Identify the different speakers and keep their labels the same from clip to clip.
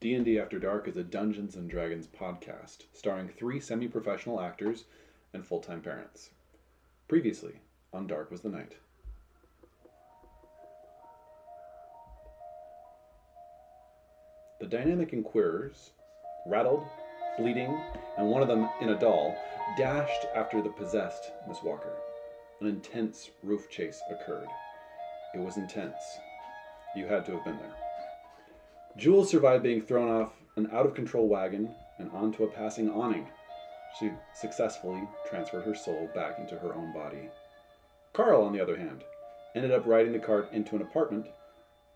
Speaker 1: D&D After Dark is a Dungeons and Dragons podcast starring three semi-professional actors and full-time parents. Previously on Dark Was the Night. The dynamic inquirers, rattled, bleeding, and one of them in a doll, dashed after the possessed Miss Walker. An intense roof chase occurred. It was intense. You had to have been there. Jules survived being thrown off an out of control wagon and onto a passing awning. She successfully transferred her soul back into her own body. Carl, on the other hand, ended up riding the cart into an apartment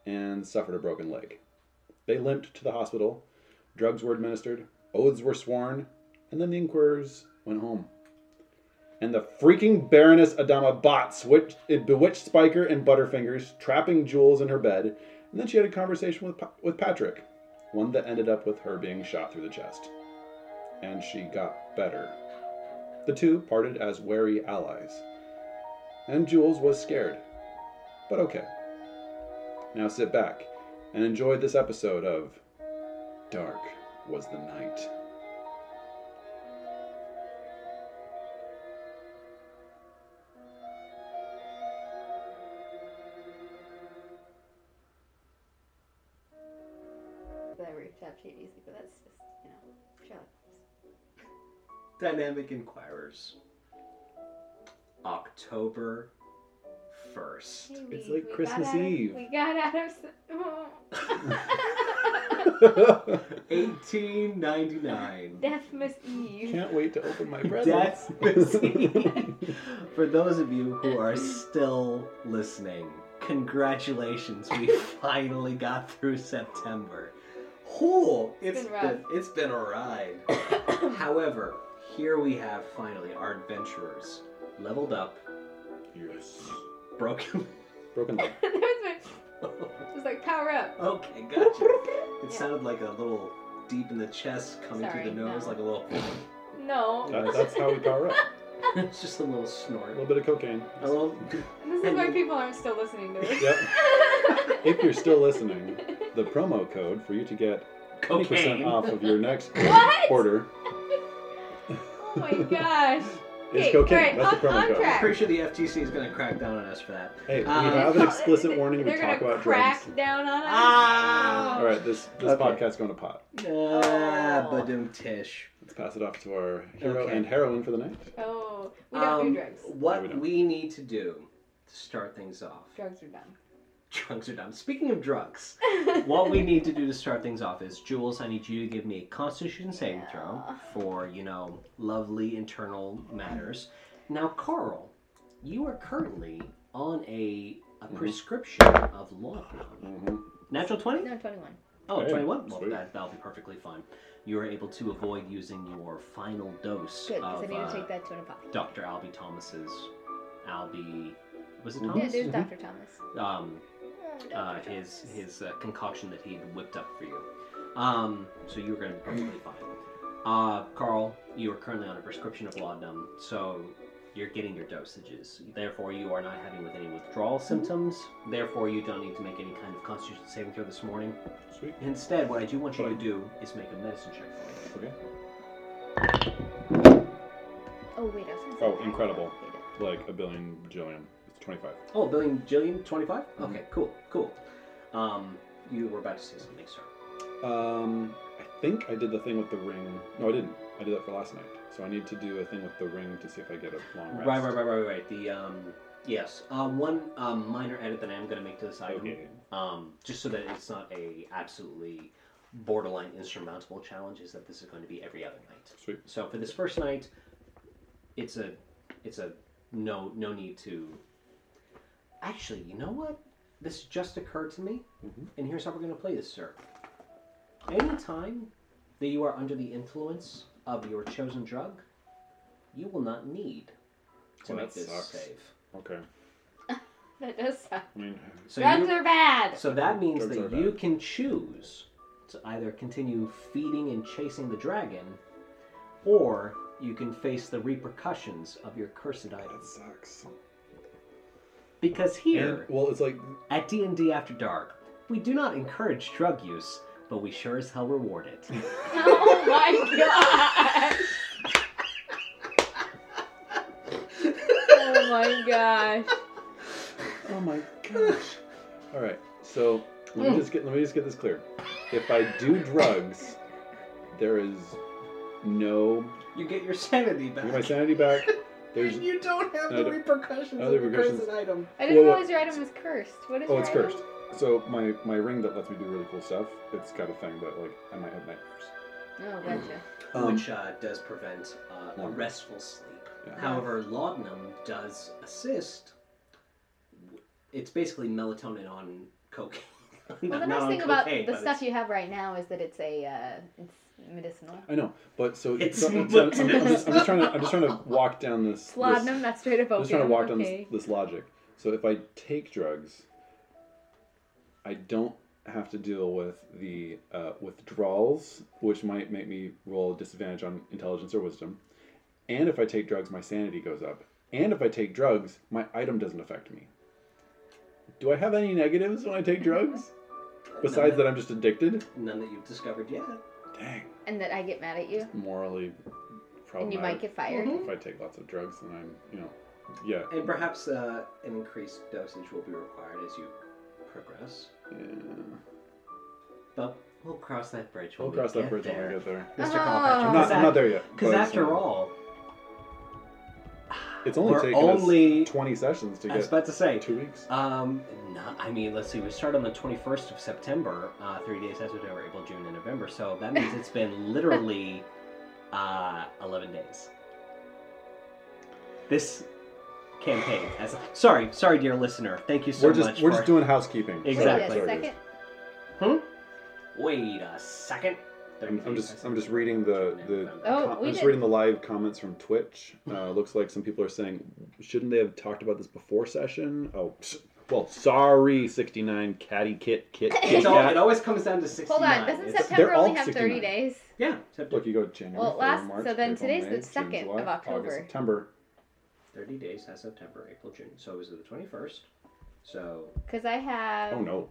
Speaker 1: and suffered a broken leg. They limped to the hospital, drugs were administered, oaths were sworn, and then the inquirers went home. And the freaking Baroness Adama Botts which, it bewitched Spiker and Butterfingers, trapping Jules in her bed, and then she had a conversation with, Pa- with Patrick, one that ended up with her being shot through the chest. And she got better. The two parted as wary allies. And Jules was scared. But okay. Now sit back and enjoy this episode of Dark Was the Night.
Speaker 2: that I ripped out too easy, but that's just, you know, jokes.
Speaker 3: Dynamic Inquirers. October 1st.
Speaker 2: Hey,
Speaker 1: It's
Speaker 2: we-
Speaker 1: like
Speaker 2: we got
Speaker 1: Christmas
Speaker 2: out of-
Speaker 1: Eve.
Speaker 2: we got out of. s- Oh.
Speaker 1: Can't
Speaker 3: 1899.
Speaker 2: Deathmas Eve.
Speaker 1: wait to open my present.
Speaker 3: Death Missing. For those of you who are still listening, congratulations, we finally got through September. Oh, it's
Speaker 2: been
Speaker 3: been,
Speaker 2: rough.
Speaker 3: it's been a ride. However, here we have finally our adventurers leveled up,
Speaker 1: Yes.
Speaker 3: broken.
Speaker 1: Broken leg.
Speaker 2: that was my. It was like power up.
Speaker 3: okay, gotcha.
Speaker 2: Yeah.
Speaker 3: It sounded like a little deep in the chest, coming
Speaker 2: Sorry,
Speaker 3: through the nose,
Speaker 2: no.
Speaker 3: like a little.
Speaker 2: No.
Speaker 1: That- that's how we power up.
Speaker 3: it's just a little
Speaker 1: A
Speaker 3: snort.
Speaker 1: little bit of cocaine.
Speaker 3: A little.
Speaker 2: This is why people aren't still listening to this.
Speaker 1: Yep. If you're still listening, the promo code for you to get 20%
Speaker 3: Cocaine.
Speaker 1: off of your next
Speaker 2: What?
Speaker 1: order
Speaker 2: Oh my gosh.
Speaker 1: is
Speaker 2: Okay,
Speaker 1: cocaine.
Speaker 2: alright,
Speaker 1: That's the
Speaker 2: on-
Speaker 1: promo
Speaker 2: on
Speaker 1: code.
Speaker 2: track.
Speaker 3: Pretty sure the FTC is gonna crack down on us for that.
Speaker 1: Hey, we
Speaker 3: Um,
Speaker 1: have an explicit warning if we
Speaker 2: They're
Speaker 1: talk
Speaker 2: gonna
Speaker 1: about
Speaker 2: crack
Speaker 1: drugs.
Speaker 2: down on us. Oh.
Speaker 3: Ah.
Speaker 1: All right, this this
Speaker 3: Okay.
Speaker 1: podcast's going to pot.
Speaker 3: Ah, badum tish.
Speaker 1: Let's pass it off to our hero
Speaker 3: Okay.
Speaker 1: and heroine for the night.
Speaker 2: Oh, we don't
Speaker 3: Um,
Speaker 2: do drugs.
Speaker 3: What
Speaker 1: No, we
Speaker 3: we,
Speaker 1: don't.
Speaker 3: need to do to start things off.
Speaker 2: Drugs are done.
Speaker 3: Drugs are dumb. Speaking of drugs, what we need to do to start things off is Jules, I need you to give me a constitution saving throw
Speaker 2: Yeah.
Speaker 3: for, you know, lovely internal matters. Now, Carl, you are currently on a, a
Speaker 1: Mhm.
Speaker 3: prescription of laudanum.
Speaker 1: Mm-hmm.
Speaker 3: Natural 20?
Speaker 2: no, 21.
Speaker 3: Oh,
Speaker 1: Hey,
Speaker 3: 21? Well,
Speaker 1: sweet.
Speaker 3: that, that'll be perfectly fine. You are able to avoid using your final dose
Speaker 2: Good, because
Speaker 3: of
Speaker 2: I
Speaker 1: Oh,
Speaker 2: need
Speaker 3: uh,
Speaker 2: to take that to an apothecary.
Speaker 3: Dr. Albie Thomas's. Albie. Was it
Speaker 1: Yeah,
Speaker 2: Yeah,
Speaker 3: Thomas?
Speaker 2: there's
Speaker 1: Mhm.
Speaker 2: Dr. Thomas.
Speaker 3: Um,
Speaker 2: Dr.
Speaker 3: Mm-hmm. uh,
Speaker 2: Thomas.
Speaker 3: his his uh, concoction that he had whipped up for you. Um, so you were going to be perfectly fine. Uh, Carl, you are currently on a prescription of laudanum, so you're getting your dosages. Therefore, you are not having with any withdrawal symptoms. Therefore, you don't need to make any kind of constitution saving throw this morning.
Speaker 1: Sweet.
Speaker 3: Instead, what I do want you to
Speaker 1: Fine.
Speaker 3: do is make a medicine check for me.
Speaker 1: Okay.
Speaker 2: Oh, wait, I was gonna say
Speaker 1: Oh,
Speaker 2: I-
Speaker 1: incredible.
Speaker 2: okay,
Speaker 1: Like a billion bajillion. It's 25.
Speaker 3: Oh, billion, jillion, 25?
Speaker 1: Mhm.
Speaker 3: Okay, cool, cool. Um, you were about to say something, sir.
Speaker 1: Um, I think I did the thing with the ring. No, I didn't. I did that for last night. So I need to do a thing with the ring to see if I get a long rest.
Speaker 3: Right, right, right, right, right. The um, yes. Uh, one um, minor edit that I am going to make to this item,
Speaker 1: Okay.
Speaker 3: um, just so that it's not a absolutely borderline insurmountable challenge, is that this is going to be every other night.
Speaker 1: Sweet.
Speaker 3: So for this first night, it's a, it's a no, no need to. Actually, you know what? This just occurred to me,
Speaker 1: Mhm.
Speaker 3: and here's how we're going to play this, sir. Anytime that you are under the influence of your chosen drug, you will not need to
Speaker 1: Well,
Speaker 3: make
Speaker 1: that
Speaker 3: this
Speaker 1: sucks.
Speaker 3: save.
Speaker 1: Okay.
Speaker 2: That does suck.
Speaker 1: I mean,
Speaker 3: So,
Speaker 2: Drugs
Speaker 3: you,
Speaker 2: are bad!
Speaker 3: so that means
Speaker 1: Drugs
Speaker 3: that
Speaker 1: are
Speaker 3: you can choose to either continue feeding and chasing the dragon, or you can face the repercussions of your cursed
Speaker 1: that
Speaker 3: items.
Speaker 1: sucks.
Speaker 3: Because here,
Speaker 1: And, well, it's like
Speaker 3: at D&D After Dark, we do not encourage drug use, but we sure as hell reward it.
Speaker 2: Oh my gosh. oh my gosh.
Speaker 1: Oh my gosh. All right. So let me just get let me just get this clear. If I do drugs, there is no
Speaker 3: You get your sanity
Speaker 1: I
Speaker 3: back.
Speaker 1: get my sanity back. There's
Speaker 3: you don't have
Speaker 1: no, I
Speaker 3: the
Speaker 1: don't-
Speaker 3: repercussions
Speaker 1: no,
Speaker 3: of
Speaker 1: the
Speaker 3: the cursed
Speaker 1: repercussions.
Speaker 3: item.
Speaker 2: I didn't
Speaker 1: Well,
Speaker 2: realize your item was cursed. What is
Speaker 1: oh,
Speaker 2: your
Speaker 1: it's
Speaker 2: item?
Speaker 1: cursed. So my my ring that lets me do really cool stuff. It's got a thing that like I might have nightmares.
Speaker 2: Oh, gotcha.
Speaker 1: Um,
Speaker 3: which uh, does prevent uh, a
Speaker 1: Wonderful.
Speaker 3: restful sleep.
Speaker 1: Yeah.
Speaker 3: However, laudanum does assist. It's basically melatonin on cocaine.
Speaker 2: Well, the
Speaker 3: Not
Speaker 2: nice
Speaker 3: on
Speaker 2: thing about
Speaker 3: cocaine,
Speaker 2: the
Speaker 3: but
Speaker 2: stuff you have right now is that it's a uh, it's medicinal.
Speaker 1: I know, but so
Speaker 3: It's
Speaker 1: so- I'm, trying- I'm- I'm
Speaker 3: medicinal.
Speaker 1: just, I'm just trying to I'm just trying to walk down this. this-
Speaker 2: Laudanum, that's straight up
Speaker 1: I'm just trying to
Speaker 2: opium.
Speaker 1: walk down
Speaker 2: okay.
Speaker 1: this, this logic. So if I take drugs, I don't have to deal with the uh, withdrawals, which might make me roll a disadvantage on intelligence or wisdom. And if I take drugs, my sanity goes up. And if I take drugs, my item doesn't affect me. Do I have any negatives when I take drugs? Besides
Speaker 3: none,
Speaker 1: that I'm just addicted?
Speaker 3: none that you've discovered yet.
Speaker 1: Dang.
Speaker 2: And that I get mad at you,
Speaker 1: Morally Oh
Speaker 2: and you might
Speaker 1: problematic.
Speaker 2: get fired.
Speaker 3: Mhm.
Speaker 1: If I take lots of drugs, then I'm, you know, yeah.
Speaker 3: And perhaps uh, an increased dosage will be required as you progress.
Speaker 1: yeah.
Speaker 3: But we'll cross that bridge. When
Speaker 1: We'll cross that
Speaker 3: get
Speaker 1: bridge
Speaker 3: there.
Speaker 1: when we get there.
Speaker 3: Mr.
Speaker 2: Oh.
Speaker 3: Callback,
Speaker 1: I'm
Speaker 2: Because
Speaker 1: not, I'm
Speaker 2: that-
Speaker 1: not there yet.
Speaker 3: Because
Speaker 1: but-
Speaker 3: after
Speaker 2: uh,
Speaker 3: all,
Speaker 1: it's only
Speaker 3: we're
Speaker 1: taken
Speaker 3: only-
Speaker 1: us 20 sessions to
Speaker 3: I was
Speaker 1: get
Speaker 3: about to say,
Speaker 1: two weeks.
Speaker 3: Um, no, I mean, let's see. We start on the 21st of September, uh, three days after October, April, June, and November. So that means it's been literally uh, 11 days. This campaign. As sorry, sorry, dear listener. Thank you so
Speaker 1: we're just
Speaker 3: much.
Speaker 1: we're
Speaker 3: for,
Speaker 1: just doing housekeeping.
Speaker 3: Exactly.
Speaker 2: Wait
Speaker 1: So it
Speaker 2: a
Speaker 1: is.
Speaker 2: second.
Speaker 3: Wait a second.
Speaker 1: I'm, I'm just I'm just reading the the
Speaker 2: Oh,
Speaker 1: com-
Speaker 2: we
Speaker 1: I'm just
Speaker 2: did-
Speaker 1: reading the live comments from Twitch. Uh, looks like some people are saying, shouldn't they have talked about this before session? Oh, psh, well, sorry, 69 catty kit kit. kit
Speaker 3: It's all, it
Speaker 1: cat.
Speaker 3: always comes down to 69.
Speaker 2: Hold on, doesn't
Speaker 3: It's-
Speaker 1: They're
Speaker 2: September only
Speaker 1: all
Speaker 2: have
Speaker 1: 69.
Speaker 2: 30 days?
Speaker 3: Yeah, September.
Speaker 1: Look, you go January,
Speaker 2: Well,
Speaker 1: February,
Speaker 2: last-
Speaker 1: March,
Speaker 2: so then
Speaker 1: April,
Speaker 2: today's
Speaker 1: May,
Speaker 2: the
Speaker 1: June,
Speaker 2: 2nd
Speaker 1: July,
Speaker 2: of
Speaker 1: August,
Speaker 2: October.
Speaker 1: September.
Speaker 3: 30 days has September, April, June. So it was the 21st. So
Speaker 2: Because I have
Speaker 1: Oh no,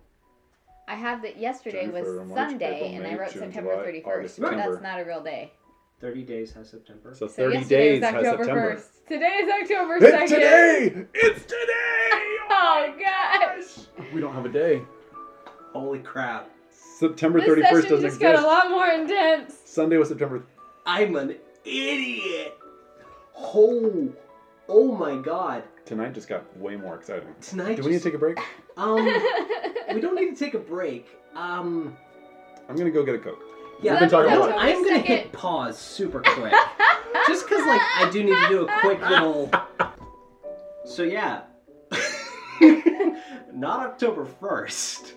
Speaker 2: I have that yesterday
Speaker 1: January,
Speaker 2: was
Speaker 1: February, March,
Speaker 2: Sunday,
Speaker 1: April,
Speaker 2: and
Speaker 1: May,
Speaker 2: I wrote
Speaker 1: June,
Speaker 2: September
Speaker 1: July,
Speaker 2: 31st,
Speaker 1: August,
Speaker 2: but
Speaker 1: September.
Speaker 2: that's not a real day.
Speaker 3: 30 days has September.
Speaker 1: so
Speaker 2: So
Speaker 1: 30
Speaker 2: yesterday
Speaker 1: days
Speaker 2: was
Speaker 1: has
Speaker 2: October
Speaker 1: September.
Speaker 2: 1st. Today is October 2nd.
Speaker 1: It's today! It's today!
Speaker 2: Oh, gosh.
Speaker 1: We don't have a day.
Speaker 3: Holy crap.
Speaker 1: September
Speaker 2: this
Speaker 1: 31st
Speaker 2: session
Speaker 1: doesn't
Speaker 2: just
Speaker 1: exist.
Speaker 2: got a lot more intense.
Speaker 1: Sunday was September.
Speaker 3: I'm an idiot. Oh, oh my god.
Speaker 1: Tonight just got way more exciting.
Speaker 3: Tonight.
Speaker 1: Do we need to
Speaker 3: just-
Speaker 1: take a break?
Speaker 3: Um, we don't need to take a break. Um,
Speaker 1: I'm gonna go get a coke.
Speaker 3: yeah.
Speaker 1: We've been talking a
Speaker 3: no,
Speaker 1: lot.
Speaker 3: I'm gonna
Speaker 2: Second.
Speaker 3: hit pause super quick, just because like I do need to do a quick little. So yeah. Not October first.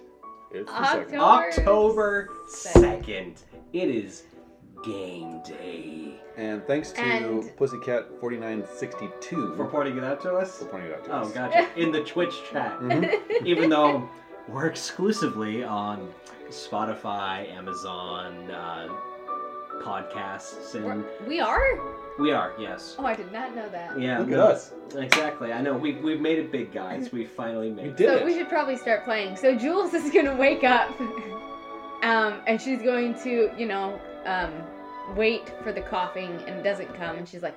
Speaker 1: It's the
Speaker 2: October.
Speaker 1: second.
Speaker 3: October
Speaker 2: Second.
Speaker 3: second. It is game day.
Speaker 1: And thanks to
Speaker 2: And-
Speaker 1: Pussycat4962
Speaker 3: For
Speaker 1: for
Speaker 3: pointing it out to us.
Speaker 1: pointing it out to
Speaker 3: Oh,
Speaker 1: us.
Speaker 3: gotcha. In the Twitch chat.
Speaker 1: Mhm.
Speaker 3: Even though we're exclusively on Spotify, Amazon, uh, podcasts, and
Speaker 2: We're- we are?
Speaker 3: we are, yes.
Speaker 2: Oh, I did not know that.
Speaker 3: Yeah,
Speaker 1: Look at us.
Speaker 3: exactly. I know. We've, we've made it big, guys. We finally made
Speaker 1: We
Speaker 3: it.
Speaker 1: did
Speaker 2: so
Speaker 1: it.
Speaker 2: we should probably start playing. So Jules is gonna wake up, um, and she's going to, you know, um, wait for the coughing, and it doesn't come, and she's like,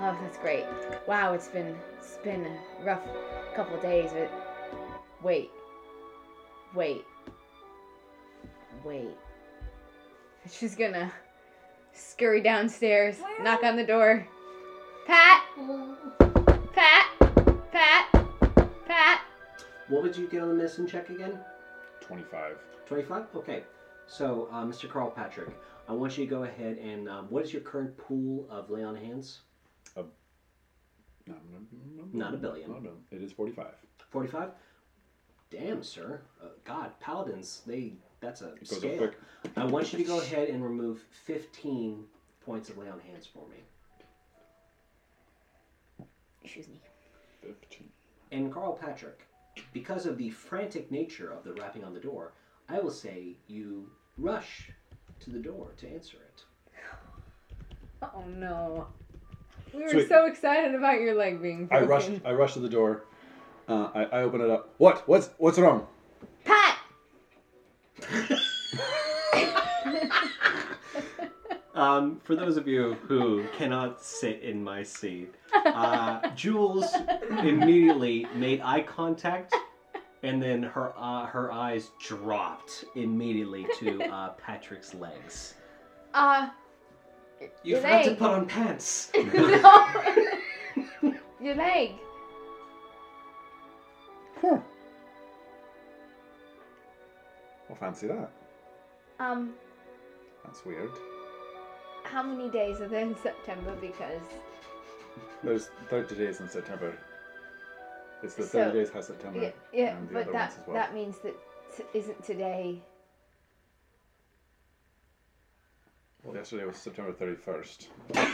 Speaker 2: ah, "Oh, that's great! Wow, it's been it's been a rough couple of days, but wait, wait, wait." She's gonna scurry downstairs, knock on the door. Pat, Pat, Pat, Pat.
Speaker 3: What would you get on the medicine check again?
Speaker 1: 25.
Speaker 3: 25? Okay. So, uh, Mr. Carl Patrick, I want you to go ahead and um, what is your current pool of lay on hands?
Speaker 1: Not,
Speaker 3: Not a billion.
Speaker 1: Not a billion. It is 45.
Speaker 3: 45? Damn, sir. Uh, God, paladins, they. That's a
Speaker 1: It goes
Speaker 3: scale.
Speaker 1: up quick.
Speaker 3: I want you to go ahead and remove 15 points of lay on hands for me.
Speaker 2: Excuse me.
Speaker 1: 15.
Speaker 3: And Carl Patrick, because of the frantic nature of the rapping on the door, I will say you rush to the door to answer it.
Speaker 2: Oh no. We were
Speaker 1: Sweet.
Speaker 2: so excited about your leg being
Speaker 1: I
Speaker 2: broken.
Speaker 1: rushed. I rushed to the door. Uh, I, I open it up. What? What's what's wrong?
Speaker 2: Pat!
Speaker 3: Um, for those of you who cannot sit in my seat, uh, Jules immediately made eye contact, and then her uh, her eyes dropped immediately to uh, Patrick's legs.
Speaker 2: Uh,
Speaker 3: You
Speaker 2: Your
Speaker 3: forgot to
Speaker 2: leg.
Speaker 3: put on pants.
Speaker 2: no. Your leg.
Speaker 1: Huh. Well, fancy that.
Speaker 2: Um,
Speaker 1: That's weird.
Speaker 2: how many days are there in September? Because
Speaker 1: There's 30 days in September. It's the
Speaker 2: So-
Speaker 1: 30 days has September.
Speaker 2: yeah, yeah
Speaker 1: and the
Speaker 2: but
Speaker 1: other
Speaker 2: that
Speaker 1: ones as well.
Speaker 2: that means that t- isn't today.
Speaker 1: Well, yesterday was September 31st. so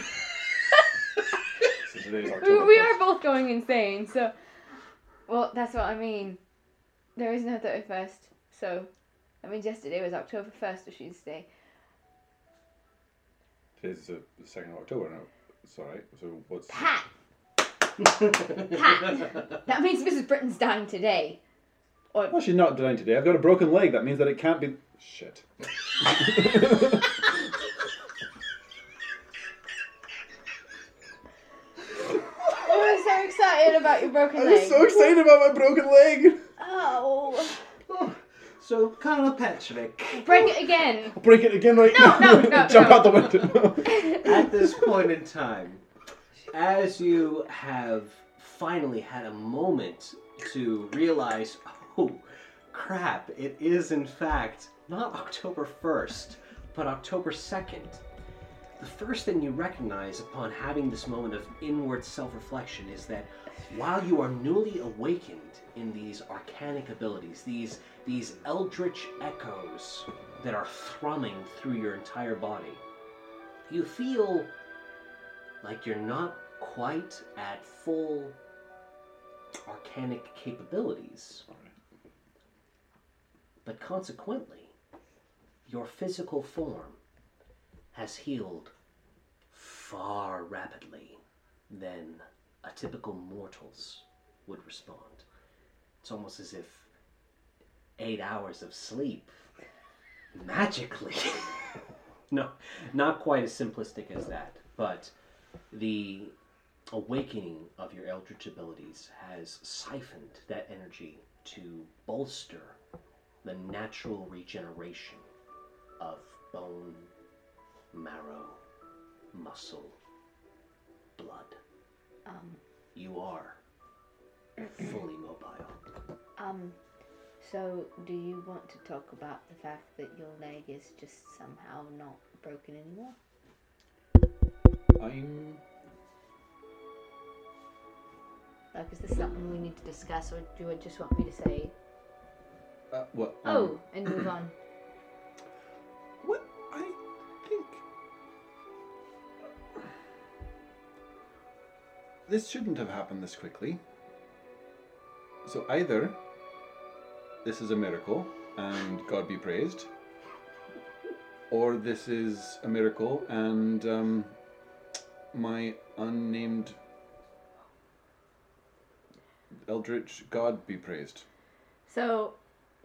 Speaker 1: today's
Speaker 2: We,
Speaker 1: October.
Speaker 2: we are
Speaker 1: 1st.
Speaker 2: both going insane. So, well, that's what I mean. There is no thirty first. So, I mean, yesterday was October first, or Tuesday.
Speaker 1: Today's the 2nd of October. No, it's alright. So what's.
Speaker 2: Pat. Pat. That means Mrs. Britton's dying today. Or
Speaker 1: Well, she's not dying today. I've got a broken leg. That means that it can't be. Shit.
Speaker 2: I was Oh, so excited about your broken leg.
Speaker 1: excited about my broken leg.
Speaker 2: oh,
Speaker 3: So, Colonel Patrick,
Speaker 2: break it again.
Speaker 1: I'll break it again right now.
Speaker 2: No, no, no,
Speaker 1: Jump
Speaker 2: no.
Speaker 1: out the window.
Speaker 3: at this point in time, as you have finally had a moment to realize, oh, crap, it is in fact not October 1st, but October 2nd. The first thing you recognize upon having this moment of inward self reflection is that while you are newly awakened in these arcanic abilities, these, these eldritch echoes that are thrumming through your entire body, you feel like you're not quite at full arcanic capabilities. But consequently, your physical form has healed far rapidly than a typical mortal's would respond. It's almost as if eight hours of sleep magically. no, not quite as simplistic as that, but the awakening of your eldritch abilities has siphoned that energy to bolster the natural regeneration of bone, marrow, muscle, blood.
Speaker 2: Um,
Speaker 3: You are fully mobile.
Speaker 2: um, so do you want to talk about the fact that your leg is just somehow not broken anymore?
Speaker 1: I'm.
Speaker 2: Like, is this something we need to discuss, or do you just want me to say,
Speaker 1: Uh, what? um,
Speaker 2: oh, and move on?
Speaker 1: What I think this shouldn't have happened this quickly. So either this is a miracle and God be praised, or this is a miracle and um, my unnamed eldritch God be praised.
Speaker 2: So,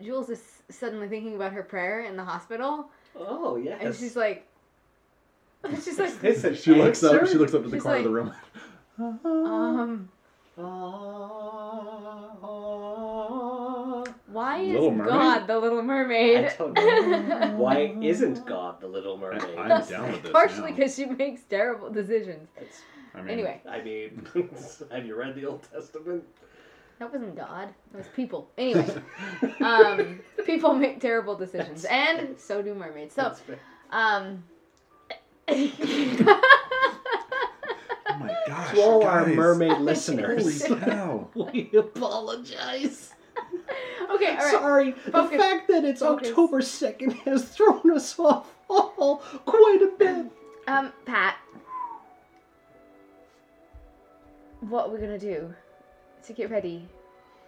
Speaker 2: Jules is suddenly thinking about her prayer in the hospital,
Speaker 3: Oh, yes.
Speaker 2: and she's like, she's like,
Speaker 1: She looks up. She looks up at the
Speaker 2: She's
Speaker 1: corner of the room.
Speaker 2: like- um, why is
Speaker 1: Little Mermaid?
Speaker 2: God the Little Mermaid?
Speaker 3: I don't know. Why isn't God the Little Mermaid?
Speaker 1: I- I'm down with this.
Speaker 2: Partially
Speaker 1: now.
Speaker 2: because she makes terrible decisions.
Speaker 3: It's-
Speaker 1: I mean,
Speaker 2: Anyway,
Speaker 3: I mean, have you read the Old Testament?
Speaker 2: that wasn't God. That was people. Anyway, um, people make terrible decisions, and so do mermaids. So,
Speaker 3: That's fair.
Speaker 2: um,
Speaker 1: Oh my gosh.
Speaker 3: to all our
Speaker 1: guys.
Speaker 3: mermaid
Speaker 1: Holy
Speaker 3: listeners,
Speaker 1: cow.
Speaker 3: we apologize.
Speaker 2: okay, all right.
Speaker 3: Sorry, the
Speaker 2: Focus.
Speaker 3: fact that it's
Speaker 2: Focus.
Speaker 3: October 2nd has thrown us off all quite a bit.
Speaker 2: Um, Pat, what are we gonna do to get ready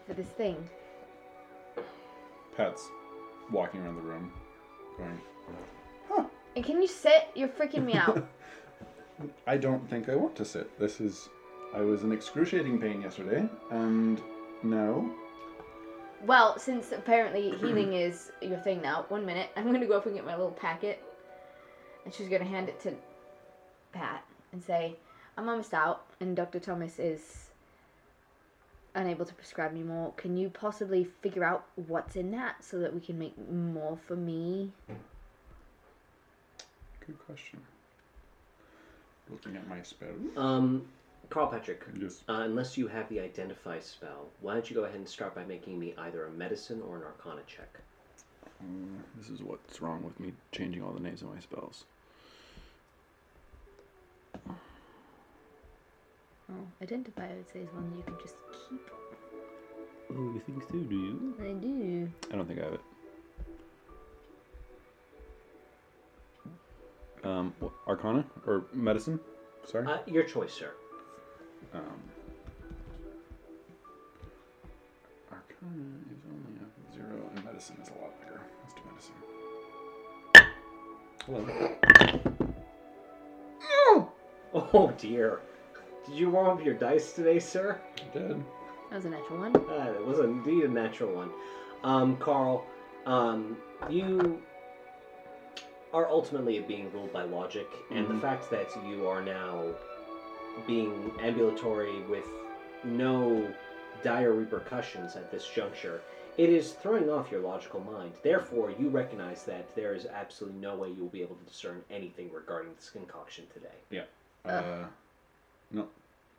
Speaker 2: for this thing?
Speaker 1: Pat's walking around the room going,
Speaker 2: And can you sit? You're freaking me out.
Speaker 1: I don't think I want to sit. This is. I was in excruciating pain yesterday, and now.
Speaker 2: well, since apparently healing is your thing now, one minute, I'm gonna go up and get my little packet. and she's gonna hand it to Pat and say, "I'm almost out, and Dr. Thomas is unable to prescribe me more. Can you possibly figure out what's in that so that we can make more for me?"
Speaker 1: Good question. Looking at my spell.
Speaker 3: Um, Carl Patrick,
Speaker 1: Yes.
Speaker 3: uh, unless you have the identify spell, why don't you go ahead and start by making me either a medicine or an arcana check?
Speaker 1: Mm, this is what's wrong with me changing all the names of my spells.
Speaker 2: Oh, identify, I would say, is one you can just keep.
Speaker 3: Oh, you think so, do you?
Speaker 2: I do.
Speaker 1: I don't think I have it. Um, what, Arcana or medicine? Sorry.
Speaker 3: Uh, your choice, sir.
Speaker 1: Um, Arcana is only a zero, and medicine is a lot bigger. Let's do medicine. Hello.
Speaker 3: Oh dear. Did you warm up your dice today, sir?
Speaker 1: Dead.
Speaker 2: That was a natural one.
Speaker 3: Uh, it was indeed a natural one. Um, Carl, um, you are ultimately being ruled by logic, and the
Speaker 1: Mhm.
Speaker 3: fact that you are now being ambulatory with no dire repercussions at this juncture, it is throwing off your logical mind. Therefore, you recognize that there is absolutely no way you will be able to discern anything regarding this concoction today.
Speaker 1: Uh, no,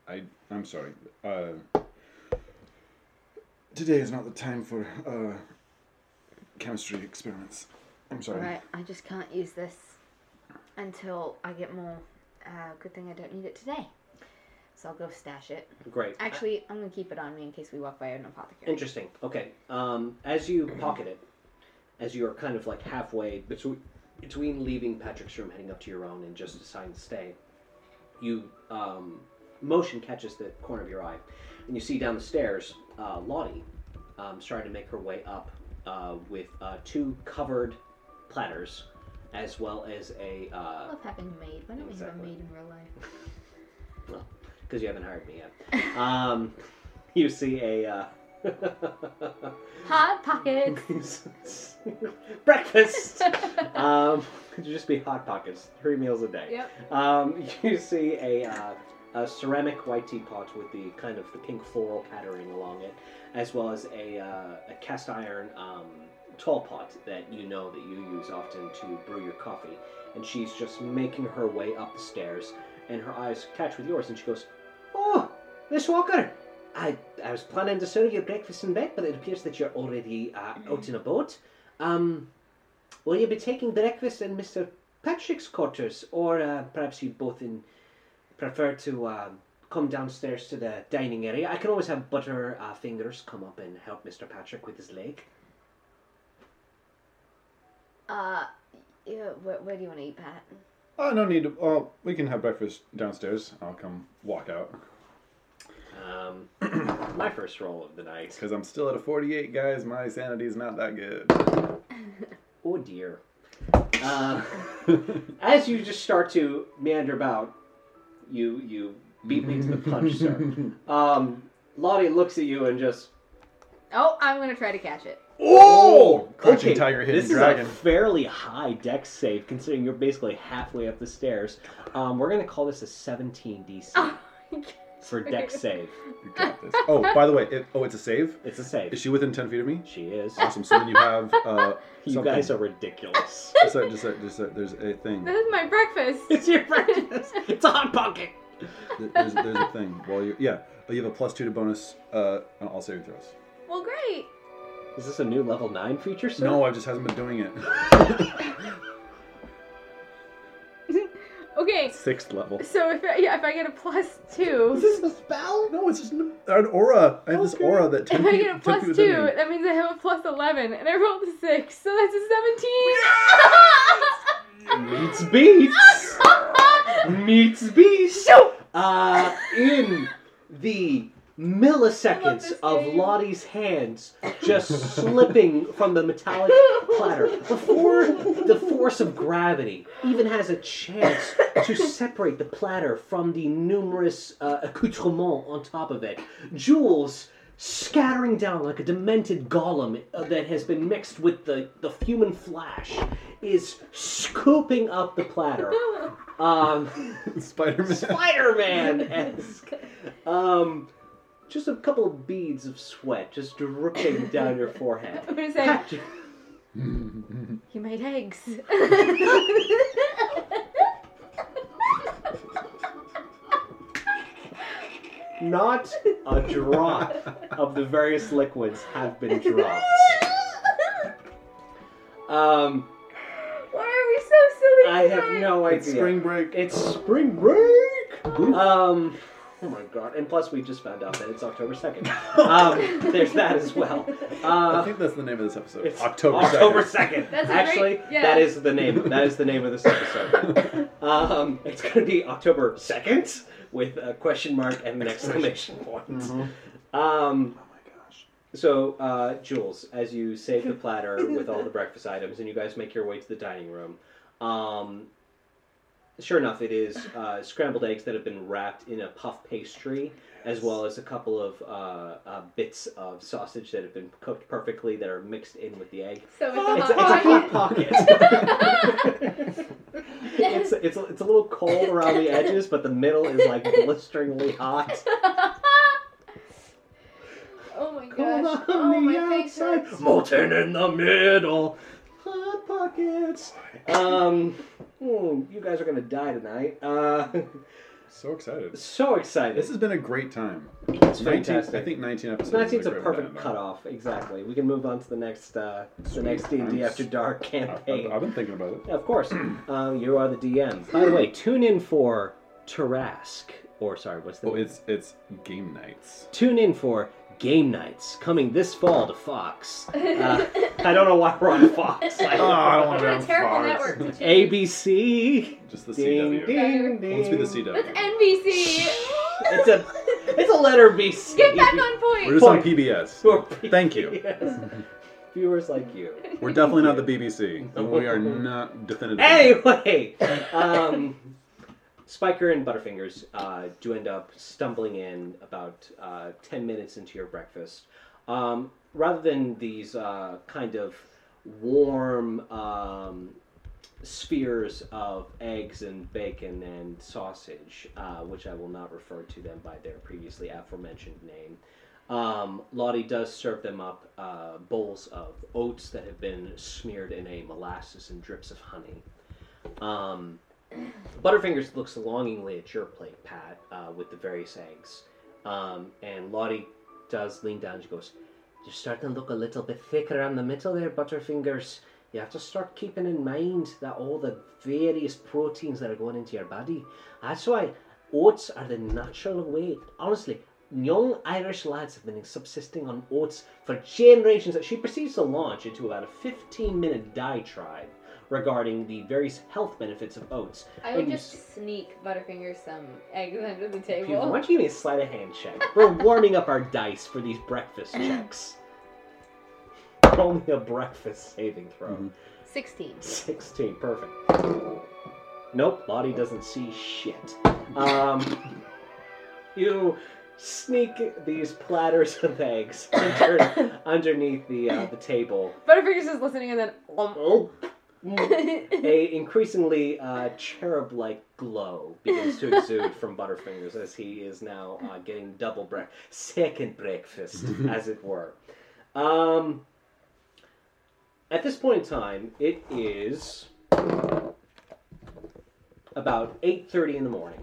Speaker 1: I I'm sorry. Uh, today is not the time for uh, chemistry experiments. I'm sorry.
Speaker 2: Alright, I just can't use this until I get more. Uh, good thing I don't need it today. So I'll go stash it.
Speaker 3: Great.
Speaker 2: Actually, I'm gonna keep it on me in case we walk by an apothecary.
Speaker 3: Interesting. Okay. Um, as you pocket it, as you are kind of like halfway between between leaving Patrick's room, heading up to your own, and just deciding to stay, you um, motion catches the corner of your eye, and you see down the stairs uh, Lottie um, starting to make her way up uh, with uh, two covered platters, as well as a
Speaker 2: I
Speaker 3: uh,
Speaker 2: love having a maid. Why don't
Speaker 3: Exactly.
Speaker 2: we have a maid in real life?
Speaker 3: because you haven't hired me yet. Um, you see a. Uh,
Speaker 2: Hot pockets.
Speaker 3: breakfast. um, could just be hot pockets, three meals a day.
Speaker 2: yep.
Speaker 3: Um, you see a, uh, a ceramic white teapot with the kind of the pink floral patterning along it, as well as a, uh, a cast iron um, tall pot that you know that you use often to brew your coffee. And she's just making her way up the stairs, and her eyes catch with yours, and she goes, "Oh, Miss Walker." I, I was planning to serve you breakfast in bed, but it appears that you're already uh, out in a boat. Um, will you be taking breakfast in Mr. Patrick's quarters, or uh, perhaps you both in prefer to uh, come downstairs to the dining area. I can always have Butter uh, Fingers come up and help Mr. Patrick with his leg.
Speaker 2: Uh, yeah, where, where do you want to eat, Pat?
Speaker 1: Oh, no need. to- Oh, we can have breakfast downstairs. I'll come walk out
Speaker 3: Um, my first roll of the night.
Speaker 1: because I'm still at a 48, guys. My sanity's not that good.
Speaker 3: Oh dear. Uh, as you just start to meander about, you you beat me to the punch, sir. Um, Lottie looks at you and just
Speaker 2: Oh, I'm gonna try to catch it.
Speaker 1: Oh, crouching
Speaker 3: okay,
Speaker 1: tiger, hidden
Speaker 3: this
Speaker 1: dragon.
Speaker 3: is a fairly high dex save, considering you're basically halfway up the stairs. Um, we're gonna call this a 17 DC
Speaker 2: Oh, my God.
Speaker 3: for dex save.
Speaker 1: You got this. Oh, by the way, it, oh, it's a save.
Speaker 3: It's a
Speaker 1: Is
Speaker 3: save.
Speaker 1: she within 10 feet of me?
Speaker 3: She is.
Speaker 1: Awesome. So then you have uh,
Speaker 3: You
Speaker 1: something.
Speaker 3: guys are ridiculous.
Speaker 1: Just a, just a, just a, there's a thing.
Speaker 2: that is my breakfast.
Speaker 3: it's your breakfast. It's a hot pocket.
Speaker 1: There- There's, there's a thing. While you yeah, Oh, you have a plus two to bonus uh, on all saving throws.
Speaker 2: well, great.
Speaker 3: Is this a new level nine feature, sir?
Speaker 1: No, I just hasn't been doing it.
Speaker 2: Okay,
Speaker 1: Sixth level.
Speaker 2: so if I, yeah, if I get a plus two,
Speaker 1: this a spell? No, it's just an, an aura. I have this
Speaker 3: Okay.
Speaker 1: aura that ten
Speaker 2: If I
Speaker 1: feet-
Speaker 2: get
Speaker 1: 10
Speaker 2: a plus
Speaker 1: feet
Speaker 2: two,
Speaker 1: within me.
Speaker 2: that means I have a plus eleven, and I rolled a six, so that's a seventeen.
Speaker 3: Meets beats. Meets beats.
Speaker 2: Shoot!
Speaker 3: Uh, in the milliseconds
Speaker 2: this
Speaker 3: of
Speaker 2: game.
Speaker 3: Lottie's hands just slipping from the metallic platter before the force of gravity even has a chance to separate the platter from the numerous uh, accoutrements on top of it. Jules scattering down like a demented golem uh, that has been mixed with the, the human flash, is scooping up the platter. Um,
Speaker 1: Spider Man.
Speaker 3: Spider-Man esque. Um, just a couple of beads of sweat just dripping down your forehead.
Speaker 2: I'm gonna say he made eggs.
Speaker 3: Not a drop of the various liquids have been dropped. Um,
Speaker 2: Why are we so silly?
Speaker 3: I have
Speaker 2: tonight?
Speaker 3: no idea.
Speaker 1: It's spring break.
Speaker 3: It's spring break. Um, oh my god! And plus, we just found out that it's October second. Um, there's that as well.
Speaker 1: I
Speaker 3: Uh,
Speaker 1: think that's the name of this episode.
Speaker 3: It's
Speaker 1: October
Speaker 3: October
Speaker 1: 2nd.
Speaker 3: second.
Speaker 2: That's a great-
Speaker 3: Actually,
Speaker 2: yeah.
Speaker 3: that is the name. That is the name of this episode. um, it's going to be October second with a question mark and an exclamation point.
Speaker 1: Mhm.
Speaker 3: Um,
Speaker 1: Oh my gosh.
Speaker 3: so, uh, Jules, as you save the platter with all the breakfast items and you guys make your way to the dining room, um, sure enough, it is uh, scrambled eggs that have been wrapped in a puff pastry, as well as a couple of uh, uh, bits of sausage that have been cooked perfectly that are mixed in with the egg.
Speaker 2: So it's
Speaker 3: It's
Speaker 2: a
Speaker 3: a, it's a hot
Speaker 2: hot pocket.
Speaker 3: pocket. it's, it's, a, it's a little cold around the edges, but the middle is like blisteringly hot.
Speaker 2: oh my
Speaker 3: Cold
Speaker 2: gosh!
Speaker 3: on
Speaker 2: Oh
Speaker 3: the
Speaker 2: my face
Speaker 3: outside,
Speaker 2: hurts.
Speaker 3: molten in the middle. Hot pockets. Um, hmm, you guys are gonna die tonight. Uh,
Speaker 1: So excited.
Speaker 3: so excited.
Speaker 1: This has been a great time.
Speaker 3: it's
Speaker 1: 19, I
Speaker 3: fantastic.
Speaker 1: think 19 episodes.
Speaker 3: That seems
Speaker 1: is
Speaker 3: a
Speaker 1: great
Speaker 3: perfect
Speaker 1: amount.
Speaker 3: cutoff. Exactly. We can move on to the next, uh, the
Speaker 1: Sweet.
Speaker 3: next D and D
Speaker 1: Nice.
Speaker 3: After Dark
Speaker 1: I- I've,
Speaker 3: campaign.
Speaker 1: I've been thinking about it.
Speaker 3: Yeah, Of course. uh, you are the DM. By the way, tune in for Tarask. Or sorry, what's the
Speaker 1: Oh,
Speaker 3: name?
Speaker 1: it's it's game nights.
Speaker 3: Tune in for Game Nights coming this fall to Fox. Uh, I don't know why we're on Fox. I-
Speaker 1: I don't
Speaker 2: What a terrible network to choose.
Speaker 3: ABC.
Speaker 1: Just the
Speaker 3: Ding,
Speaker 1: CW.
Speaker 3: ding, ding.
Speaker 1: Well, Let's be the
Speaker 2: That's
Speaker 1: CW.
Speaker 2: NBC.
Speaker 3: It's a, it's a letter BC.
Speaker 2: Get back on point.
Speaker 1: We're just on
Speaker 3: Point.
Speaker 1: PBS.
Speaker 3: Or PBS.
Speaker 1: Thank you.
Speaker 3: Viewers like you.
Speaker 1: We're definitely not the BBC. and we are not definitive.
Speaker 3: Anyway, um, Spiker and Butterfingers uh, do end up stumbling in about uh, 10 minutes into your breakfast. Um, rather than these uh, kind of warm um, spheres of eggs and bacon and sausage, uh, which I will not refer to them by their previously aforementioned name. Um, Lottie does serve them up uh, bowls of oats that have been smeared in a molasses and drips of honey. Um, Butterfingers looks longingly at your plate, Pat, uh, with the various eggs. Um, and Lottie does lean down and she goes, You're starting to look a little bit thick around the middle there, Butterfingers. You have to start keeping in mind that all the various proteins that are going into your body. That's why oats are the natural way. Honestly, young Irish lads have been subsisting on oats for generations. She proceeds to launch into about a 15 minute diatribe regarding the various health benefits of oats.
Speaker 2: I would
Speaker 3: And you
Speaker 2: just sneak Butterfinger some eggs under the
Speaker 3: People, why
Speaker 2: table.
Speaker 3: don't you give me a sleight of hand check? We're warming up our dice for these breakfast checks. Roll me a breakfast saving throw.
Speaker 1: Mhm.
Speaker 2: 16.
Speaker 3: 16, perfect. Nope, Lottie doesn't see shit. Um, you sneak these platters of eggs under, underneath the uh, the table.
Speaker 2: Butterfinger's just listening and then. um,
Speaker 3: Oh, a increasingly uh, cherub-like glow begins to exude from Butterfingers as he is now uh, getting double break, second breakfast, as it were. Um, at this point in time, it is about eight thirty in the morning.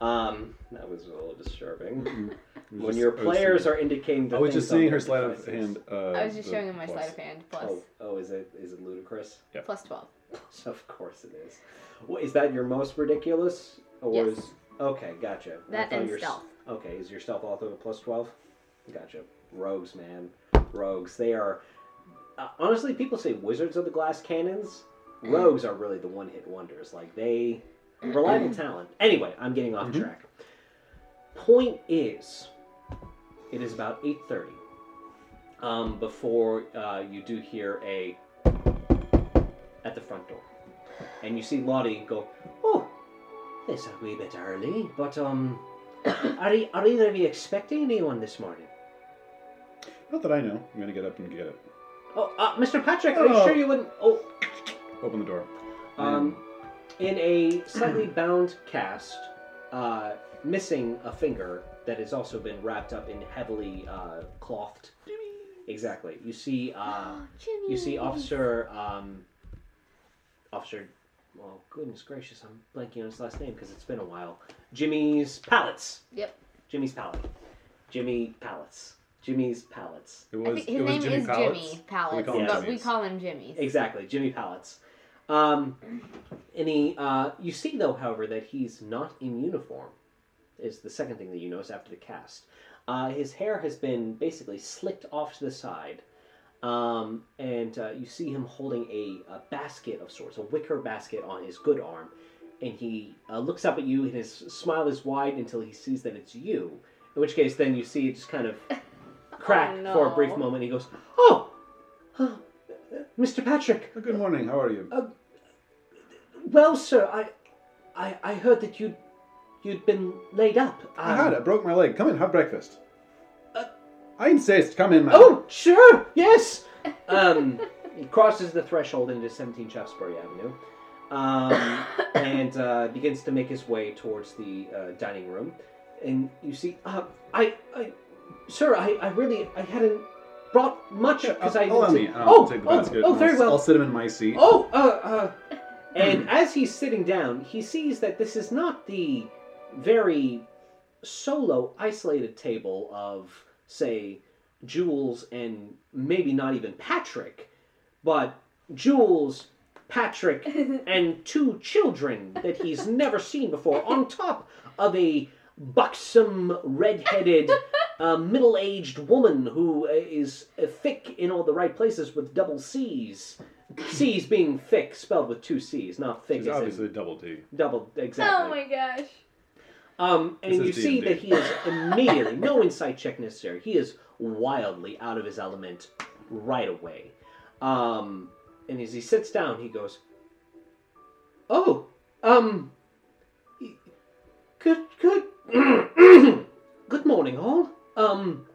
Speaker 3: Um, that was a little disturbing. When your players are indicating, the
Speaker 1: I was
Speaker 3: things
Speaker 1: just
Speaker 3: on
Speaker 1: seeing
Speaker 3: their
Speaker 1: her sleight of
Speaker 3: devices.
Speaker 1: hand. Uh,
Speaker 2: I was just
Speaker 1: the
Speaker 2: showing him my
Speaker 1: plus.
Speaker 2: sleight of hand. Plus,
Speaker 3: Oh, oh, is it is it ludicrous?
Speaker 2: plus 12.
Speaker 3: Of course it is. Well, is that your most ridiculous? Or
Speaker 2: Yes.
Speaker 3: is okay, gotcha. I
Speaker 2: That
Speaker 3: thought
Speaker 2: and
Speaker 3: your s-
Speaker 2: stealth.
Speaker 3: Okay, is your stealth also a plus twelve? Gotcha. Rogues, man, rogues. They are uh, honestly, people say wizards are the glass cannons. Rogues are really the one-hit wonders. Like they reliable talent. Anyway, I'm getting off
Speaker 1: Mhm.
Speaker 3: track. Point is, it is about eight thirty. Um, before uh, you do hear a at the front door, and you see Lottie go, "Oh, it's a wee bit early, but um, are, e- are either of you expecting anyone this morning?"
Speaker 1: Not that I know. I'm gonna get up and get it.
Speaker 3: Oh, uh, Mr. Patrick, are you
Speaker 1: Oh.
Speaker 3: sure you wouldn't? Oh,
Speaker 1: Open the door.
Speaker 3: um, in a slightly bound cast, uh, missing a finger that has also been wrapped up in heavily uh, clothed. Exactly. You see. Uh,
Speaker 1: Ah,
Speaker 2: Jimmy.
Speaker 3: You see Officer, um, Officer, well, goodness gracious, I'm blanking on his last name because it's been a while. Jimmy's Pallets.
Speaker 2: Yep.
Speaker 3: Jimmy's Pallet. Jimmy Pallets. Jimmy's Pallets.
Speaker 1: It
Speaker 2: I
Speaker 1: was.
Speaker 2: think
Speaker 1: it
Speaker 2: his
Speaker 1: was
Speaker 2: name
Speaker 1: Jimmy
Speaker 2: is
Speaker 1: Pallets.
Speaker 2: Jimmy Pallets,
Speaker 1: We call him
Speaker 2: but we
Speaker 1: Jimmy's.
Speaker 2: call him Jimmy's.
Speaker 3: Exactly, Jimmy Pallets. Um, and he, uh, you see though, however, that he's not in uniform. Is the second thing that you notice after the cast. Uh, his hair has been basically slicked off to the side, um, and uh, you see him holding a, a basket of sorts, a wicker basket on his good arm, and he uh, looks up at you, and his smile is wide until he sees that it's you. In which case, then you see it just kind of crack
Speaker 2: Oh, no.
Speaker 3: for a brief moment. And he goes, "Oh, oh Mr. Patrick,
Speaker 1: Oh, good morning. How are you?
Speaker 3: well, sir, I, I, I heard that you, you'd been laid up.
Speaker 1: I
Speaker 3: Um,
Speaker 1: had it. Broke my leg. Come in. Have breakfast.
Speaker 3: Uh,
Speaker 1: I insist. Come in, man.
Speaker 3: Oh, sure, yes. Um, he crosses the threshold into 17 Shaftesbury Avenue, um, and uh, begins to make his way towards the uh, dining room. And you see, uh, I, I, sir, I, I really, I hadn't brought much
Speaker 1: Yeah,
Speaker 3: because
Speaker 1: uh,
Speaker 3: I.
Speaker 1: allow
Speaker 3: didn't-
Speaker 1: me. I'll
Speaker 3: oh,
Speaker 1: take the
Speaker 3: oh,
Speaker 1: basket.
Speaker 3: oh,
Speaker 1: and
Speaker 3: very
Speaker 1: I'll,
Speaker 3: well.
Speaker 1: I'll sit him in my seat.
Speaker 3: Oh, uh, uh. And as he's sitting down, he sees that this is not the very solo, isolated table of, say, Jules and maybe not even Patrick, but Jules, Patrick, and two children that he's never seen before on top of a buxom, red-headed, uh, middle-aged woman who is uh, thick in all the right places with double C's. C's being thick, spelled with two C's, not thick
Speaker 1: He's
Speaker 3: as in
Speaker 1: obviously double D.
Speaker 3: double. Exactly.
Speaker 2: Oh my gosh.
Speaker 3: Um, and
Speaker 1: This
Speaker 3: you
Speaker 1: is
Speaker 3: see
Speaker 1: D&D.
Speaker 3: that he is immediately no insight check necessary. He is wildly out of his element right away. Um, and as he sits down, he goes, "Oh, um, good, good, good morning, all. Um,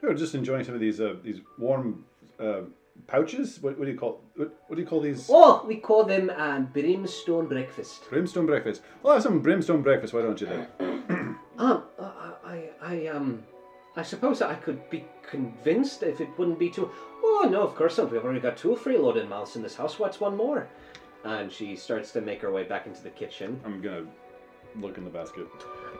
Speaker 1: Oh, just enjoying some of these uh, these warm uh, pouches. What, what do you call what, what do you call these?
Speaker 3: oh, we call them uh, brimstone breakfast.
Speaker 1: Brimstone breakfast. I'll have some brimstone breakfast. Why don't you then?
Speaker 3: Um, I, I, I, um, I suppose I could be convinced if it wouldn't be too. Oh no, of course not. We've already got two freeloading mouths in this house. What's one more? And she starts to make her way back into the kitchen.
Speaker 1: I'm gonna look in the basket.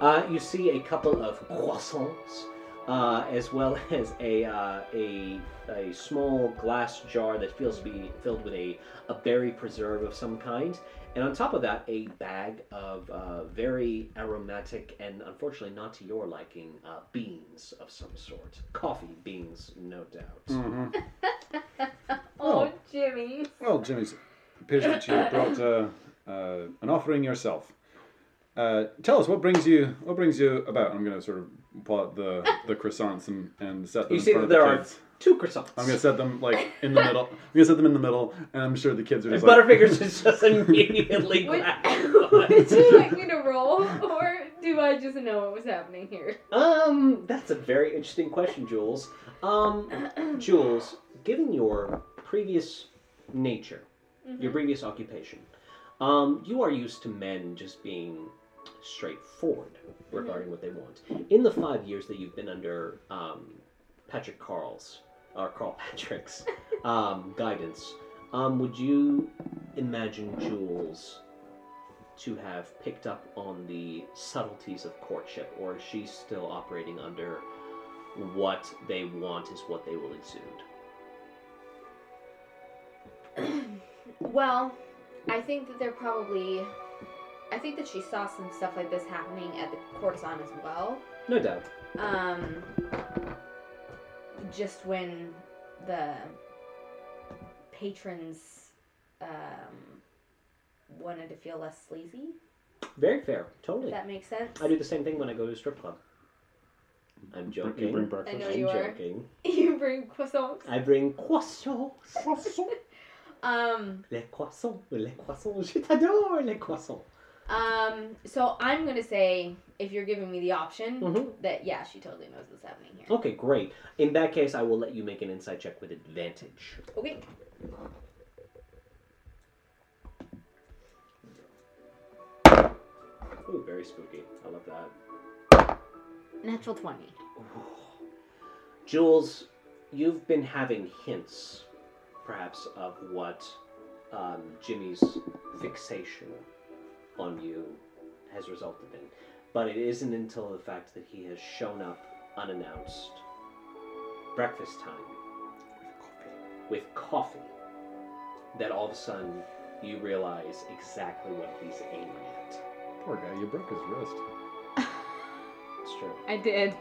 Speaker 3: Uh, you see a couple of croissants, uh, as well as a, uh, a a small glass jar that feels to be filled with a, a berry preserve of some kind, and on top of that, a bag of uh, very aromatic and unfortunately not to your liking uh, beans of some sort. Coffee beans, no doubt.
Speaker 1: Mm-hmm.
Speaker 2: Oh,
Speaker 1: Oh.
Speaker 2: Jimmy.
Speaker 1: Well, Jimmy's appears that you have brought uh, uh, an offering yourself. Uh, tell us what brings you what brings you about. I'm gonna sort of pull out the the croissants and, and set them
Speaker 3: You
Speaker 1: in
Speaker 3: see
Speaker 1: front
Speaker 3: that
Speaker 1: of
Speaker 3: there
Speaker 1: the
Speaker 3: are
Speaker 1: kids.
Speaker 3: two croissants.
Speaker 1: I'm gonna set them like in the middle. I'm gonna set them in the middle, and I'm sure the kids are
Speaker 3: and
Speaker 1: just
Speaker 3: Butterfingers is just immediately
Speaker 2: Would, would
Speaker 3: grabbed.
Speaker 2: you like me to roll, or do I just know what was happening here?
Speaker 3: Um, that's a very interesting question, Jules. Um, Jules, given your previous nature,
Speaker 2: Mm-hmm.
Speaker 3: your previous occupation, um, you are used to men just being straightforward regarding what they want. In the five years that you've been under um, Patrick Carl's or Carl Patrick's um, guidance, um, would you imagine Jules to have picked up on the subtleties of courtship, or is she still operating under what they want is what they will exude?
Speaker 2: Well, I think that they're probably. I think that she saw some stuff like this happening at the courtesan as well.
Speaker 3: No doubt.
Speaker 2: Um, just when the patrons um, wanted to feel less sleazy.
Speaker 3: Very fair.
Speaker 2: If
Speaker 3: Totally.
Speaker 2: that makes sense.
Speaker 3: I do the same thing when I go to a strip club. I'm
Speaker 1: You bring
Speaker 3: joking.
Speaker 2: I
Speaker 1: breakfast.
Speaker 2: know
Speaker 3: I'm
Speaker 2: you are.
Speaker 3: joking.
Speaker 2: You bring croissants.
Speaker 3: I bring croissants.
Speaker 1: Croissant.
Speaker 2: Um,
Speaker 3: Les croissants. Les croissants. Je t'adore, les croissants.
Speaker 2: Um, so I'm gonna say if you're giving me the option
Speaker 3: Mhm.
Speaker 2: that yeah, she totally knows what's happening here.
Speaker 3: Okay, great. In that case, I will let you make an insight check with advantage.
Speaker 2: Okay.
Speaker 3: Ooh, very spooky. I love that.
Speaker 2: Natural twenty.
Speaker 3: Jules, you've been having hints, perhaps, of what um, Jimmy's fixation on you has resulted in. But it isn't until the fact that he has shown up unannounced, breakfast time, with coffee, that all of a sudden you realize exactly what he's aiming at.
Speaker 1: Poor guy, you broke his wrist.
Speaker 3: It's true.
Speaker 2: I did.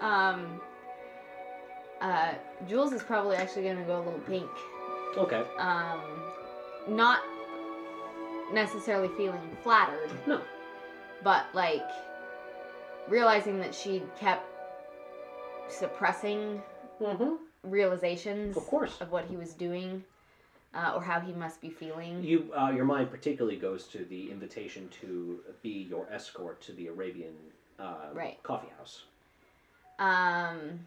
Speaker 2: Um. Uh, Jules is probably actually gonna go a little pink.
Speaker 3: Okay.
Speaker 2: Um, not necessarily feeling flattered,
Speaker 3: No.
Speaker 2: but like realizing that she kept suppressing
Speaker 3: Mm-hmm.
Speaker 2: realizations
Speaker 3: Of course.
Speaker 2: of what he was doing uh, or how he must be feeling.
Speaker 3: You, uh, your mind particularly goes to the invitation to be your escort to the Arabian uh,
Speaker 2: Right.
Speaker 3: coffee house.
Speaker 2: Um,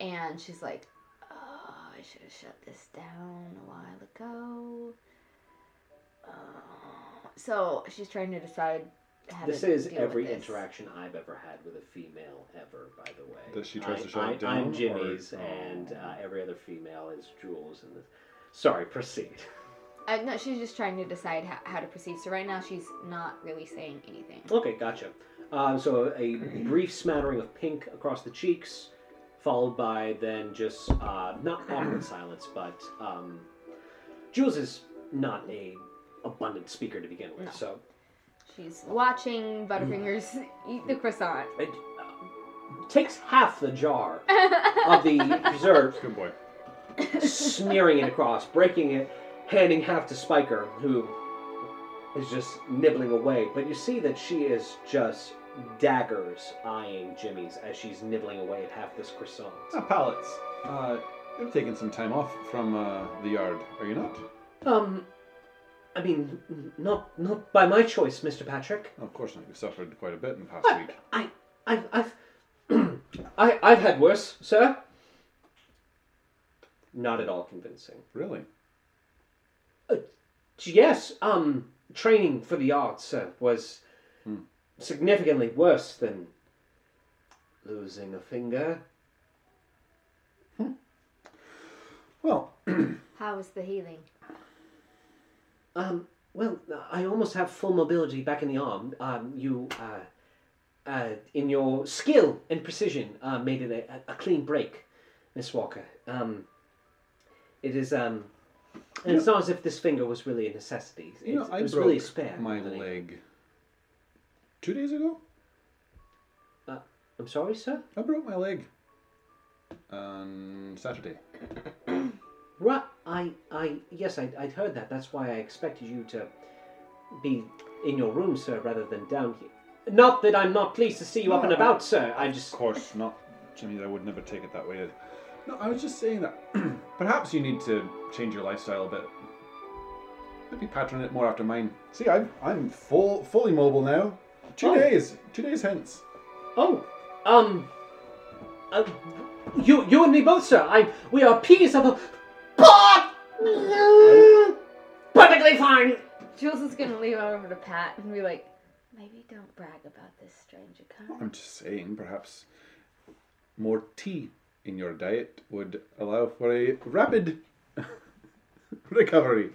Speaker 2: and she's like, oh, I should have shut this down a while ago. Uh, so she's trying to decide how
Speaker 3: This
Speaker 2: to
Speaker 3: is
Speaker 2: deal with
Speaker 3: every
Speaker 2: this.
Speaker 3: interaction I've ever had with a female ever, by the way.
Speaker 1: Does she tries
Speaker 3: I,
Speaker 1: to shut
Speaker 3: I,
Speaker 1: it down,
Speaker 3: I'm
Speaker 1: or-
Speaker 3: Jimmy's,
Speaker 1: Oh.
Speaker 3: and uh, every other female is Jules. And the... sorry, proceed.
Speaker 2: Uh, no, she's just trying to decide how, how to proceed. So right now she's not really saying anything.
Speaker 3: Okay, gotcha. Um, so a brief smattering of pink across the cheeks, followed by then just uh, not awkward silence, but um, Jules is not a abundant speaker to begin with,
Speaker 2: No.
Speaker 3: so
Speaker 2: She's watching Butterfingers eat the croissant.
Speaker 3: it uh, takes half the jar of the preserve,
Speaker 1: Good boy.
Speaker 3: smearing it across, breaking it, handing half to Spiker, who is just nibbling away. But you see that she is just daggers eyeing Jimmy's as she's nibbling away at half this croissant.
Speaker 1: Now, Ah, pallets. Uh, you're taking some time off from uh, the yard, are you not?
Speaker 3: Um, I mean, n- not not by my choice, Mister Patrick.
Speaker 1: Of course not. You suffered quite a bit in the past
Speaker 3: I,
Speaker 1: week.
Speaker 3: I, I've, I've, I, I've had worse, sir. Not at all convincing.
Speaker 1: Really?
Speaker 3: Yes, um, training for the arts sir, was
Speaker 1: Hmm.
Speaker 3: significantly worse than losing a finger.
Speaker 1: Well,
Speaker 2: How was the healing?
Speaker 3: Um, well, I almost have full mobility back in the arm. Um, you, uh, uh, in your skill and precision, uh, made it a, a clean break, Miss Walker. Um, it is, um, and it's not as if this finger was really a necessity. It's,
Speaker 1: you know, I
Speaker 3: it was
Speaker 1: broke
Speaker 3: really a spare.
Speaker 1: my
Speaker 3: really.
Speaker 1: leg two days ago.
Speaker 3: Uh, I'm sorry, sir?
Speaker 1: I broke my leg on Saturday.
Speaker 3: Right, I, I, yes, I, I'd heard that. That's why I expected you to be in your room, sir, rather than down here. Not that I'm not pleased to see you up
Speaker 1: No,
Speaker 3: and
Speaker 1: I-
Speaker 3: about, sir. I just,
Speaker 1: Of course not, Jimmy. I would never take it that way. No, I was just saying that perhaps you need to change your lifestyle a bit. Maybe pattern it more after mine. See, I'm I'm full fully mobile now. Two
Speaker 3: Oh.
Speaker 1: days, two days hence.
Speaker 3: Oh, um, uh, you, you and me both, sir. I, we are peas of a pot. Perfectly fine.
Speaker 2: Jules is gonna leave over to Pat and be like, maybe don't brag about this strange occurrence.
Speaker 1: I'm just saying, perhaps more tea in your diet would allow for a rapid recovery.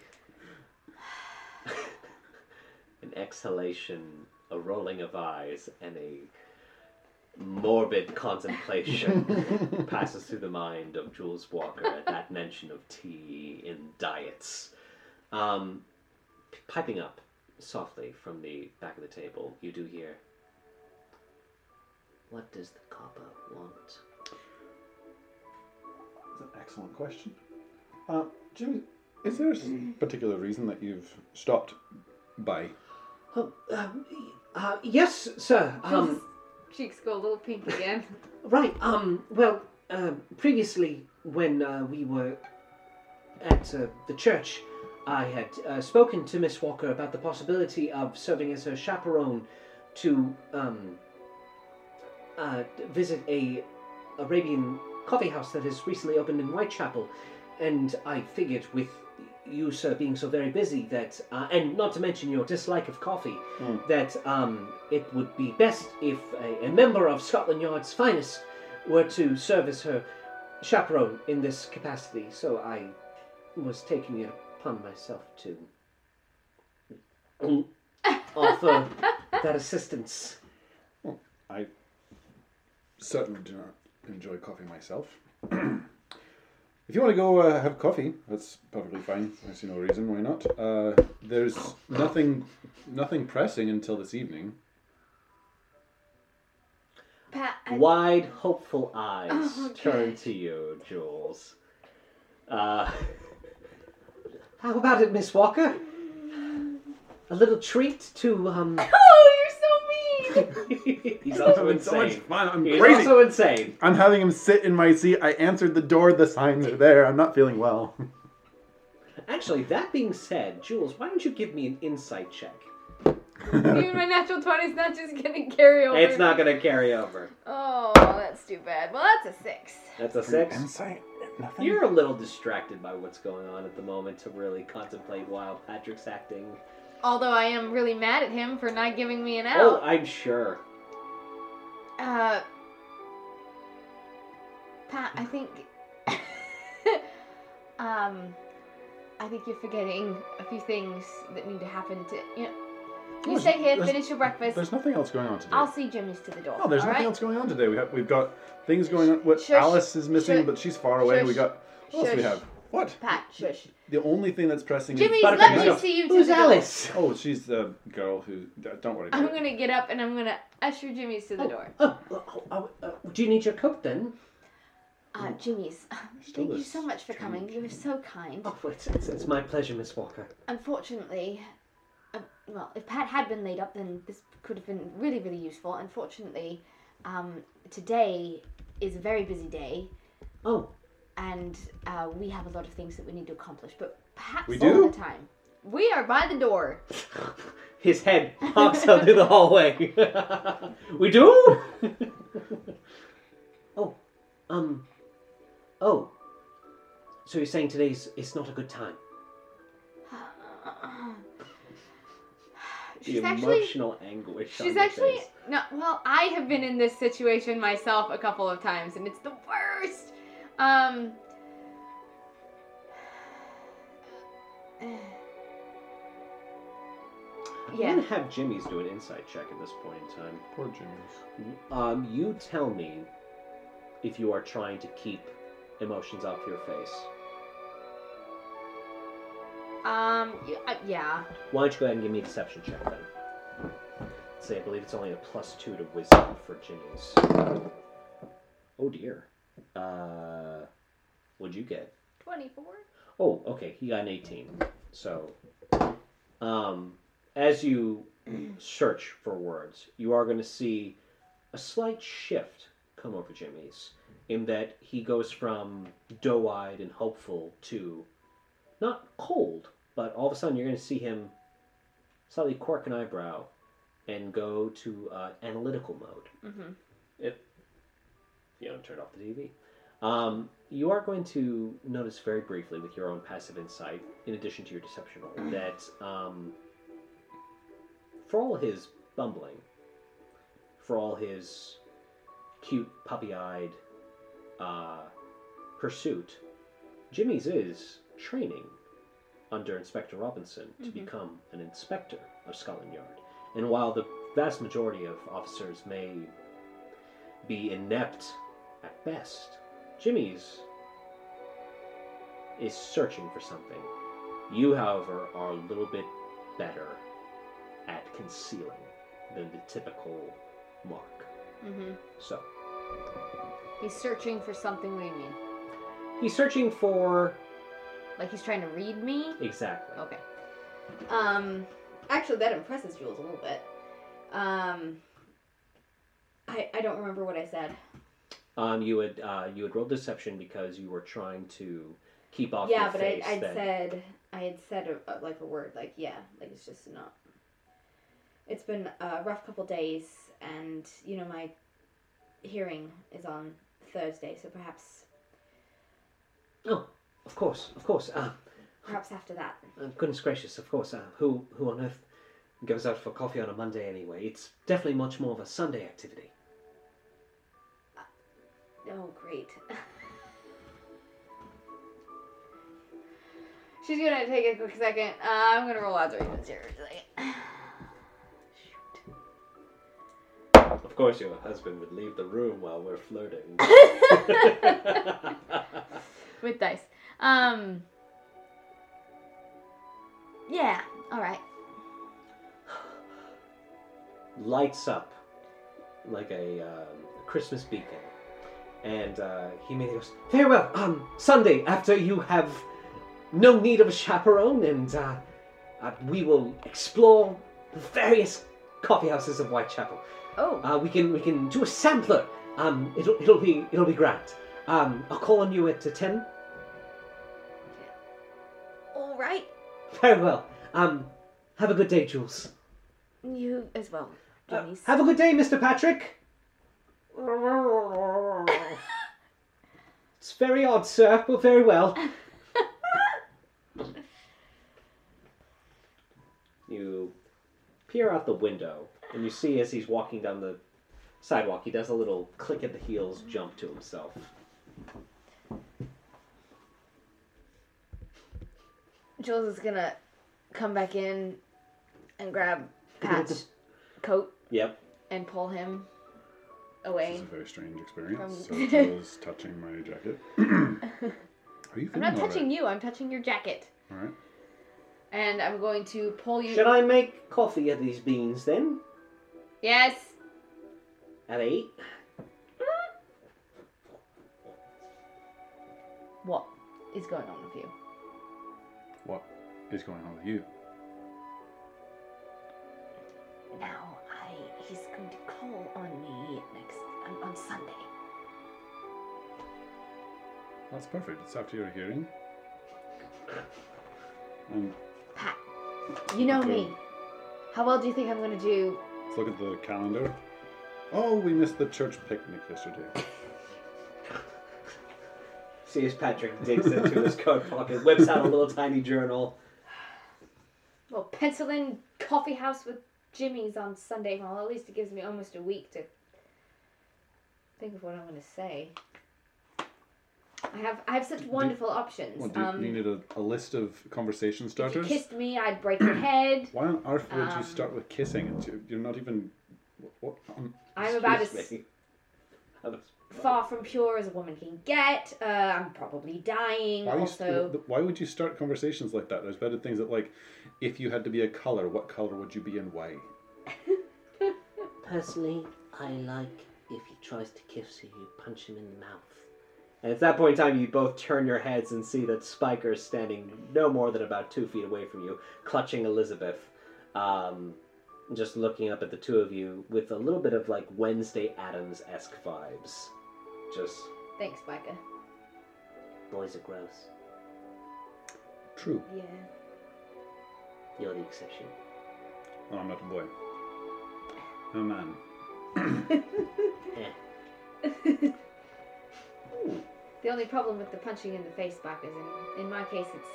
Speaker 3: An exhalation, a rolling of eyes, and a morbid contemplation passes through the mind of Jules Walker at that mention of tea in diets. Um, piping up softly from the back of the table, you do hear. What does the copper want?
Speaker 1: That's an excellent question. Mm. Uh, Jimmy, is there a s- particular reason that you've stopped by?
Speaker 3: Oh, um, uh, yes, sir. Um,
Speaker 2: Jules' cheeks go a little pink again.
Speaker 3: Right. Um. Well. Um. Previously, when uh, we were at uh, the church, I had uh, spoken to Miss Walker about the possibility of serving as her chaperone to um, uh, visit a Arabian coffee house that has recently opened in Whitechapel, and I figured with you, sir, being so very busy that, uh, and not to mention your dislike of coffee,
Speaker 1: Mm.
Speaker 3: that um, it would be best if a, a member of Scotland Yard's finest were to serve as her chaperone in this capacity. So I was taking it upon myself to offer that assistance.
Speaker 1: Certainly do not enjoy coffee myself. if you want to go uh, have coffee, that's perfectly fine. I see no reason why not. Uh, there's nothing, nothing pressing until this evening.
Speaker 2: Pat, I-
Speaker 3: Wide, hopeful eyes
Speaker 2: Oh,
Speaker 3: turn
Speaker 2: gosh.
Speaker 3: to you, Jules. Uh, how about it, Miss Walker? A little treat to um.
Speaker 2: oh, you're so mean.
Speaker 3: He's
Speaker 1: I'm
Speaker 3: also
Speaker 1: having so much
Speaker 3: insane.
Speaker 1: fun. I'm
Speaker 3: He's
Speaker 1: crazy.
Speaker 3: also insane.
Speaker 1: I'm having him sit in my seat. I answered the door. The signs are there. I'm not feeling well.
Speaker 3: Actually, that being said, Jules, why don't you give me an insight check?
Speaker 2: Even my natural 20 is not just gonna carry over.
Speaker 3: It's not gonna carry over.
Speaker 2: Oh, that's too bad. Well, that's a six.
Speaker 3: That's a six.
Speaker 1: Insight. Nothing.
Speaker 3: You're a little distracted by what's going on at the moment to really contemplate while Patrick's acting.
Speaker 2: Although I am really mad at him for not giving me an
Speaker 3: Oh,
Speaker 2: out.
Speaker 3: I'm sure.
Speaker 2: Uh, Pat, I think. um, I think you're forgetting a few things that need to happen to. You, know, you
Speaker 1: There's-
Speaker 2: stay here,
Speaker 1: there's-
Speaker 2: finish your breakfast.
Speaker 1: There's nothing else going on today.
Speaker 2: I'll see Jimmy's to the door.
Speaker 3: Oh,
Speaker 1: No, there's
Speaker 2: all
Speaker 1: nothing
Speaker 2: right?
Speaker 1: else going on today. We have we've got things going on. What
Speaker 2: Shush.
Speaker 1: Alice is missing,
Speaker 2: Shush.
Speaker 1: but she's far away. We
Speaker 2: Shush.
Speaker 1: got what else we
Speaker 2: Shush.
Speaker 1: have? What?
Speaker 2: Pat, shush.
Speaker 1: The only thing that's pressing
Speaker 2: Jimmy,
Speaker 1: is
Speaker 3: Buttercup,
Speaker 2: let me
Speaker 3: no.
Speaker 1: Alice.
Speaker 2: see you to
Speaker 3: Who's
Speaker 2: the door.
Speaker 3: Alice?
Speaker 1: Oh, she's the girl who. Don't worry.
Speaker 2: I'm
Speaker 1: about it.
Speaker 2: gonna get up and I'm gonna usher Jimmy's to the door.
Speaker 3: Oh, oh, oh, oh, do you need your coat then?
Speaker 2: Uh, Jimmy's,
Speaker 1: Oh. Still
Speaker 2: thank you
Speaker 1: this
Speaker 2: so much for coming.
Speaker 1: change.
Speaker 2: You were so kind.
Speaker 3: Oh, it's, it's, it's my pleasure, Miss Walker.
Speaker 2: Unfortunately, um, well, if Pat had been laid up, then this could have been really, really useful. Unfortunately, um, today is a very busy day,
Speaker 3: Oh,
Speaker 2: and uh, we have a lot of things that we need to accomplish. But Pat's
Speaker 1: We
Speaker 2: all
Speaker 1: do?
Speaker 2: the time. We are by the door.
Speaker 3: his head pops out through the hallway. we do? oh, um, oh. So you're saying today's it's not a good time?
Speaker 2: She's
Speaker 3: the
Speaker 2: actually
Speaker 3: emotional anguish. on
Speaker 2: She's
Speaker 3: your
Speaker 2: actually
Speaker 3: face.
Speaker 2: no. Well, I have been in this situation myself a couple of times, and it's the worst. Um.
Speaker 3: I'm
Speaker 2: Yeah.
Speaker 3: gonna have Jimmy's do an insight check at this point in time.
Speaker 1: Poor Jimmy.
Speaker 3: Um, you tell me if you are trying to keep emotions off your face.
Speaker 2: Um. y- uh, Yeah.
Speaker 3: Why don't you go ahead and give me a deception check then? Say, I believe it's only a plus two to wisdom for Jimmy's. Oh dear. Uh, what'd you get?
Speaker 2: Twenty-four.
Speaker 3: Oh, okay. He got an 18. So, um, as you search for words, you are going to see a slight shift come over Jimmy's in that he goes from doe eyed and hopeful to not cold, but all of a sudden you're going to see him slightly quirk an eyebrow and go to uh, analytical mode
Speaker 2: Mm-hmm.
Speaker 3: you know, turn off the TV. Um, you are going to notice very briefly with your own passive insight, in addition to your deception roll, that um, for all his bumbling, for all his cute puppy-eyed uh, pursuit, Jimmy's is training under Inspector Robinson to
Speaker 2: Mhm.
Speaker 3: become an inspector of Scotland Yard. And while the vast majority of officers may be inept at best, Jimmy's is searching for something. You, however, are a little bit better at concealing than the typical mark.
Speaker 2: Mm-hmm.
Speaker 3: So,
Speaker 2: He's searching for something. What do you mean?
Speaker 3: he's searching for.
Speaker 2: Like he's trying to read me?
Speaker 3: Exactly.
Speaker 2: Okay. Um, actually, that impresses Jules a little bit. Um, I I don't remember what I said.
Speaker 3: Um, you had uh, you had rolled deception because you were trying to keep off
Speaker 2: yeah,
Speaker 3: your
Speaker 2: but
Speaker 3: face
Speaker 2: I, I'd
Speaker 3: that
Speaker 2: said
Speaker 4: I had said a, a, like a word, like yeah, like it's just not. It's been a rough couple days, and you know my hearing is on Thursday, so perhaps
Speaker 3: Oh, of course, of course. Uh,
Speaker 4: perhaps after that.
Speaker 3: uh, goodness gracious, of course. Uh, who who on earth goes out for coffee on a Monday anyway? It's definitely much more of a Sunday activity.
Speaker 4: Oh great.
Speaker 2: She's gonna take a quick second. Uh, I'm gonna roll odds or evens here.
Speaker 5: Of course, your husband would leave the room while we're flirting.
Speaker 2: with dice. Um. Yeah. All right.
Speaker 3: lights up like a um, Christmas beacon. And uh, he immediately goes, Farewell, um, Sunday, after you have no need of a chaperone, and uh, uh, we will explore the various coffee houses of Whitechapel.
Speaker 2: Oh.
Speaker 3: Uh, we can we can do a sampler. Um, it'll, it'll be it'll be grand. Um, I'll call on you at uh, ten.
Speaker 4: All right,
Speaker 3: Farewell. Um, have a good day, Jules.
Speaker 4: you as well,
Speaker 3: Uh,
Speaker 4: Johnny's.
Speaker 3: have a good day, Mr. Patrick. it's very odd, sir, but very well.
Speaker 5: you peer out the window and you see as he's walking down the sidewalk he does a little click at the heels jump to himself
Speaker 2: Jules is gonna come back in and grab Pat's coat
Speaker 5: yep
Speaker 2: and pull him
Speaker 1: This
Speaker 2: away.
Speaker 1: is a very strange experience.
Speaker 2: From-
Speaker 1: So Joe's touching my jacket. Are you
Speaker 2: I'm
Speaker 1: feeling
Speaker 2: not
Speaker 1: all
Speaker 2: touching you. I'm touching your jacket,
Speaker 1: All right.
Speaker 2: and I'm going to pull you.
Speaker 3: Should I make coffee of these beans then?
Speaker 2: Yes.
Speaker 3: At eight?
Speaker 2: What is going on with you?
Speaker 1: What is going on with you?
Speaker 4: Now I he's going to call on me next um, on Sunday.
Speaker 1: That's perfect. It's after your hearing. And
Speaker 4: Pat,
Speaker 2: You know
Speaker 1: Okay.
Speaker 2: me. How well do you think I'm gonna do?
Speaker 1: let's look at the calendar. Oh, we missed the church picnic yesterday.
Speaker 3: See as Patrick digs into his coat pocket, whips out a little tiny journal.
Speaker 4: well, pencil in coffee house with Jimmy's on Sunday. Well, at least it gives me almost a week to
Speaker 2: Think of what I'm gonna say.
Speaker 4: I have I have such wonderful options.
Speaker 1: What, do you,
Speaker 4: um,
Speaker 1: you need a, a list of conversation
Speaker 4: if you
Speaker 1: starters?
Speaker 4: kissed me, I'd break your head.
Speaker 1: Why on earth would
Speaker 2: Um,
Speaker 1: you start with kissing? It's- you- You're not even. What? um,
Speaker 4: I'm about as
Speaker 3: Excuse me. I was-
Speaker 4: far from pure as a woman can get. Uh, I'm probably dying.
Speaker 1: why, you st-
Speaker 4: also,
Speaker 1: why would you start conversations like that? There's better things that, like, if you had to be a color, what color would you be and why?
Speaker 3: Personally, I like if he tries to kiss you, you punch him in the mouth. And at that point in time, you both turn your heads and see that Spiker is standing no more than about two feet away from you, clutching Elizabeth, um, just looking up at the two of you with a little bit of like Wednesday Adams esque vibes. Just
Speaker 2: Thanks, Becca.
Speaker 3: boys are gross.
Speaker 1: True.
Speaker 4: yeah.
Speaker 3: You're the exception.
Speaker 1: Oh, I'm not a boy. I'm a man.
Speaker 3: Eh.
Speaker 2: The only problem with the punching in the face, Becca, is in, in my case it's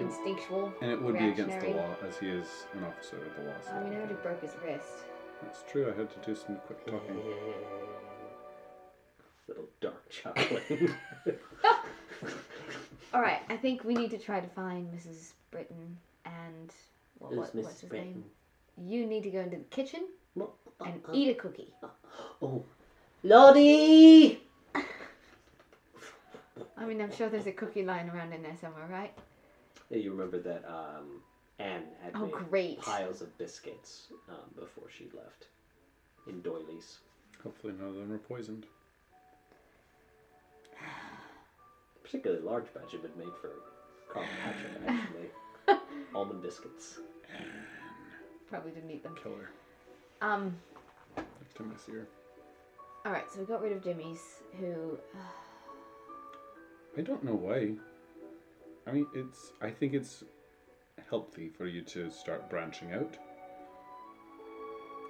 Speaker 2: instinctual.
Speaker 1: And it would be against the
Speaker 2: Reactionary.
Speaker 1: law, as he is an officer of the law. So.
Speaker 2: I mean, I already broke his wrist.
Speaker 1: That's true. I had to do some quick talking.
Speaker 3: Little dark chocolate.
Speaker 2: All right, I think we need to try to find Mrs. Britton and what, what, what's his name? e- You need to go into the kitchen and eat a cookie.
Speaker 3: uh, Oh, Lottie!
Speaker 2: I mean, I'm sure there's a cookie lying around in there somewhere, right?
Speaker 3: Yeah, you remember that um, Anne had
Speaker 2: Oh,
Speaker 3: made
Speaker 2: great.
Speaker 3: piles of biscuits um, before she left in doilies.
Speaker 1: Hopefully, none of them are poisoned.
Speaker 3: Particularly large batch had been made for Carl Patrick, actually. Almond biscuits.
Speaker 2: Probably didn't eat them.
Speaker 1: Killer.
Speaker 2: Um.
Speaker 1: Next time I see her.
Speaker 2: All right, so we got uh, rid of Jimmy's, who
Speaker 1: I don't know why. I mean, it's. I think it's healthy for you to start branching out.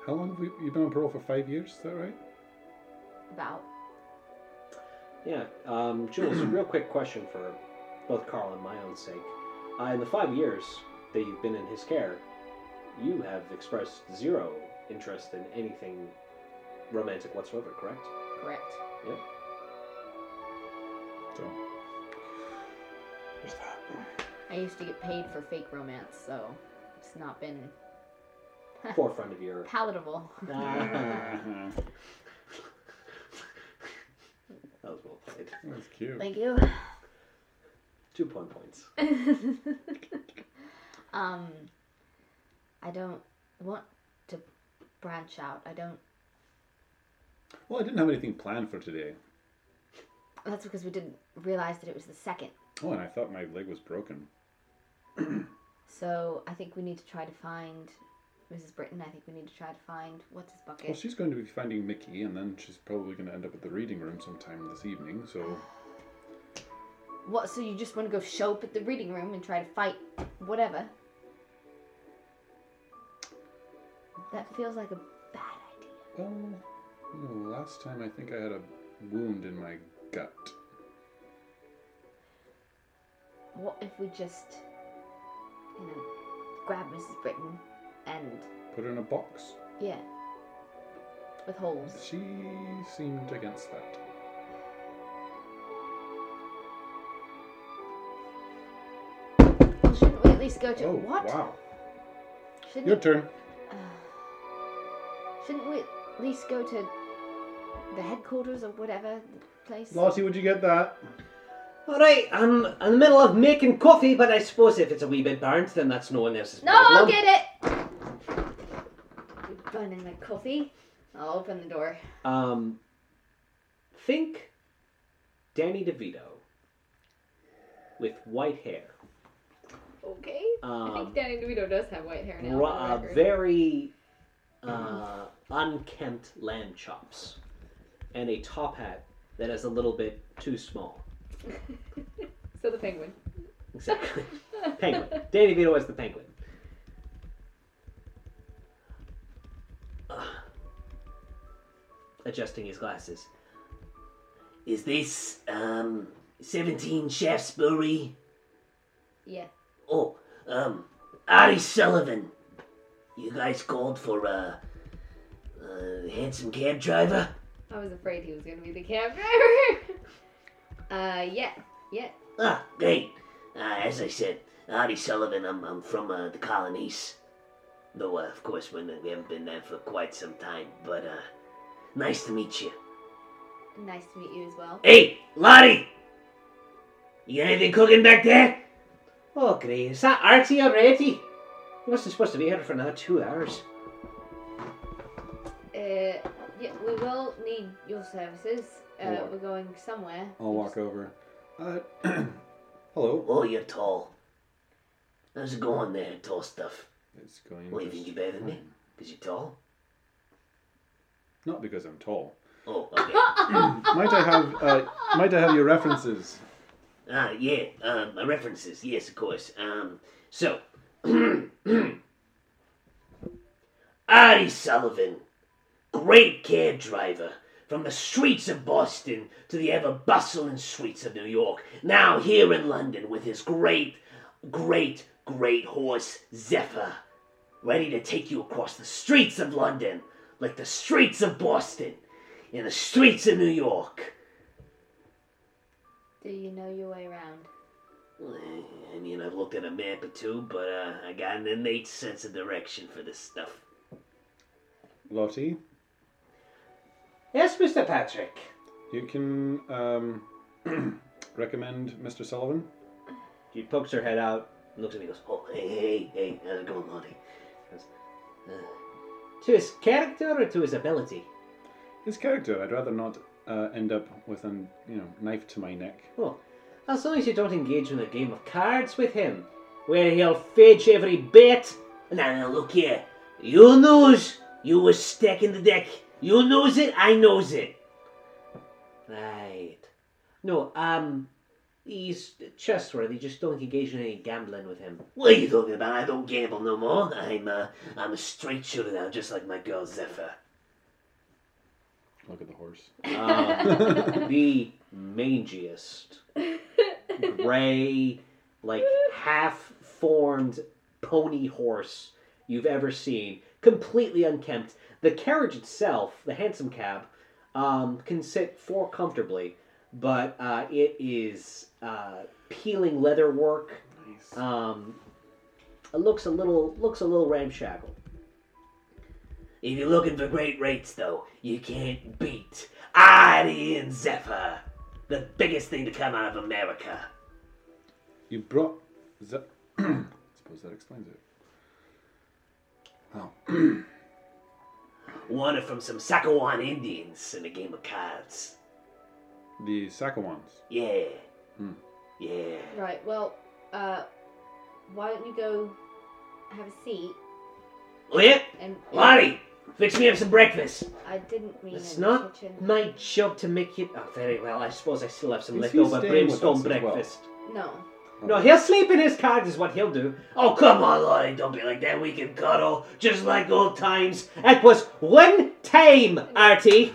Speaker 1: How long have we, you been on parole for? Five years, is that right?
Speaker 2: About.
Speaker 3: Yeah, um, Jules, a real quick question for both Carl and my own sake. Uh, in the five years that you've been in his care, you have expressed zero interest in anything romantic whatsoever, correct?
Speaker 2: Correct.
Speaker 1: So there's that.
Speaker 2: I used to get paid for fake romance, so it's not been
Speaker 3: Forefront of your.
Speaker 2: palatable.
Speaker 3: Ah, that was well played.
Speaker 1: That's cute.
Speaker 2: Thank you.
Speaker 3: Two point points.
Speaker 2: um, I don't want to branch out. I don't.
Speaker 1: Well, I didn't have anything planned for today.
Speaker 2: That's because we didn't realize that it was the second.
Speaker 1: Oh, and I thought my leg was broken.
Speaker 2: So I think we need to try to find Mrs. Britton. I think we need to try to find what's his bucket.
Speaker 1: Well, she's going to be finding Mickey, and then she's probably going to end up at the reading room sometime this evening. So
Speaker 2: What? So you just want to go show up at the reading room and try to fight whatever? That feels like a bad idea.
Speaker 1: Well, no, last time I think I had a wound in my gut.
Speaker 2: What if we just, you know, grab Mrs. Britton and
Speaker 1: Put her in a box.
Speaker 2: yeah, with holes.
Speaker 1: She seemed against that.
Speaker 2: Well, shouldn't we at least go to
Speaker 1: oh,
Speaker 2: what?
Speaker 1: wow.
Speaker 2: Shouldn't
Speaker 1: Your turn.
Speaker 2: shouldn't we at least go to the headquarters or whatever the place?
Speaker 1: Lottie, would you get that?
Speaker 3: Alright, I'm in the middle of making coffee, but I suppose if it's a wee bit burnt, then that's no one else's
Speaker 2: no,
Speaker 3: problem.
Speaker 2: I'll get it.
Speaker 6: You're burning my coffee. I'll open the door.
Speaker 3: Um, think Danny DeVito with white hair.
Speaker 6: Okay. I
Speaker 3: Um,
Speaker 6: think Danny DeVito does have white hair now. Mm-hmm.
Speaker 3: ra-
Speaker 6: for the
Speaker 3: uh,
Speaker 6: record.
Speaker 3: very uh, unkempt lamb chops and a top hat that is a little bit too small.
Speaker 6: so the penguin.
Speaker 3: Exactly. penguin. Danny DeVito is the penguin. Ugh. Adjusting his glasses. Is this um seventeen Shaftesbury?
Speaker 6: Yeah.
Speaker 7: Oh, um, Ari Sullivan. You guys called for a uh, uh, handsome cab driver?
Speaker 6: I was afraid he was going to be the cab driver. uh, yeah. Yeah.
Speaker 7: Ah, great. Uh, as I said, Ari Sullivan, I'm, I'm from uh, the colonies. Though, uh, of course, we're, not- we haven't been there for quite some time, but uh, nice to meet you.
Speaker 6: Nice to meet you as well.
Speaker 7: Hey, Lottie! You got anything cooking back there?
Speaker 3: Oh great, is that Artie already? He wasn't supposed to be here for another two hours.
Speaker 6: Uh, yeah, we will need your services. Uh,
Speaker 1: Alright.
Speaker 6: we're going somewhere.
Speaker 1: I'll
Speaker 6: We
Speaker 1: walk
Speaker 6: just-
Speaker 1: over. Uh, hello.
Speaker 7: Oh, you're tall. How's it going there, tall stuff?
Speaker 1: It's going.
Speaker 7: Well, you think
Speaker 1: just
Speaker 7: you're better than me?
Speaker 1: fine.
Speaker 7: Because you're tall?
Speaker 1: Not because I'm tall.
Speaker 7: Oh, okay.
Speaker 1: might I have? Uh, might I have your references?
Speaker 7: Ah, yeah, um, my references, yes, of course. Um, so, Ari Sullivan, great cab driver, from the streets of Boston to the ever bustling streets of New York, now here in London with his great, great, great horse, Zephyr, ready to take you across the streets of London, like the streets of Boston, and the streets of New York.
Speaker 6: Do you know your way around?
Speaker 7: I mean, I've looked at a map or two, but uh, I got an innate sense of direction for this stuff.
Speaker 1: Lottie,
Speaker 3: Yes, Mr. Patrick.
Speaker 1: you can um, recommend Mr. Sullivan.
Speaker 3: She pokes her head out, looks
Speaker 7: So
Speaker 3: at
Speaker 7: he
Speaker 3: me,
Speaker 7: goes, oh, hey, hey, hey, how's it going, Monty?
Speaker 3: "Uh, To his character or to his ability?
Speaker 1: His character. I'd rather not uh, end up with a you know knife to my neck.
Speaker 3: Oh, as long as you don't engage in a game of cards with him, where he'll fetch every bet.
Speaker 7: Now, now, look here. You knows you was stacking the deck. You knows it, I knows it.
Speaker 3: Right. No, um, He's trustworthy. Just don't engage in any gambling with him.
Speaker 7: What are you talking about? I don't gamble no more. I'm uh, I'm a straight shooter now, just like my girl Zephyr.
Speaker 1: Look at the horse.
Speaker 3: Uh, the mangiest, gray, like half formed pony horse you've ever seen. Completely unkempt. The carriage itself, the hansom cab, um, can sit four comfortably, but uh, it is uh, peeling leather work.
Speaker 1: Nice.
Speaker 3: Um, it looks a little looks a little ramshackle.
Speaker 7: If you're looking for great rates, though, you can't beat Ian Zephyr, the biggest thing to come out of America.
Speaker 1: You brought. Ze- I suppose that explains it. Oh. Well,
Speaker 7: Won it from some Sakawan Indians in a game of cards.
Speaker 1: the Sakawans.
Speaker 7: Yeah.
Speaker 1: Hmm.
Speaker 7: Yeah.
Speaker 2: Right. Well, uh, why don't you go have a seat
Speaker 7: Lip,
Speaker 2: and
Speaker 7: Lottie, fix me up some breakfast.
Speaker 2: I didn't mean
Speaker 3: It's
Speaker 2: in the
Speaker 3: not
Speaker 2: kitchen.
Speaker 3: my job to make it. Oh, very well. I suppose I still have some
Speaker 1: Is he
Speaker 3: leftover
Speaker 1: staying with
Speaker 3: brimstone
Speaker 1: us as well?
Speaker 3: breakfast.
Speaker 2: No.
Speaker 3: No, he'll sleep in his cart is what he'll do.
Speaker 7: Oh, come on, Lottie, don't be like that. We can cuddle just like old times.
Speaker 3: It was one time, Artie.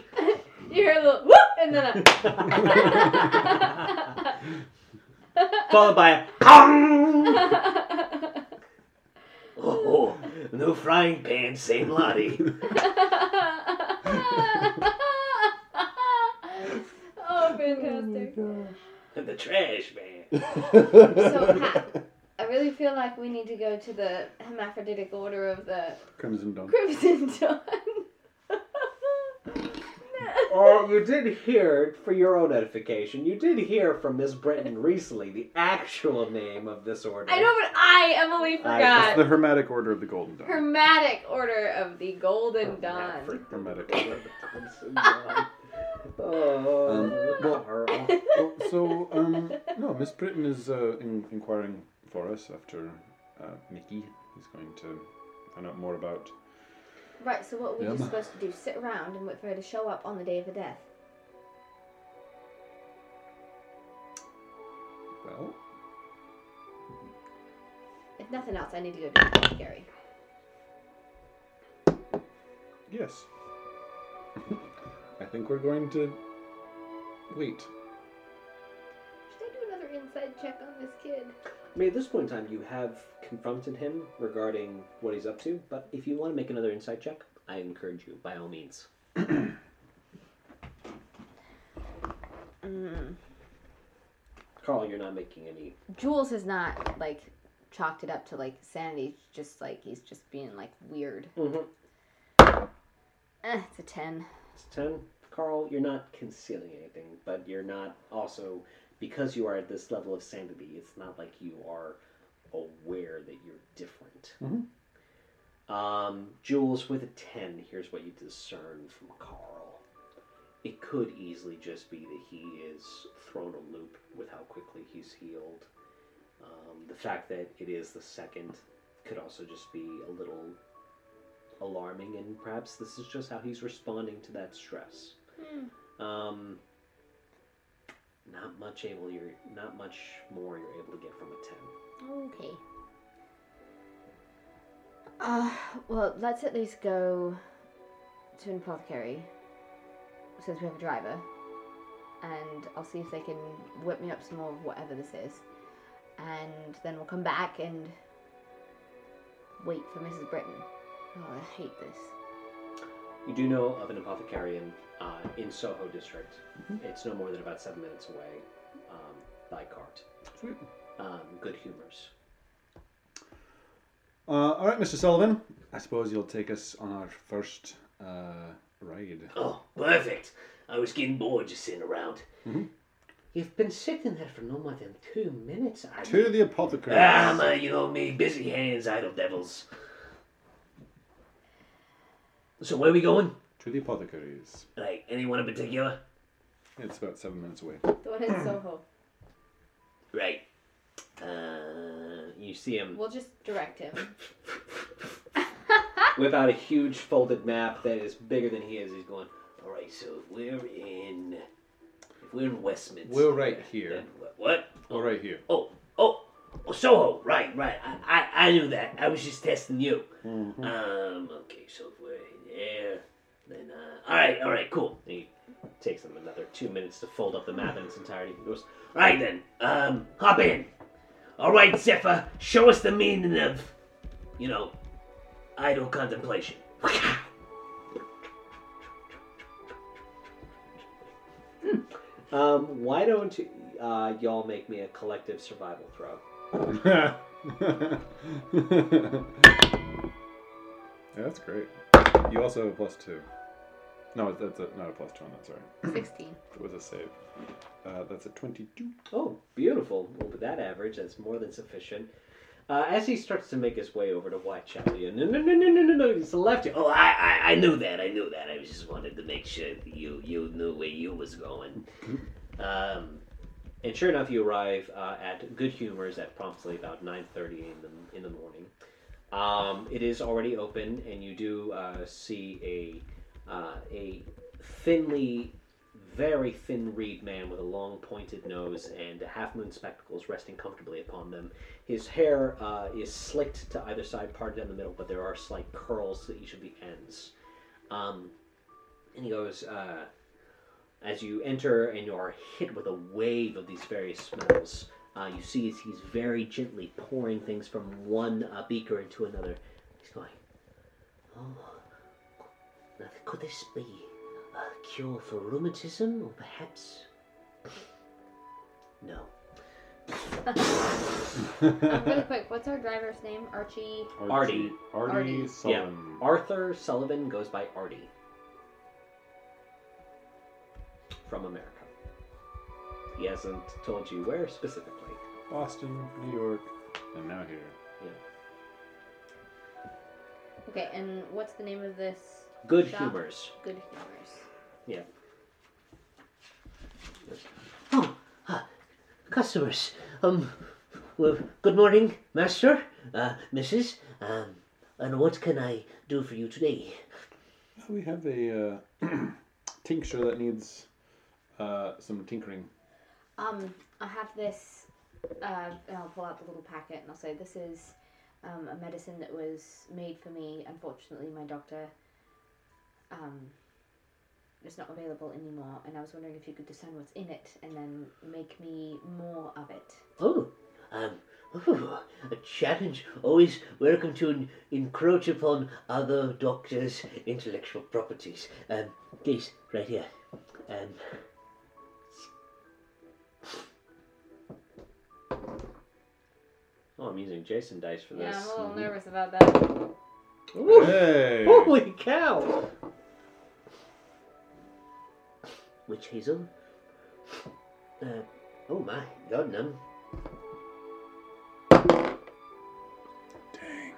Speaker 2: You hear a little whoop and then a.
Speaker 3: Followed by a Hong!
Speaker 7: Oh, new frying pan, same Lottie.
Speaker 2: oh, fantastic.
Speaker 7: the trash man.
Speaker 2: So, Pat, I really feel like we need to go to the hermaphroditic order of the
Speaker 1: Crimson Dawn.
Speaker 2: Crimson Dawn.
Speaker 3: Or Oh, you did hear, for your own edification, you did hear from Miss Britton recently the actual name of this order.
Speaker 2: I know, but I, Emily,
Speaker 1: It's
Speaker 2: forgot.
Speaker 1: the Hermetic Order of the Golden Dawn.
Speaker 2: Hermatic order of the Golden Dawn.
Speaker 1: Hermetic. Um, well-
Speaker 3: Oh,
Speaker 1: Well, so, um, no, Miss Britton is uh, in- inquiring for us after uh, Mickey. He's going to find out more about.
Speaker 2: Right, so what are we
Speaker 1: Yeah,
Speaker 2: just
Speaker 1: ma-
Speaker 2: supposed to do? Sit around and wait for her to show up on the day of her death?
Speaker 1: Well,
Speaker 2: If nothing else, I need to go to the apothecary.
Speaker 1: yes. I think we're going to wait.
Speaker 2: Should I do another inside check on this kid?
Speaker 3: I mean, at this point in time, you have confronted him regarding what he's up to, but if you want to make another insight check, I encourage you, by all means.
Speaker 2: Mm.
Speaker 3: Carl, you're not making any.
Speaker 8: Jules has not like chalked it up to like sanity. Just like he's just being like weird. Eh, it's a ten.
Speaker 3: It's 10. Carl, you're not concealing anything, but you're not also. Because you are at this level of sanity, it's not like you are aware that you're different.
Speaker 1: Mhm.
Speaker 3: Um, Jules, with a 10, here's what you discern from Carl. It could easily just be that he is thrown a loop with how quickly he's healed. Um, the fact that it is the second could also just be a little alarming, and perhaps this is just how he's responding to that stress. Um, not much able you're not much more you're able to get from a ten.
Speaker 8: Okay. Uh, well, let's at least go to an apothecary since we have a driver. And I'll see if they can whip me up some more of whatever this is. And then we'll come back and wait for Mrs. Britton. Oh, I hate this.
Speaker 3: You do know of an apothecary in uh, in Soho district. It's no more than about seven minutes away um, by cart.
Speaker 1: Sweet.
Speaker 3: Um, good humors.
Speaker 1: Uh, all right, Mr. Sullivan. I suppose you'll take us on our first uh, ride.
Speaker 7: Oh, perfect. I was getting bored just sitting around.
Speaker 1: Mm-hmm.
Speaker 3: You've been sitting there for no more than two minutes. Arnie.
Speaker 1: To the apothecary.
Speaker 7: Ah, man, you know me, busy hands, idle devils. So where are we going?
Speaker 1: To the apothecaries.
Speaker 7: Like anyone in particular?
Speaker 1: It's about seven minutes away.
Speaker 2: The one in Soho.
Speaker 7: Right.
Speaker 3: Uh, you see him
Speaker 2: We'll just direct him.
Speaker 3: whip out a huge folded map that is bigger than he is. He's going.
Speaker 7: All right. So if we're in, if we're in Westminster,
Speaker 1: We're right here.
Speaker 7: then what- What?
Speaker 1: Or right here.
Speaker 7: Oh, oh, oh, Soho. Right, right. I, I, I knew that. I was just testing you. Um. Okay. So if we're there, then uh, all right, all right, cool.
Speaker 3: And he takes them another two minutes to fold up the map in its entirety. He goes,
Speaker 7: All right then. Um. Hop in. All right, Zephyr. Show us the meaning of, you know, idle contemplation.
Speaker 3: um, why don't uh, y'all make me a collective survival throw?
Speaker 1: Yeah, that's great. You also have a plus two. No, that's a, not a plus two on that, sorry.
Speaker 9: 16.
Speaker 1: It was a save. Uh, that's a 22.
Speaker 3: Oh, beautiful. Well, with that average, that's more than sufficient. Uh, as he starts to make his way over to Whitechapel, you no, no, no, no, no, no, no, he's the left.
Speaker 7: Oh, I, I, I knew that. I knew that. I just wanted to make sure that you, you knew where you was going.
Speaker 3: Um, and sure enough, you arrive uh, at Good Humors at promptly about 9.30 in the, in the morning. Um, it is already open, and you do uh, see a, uh, a thinly, very thin reed man with a long pointed nose and half-moon spectacles resting comfortably upon them. His hair uh, is slicked to either side, parted down the middle, but there are slight curls to each of the ends. Um, and he goes... Uh, as you enter and you are hit with a wave of these various smells, uh, you see as he's very gently pouring things from one uh, beaker into another. He's going,
Speaker 7: Oh, now, could this be a cure for rheumatism, or perhaps? No.
Speaker 2: Um, really quick, what's our driver's name? Archie.
Speaker 3: Artie.
Speaker 1: Artie,
Speaker 9: Artie.
Speaker 1: Sullivan.
Speaker 3: Arthur Sullivan goes by Artie from America. He hasn't told you where specifically.
Speaker 1: Boston, New York, and now here.
Speaker 2: Okay, and what's the name of this?
Speaker 3: Good
Speaker 2: shop?
Speaker 3: humors.
Speaker 2: Good humors.
Speaker 7: Oh, uh, Customers, um, well, good morning, master, uh, missus, um, and what can I do for you today?
Speaker 1: We have a uh, tincture that needs uh, some tinkering.
Speaker 2: Um, I have this. Uh, and I'll pull out the little packet and I'll say this is um, a medicine that was made for me. Unfortunately, my doctor. Um, it's not available anymore, and I was wondering if you could discern what's in it and then make me more of it.
Speaker 7: Oh, um, ooh, a challenge always welcome to en- encroach upon other doctors' intellectual properties. Um, please, right here. Um,
Speaker 3: Oh, I'm using Jason dice for
Speaker 9: Yeah,
Speaker 3: this. Mhm.
Speaker 9: I'm a little nervous about that.
Speaker 3: Ooh,
Speaker 1: Hey!
Speaker 3: Holy cow!
Speaker 7: witch hazel. Uh, oh my, laudanum.
Speaker 1: Dang.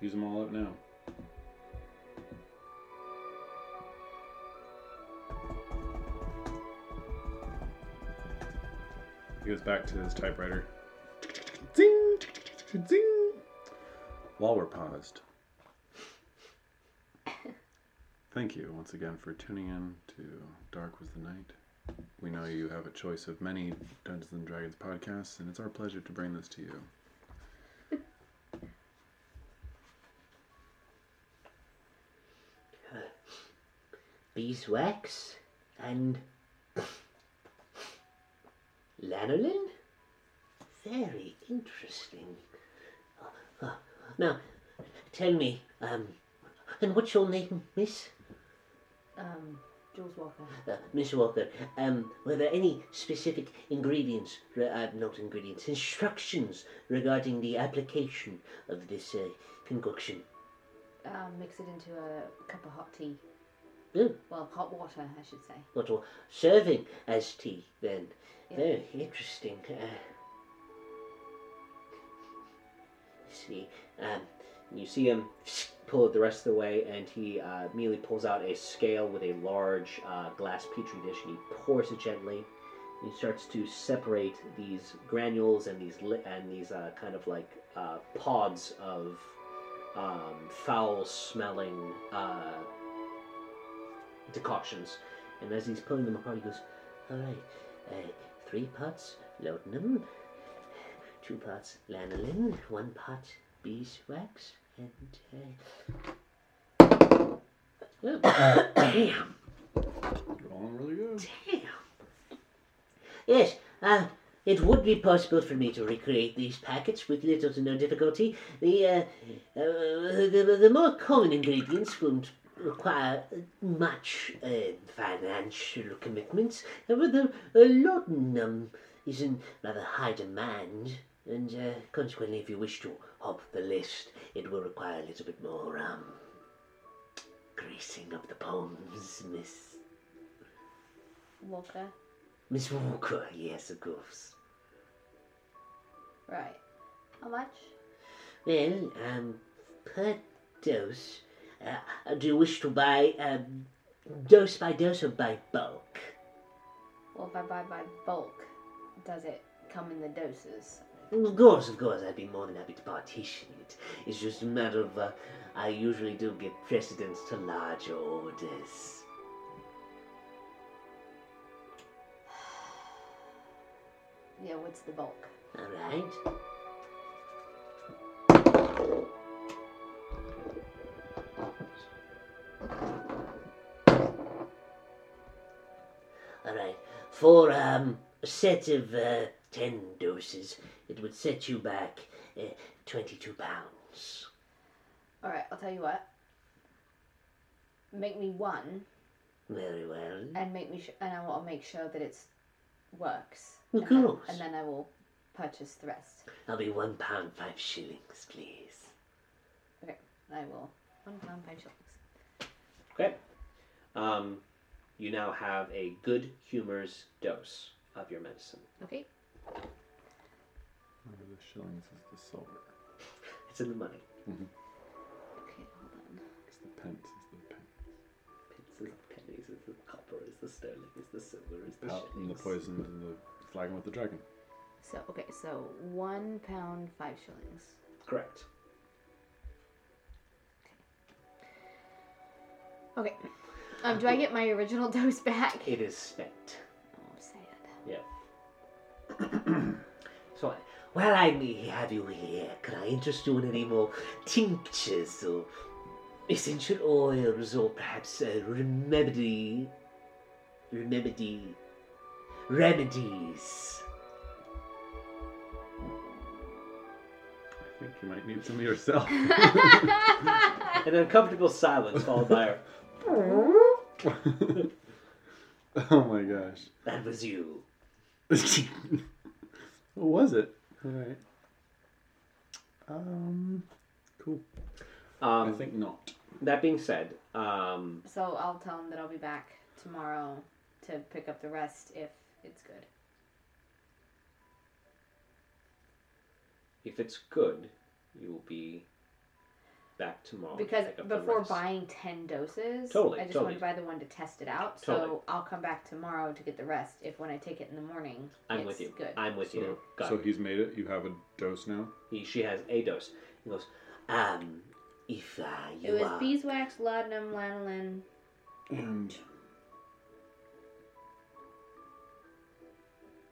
Speaker 1: Use them all up now. He goes back to his typewriter. Zing! Zing! While we're paused, thank you once again for tuning in to Dark Was the Night. We know you have a choice of many Dungeons and Dragons podcasts, and it's our pleasure to bring this to you.
Speaker 7: beeswax and lanolin. Very interesting. Uh, Now, tell me, um, and what's your name, Miss
Speaker 2: Um, Jules Walker.
Speaker 7: uh, Miss Walker? Um, were there any specific ingredients, re- uh, not ingredients, instructions regarding the application of this uh, concoction?
Speaker 2: Um, mix it into a cup of hot tea.
Speaker 7: Ooh.
Speaker 2: Well, hot water, I should say.
Speaker 7: What or serving as tea then?
Speaker 2: Yeah.
Speaker 7: Very interesting. Uh, let's see, um,
Speaker 3: And You see him pull it the rest of the way, and he uh, immediately pulls out a scale with a large uh, glass petri dish, and he pours it gently. And he starts to separate these granules and these li- and these uh, kind of like uh, pods of um, foul-smelling uh, decoctions. And as he's pulling them apart, he goes,
Speaker 7: all right. Uh, Uh, three parts laudanum, two parts lanolin, one part beeswax, and. Uh... Oh, damn!
Speaker 1: You're going really good.
Speaker 7: Damn. Yes, uh, it would be possible for me to recreate these packets with little to no difficulty. The uh, uh, the, the more common ingredients won't require much uh, financial commitment, however, the uh, laudanum is in rather high demand. And uh, consequently, if you wish to hop the list, it will require a little bit more um, greasing of the palms, Miss
Speaker 2: Walker.
Speaker 7: Miss Walker, yes, of course.
Speaker 2: Right. How much?
Speaker 7: Well, um, per dose, uh, do you wish to buy um, dose by dose or by bulk?
Speaker 2: Well, if I buy by bulk, does it come in the doses?
Speaker 7: Of course, of course, I'd be more than happy to partition it. It's just a matter of, uh, I usually do give precedence to larger orders.
Speaker 2: Yeah, what's the bulk?
Speaker 7: Alright? Alright, for um, a set of uh, 10 doses, it would set you back uh, 22 pounds.
Speaker 2: Alright, I'll tell you what. Make me one,
Speaker 7: Very well.
Speaker 2: and make me sh- and I will make sure that it's works.
Speaker 7: Of
Speaker 2: and then-
Speaker 7: course.
Speaker 2: and then I will purchase the rest.
Speaker 7: I'll be one pound five shillings, please.
Speaker 2: I will. One pound five shillings.
Speaker 3: Okay. Um, you now have a good humors dose of your medicine.
Speaker 2: Okay.
Speaker 1: One of the shillings is the silver.
Speaker 3: It's in the money.
Speaker 2: Okay, hold on.
Speaker 1: It's the pence. Is the pence.
Speaker 3: It's the pennies, it's the copper, it's the sterling, it's the silver, it's the
Speaker 1: Out and the
Speaker 3: shillings.
Speaker 1: poison and the flagon with the dragon.
Speaker 2: So okay, so one pound five shillings.
Speaker 3: Correct.
Speaker 2: Okay. Um, do I get my original dose back?
Speaker 3: It is spent.
Speaker 2: Oh, I'm sad.
Speaker 3: Yeah.
Speaker 7: So, well, I may have you here. Can I interest you in any more tinctures or essential oils or perhaps uh, remedy, remedy, remedies?
Speaker 1: I think you might need some yourself.
Speaker 3: An uncomfortable silence followed by a
Speaker 1: oh my gosh.
Speaker 7: That was you.
Speaker 1: what was it? All right. Um. Cool. I
Speaker 3: um,
Speaker 1: think not.
Speaker 3: That being said, um,
Speaker 2: So I'll tell him that I'll be back tomorrow to pick up the rest if it's good.
Speaker 3: if it's good, you will be back tomorrow. Oh, to
Speaker 2: Because
Speaker 3: pick up the
Speaker 2: before
Speaker 3: rest.
Speaker 2: buying ten doses,
Speaker 3: Totally,
Speaker 2: I just
Speaker 3: totally.
Speaker 2: want to buy the one to test it out.
Speaker 3: Totally.
Speaker 2: So I'll come back tomorrow to get the rest. If when I take it in the morning,
Speaker 3: I'm
Speaker 2: it's
Speaker 3: with you.
Speaker 2: Good.
Speaker 3: I'm with you.
Speaker 1: So,
Speaker 3: Got
Speaker 1: so
Speaker 3: it.
Speaker 1: he's made it. You have a dose now.
Speaker 3: He, she has a dose. He goes,
Speaker 7: Um, if uh,
Speaker 2: it
Speaker 7: you
Speaker 2: was
Speaker 7: are...
Speaker 2: beeswax, laudanum, lanolin.
Speaker 1: And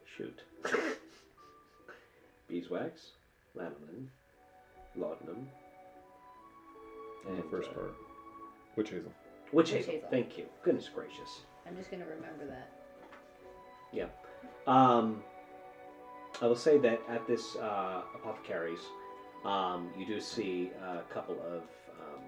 Speaker 3: shoot. Beeswax, lanolin, laudanum.
Speaker 1: on the
Speaker 3: and,
Speaker 1: first
Speaker 3: uh,
Speaker 1: part, witch hazel.
Speaker 3: Witch
Speaker 2: Witch
Speaker 3: hazel.
Speaker 2: hazel.
Speaker 3: Thank you. Goodness gracious.
Speaker 2: I'm just gonna remember that.
Speaker 3: Yeah. Um, I will say that at this uh, apothecary's, um, you do see a couple of um,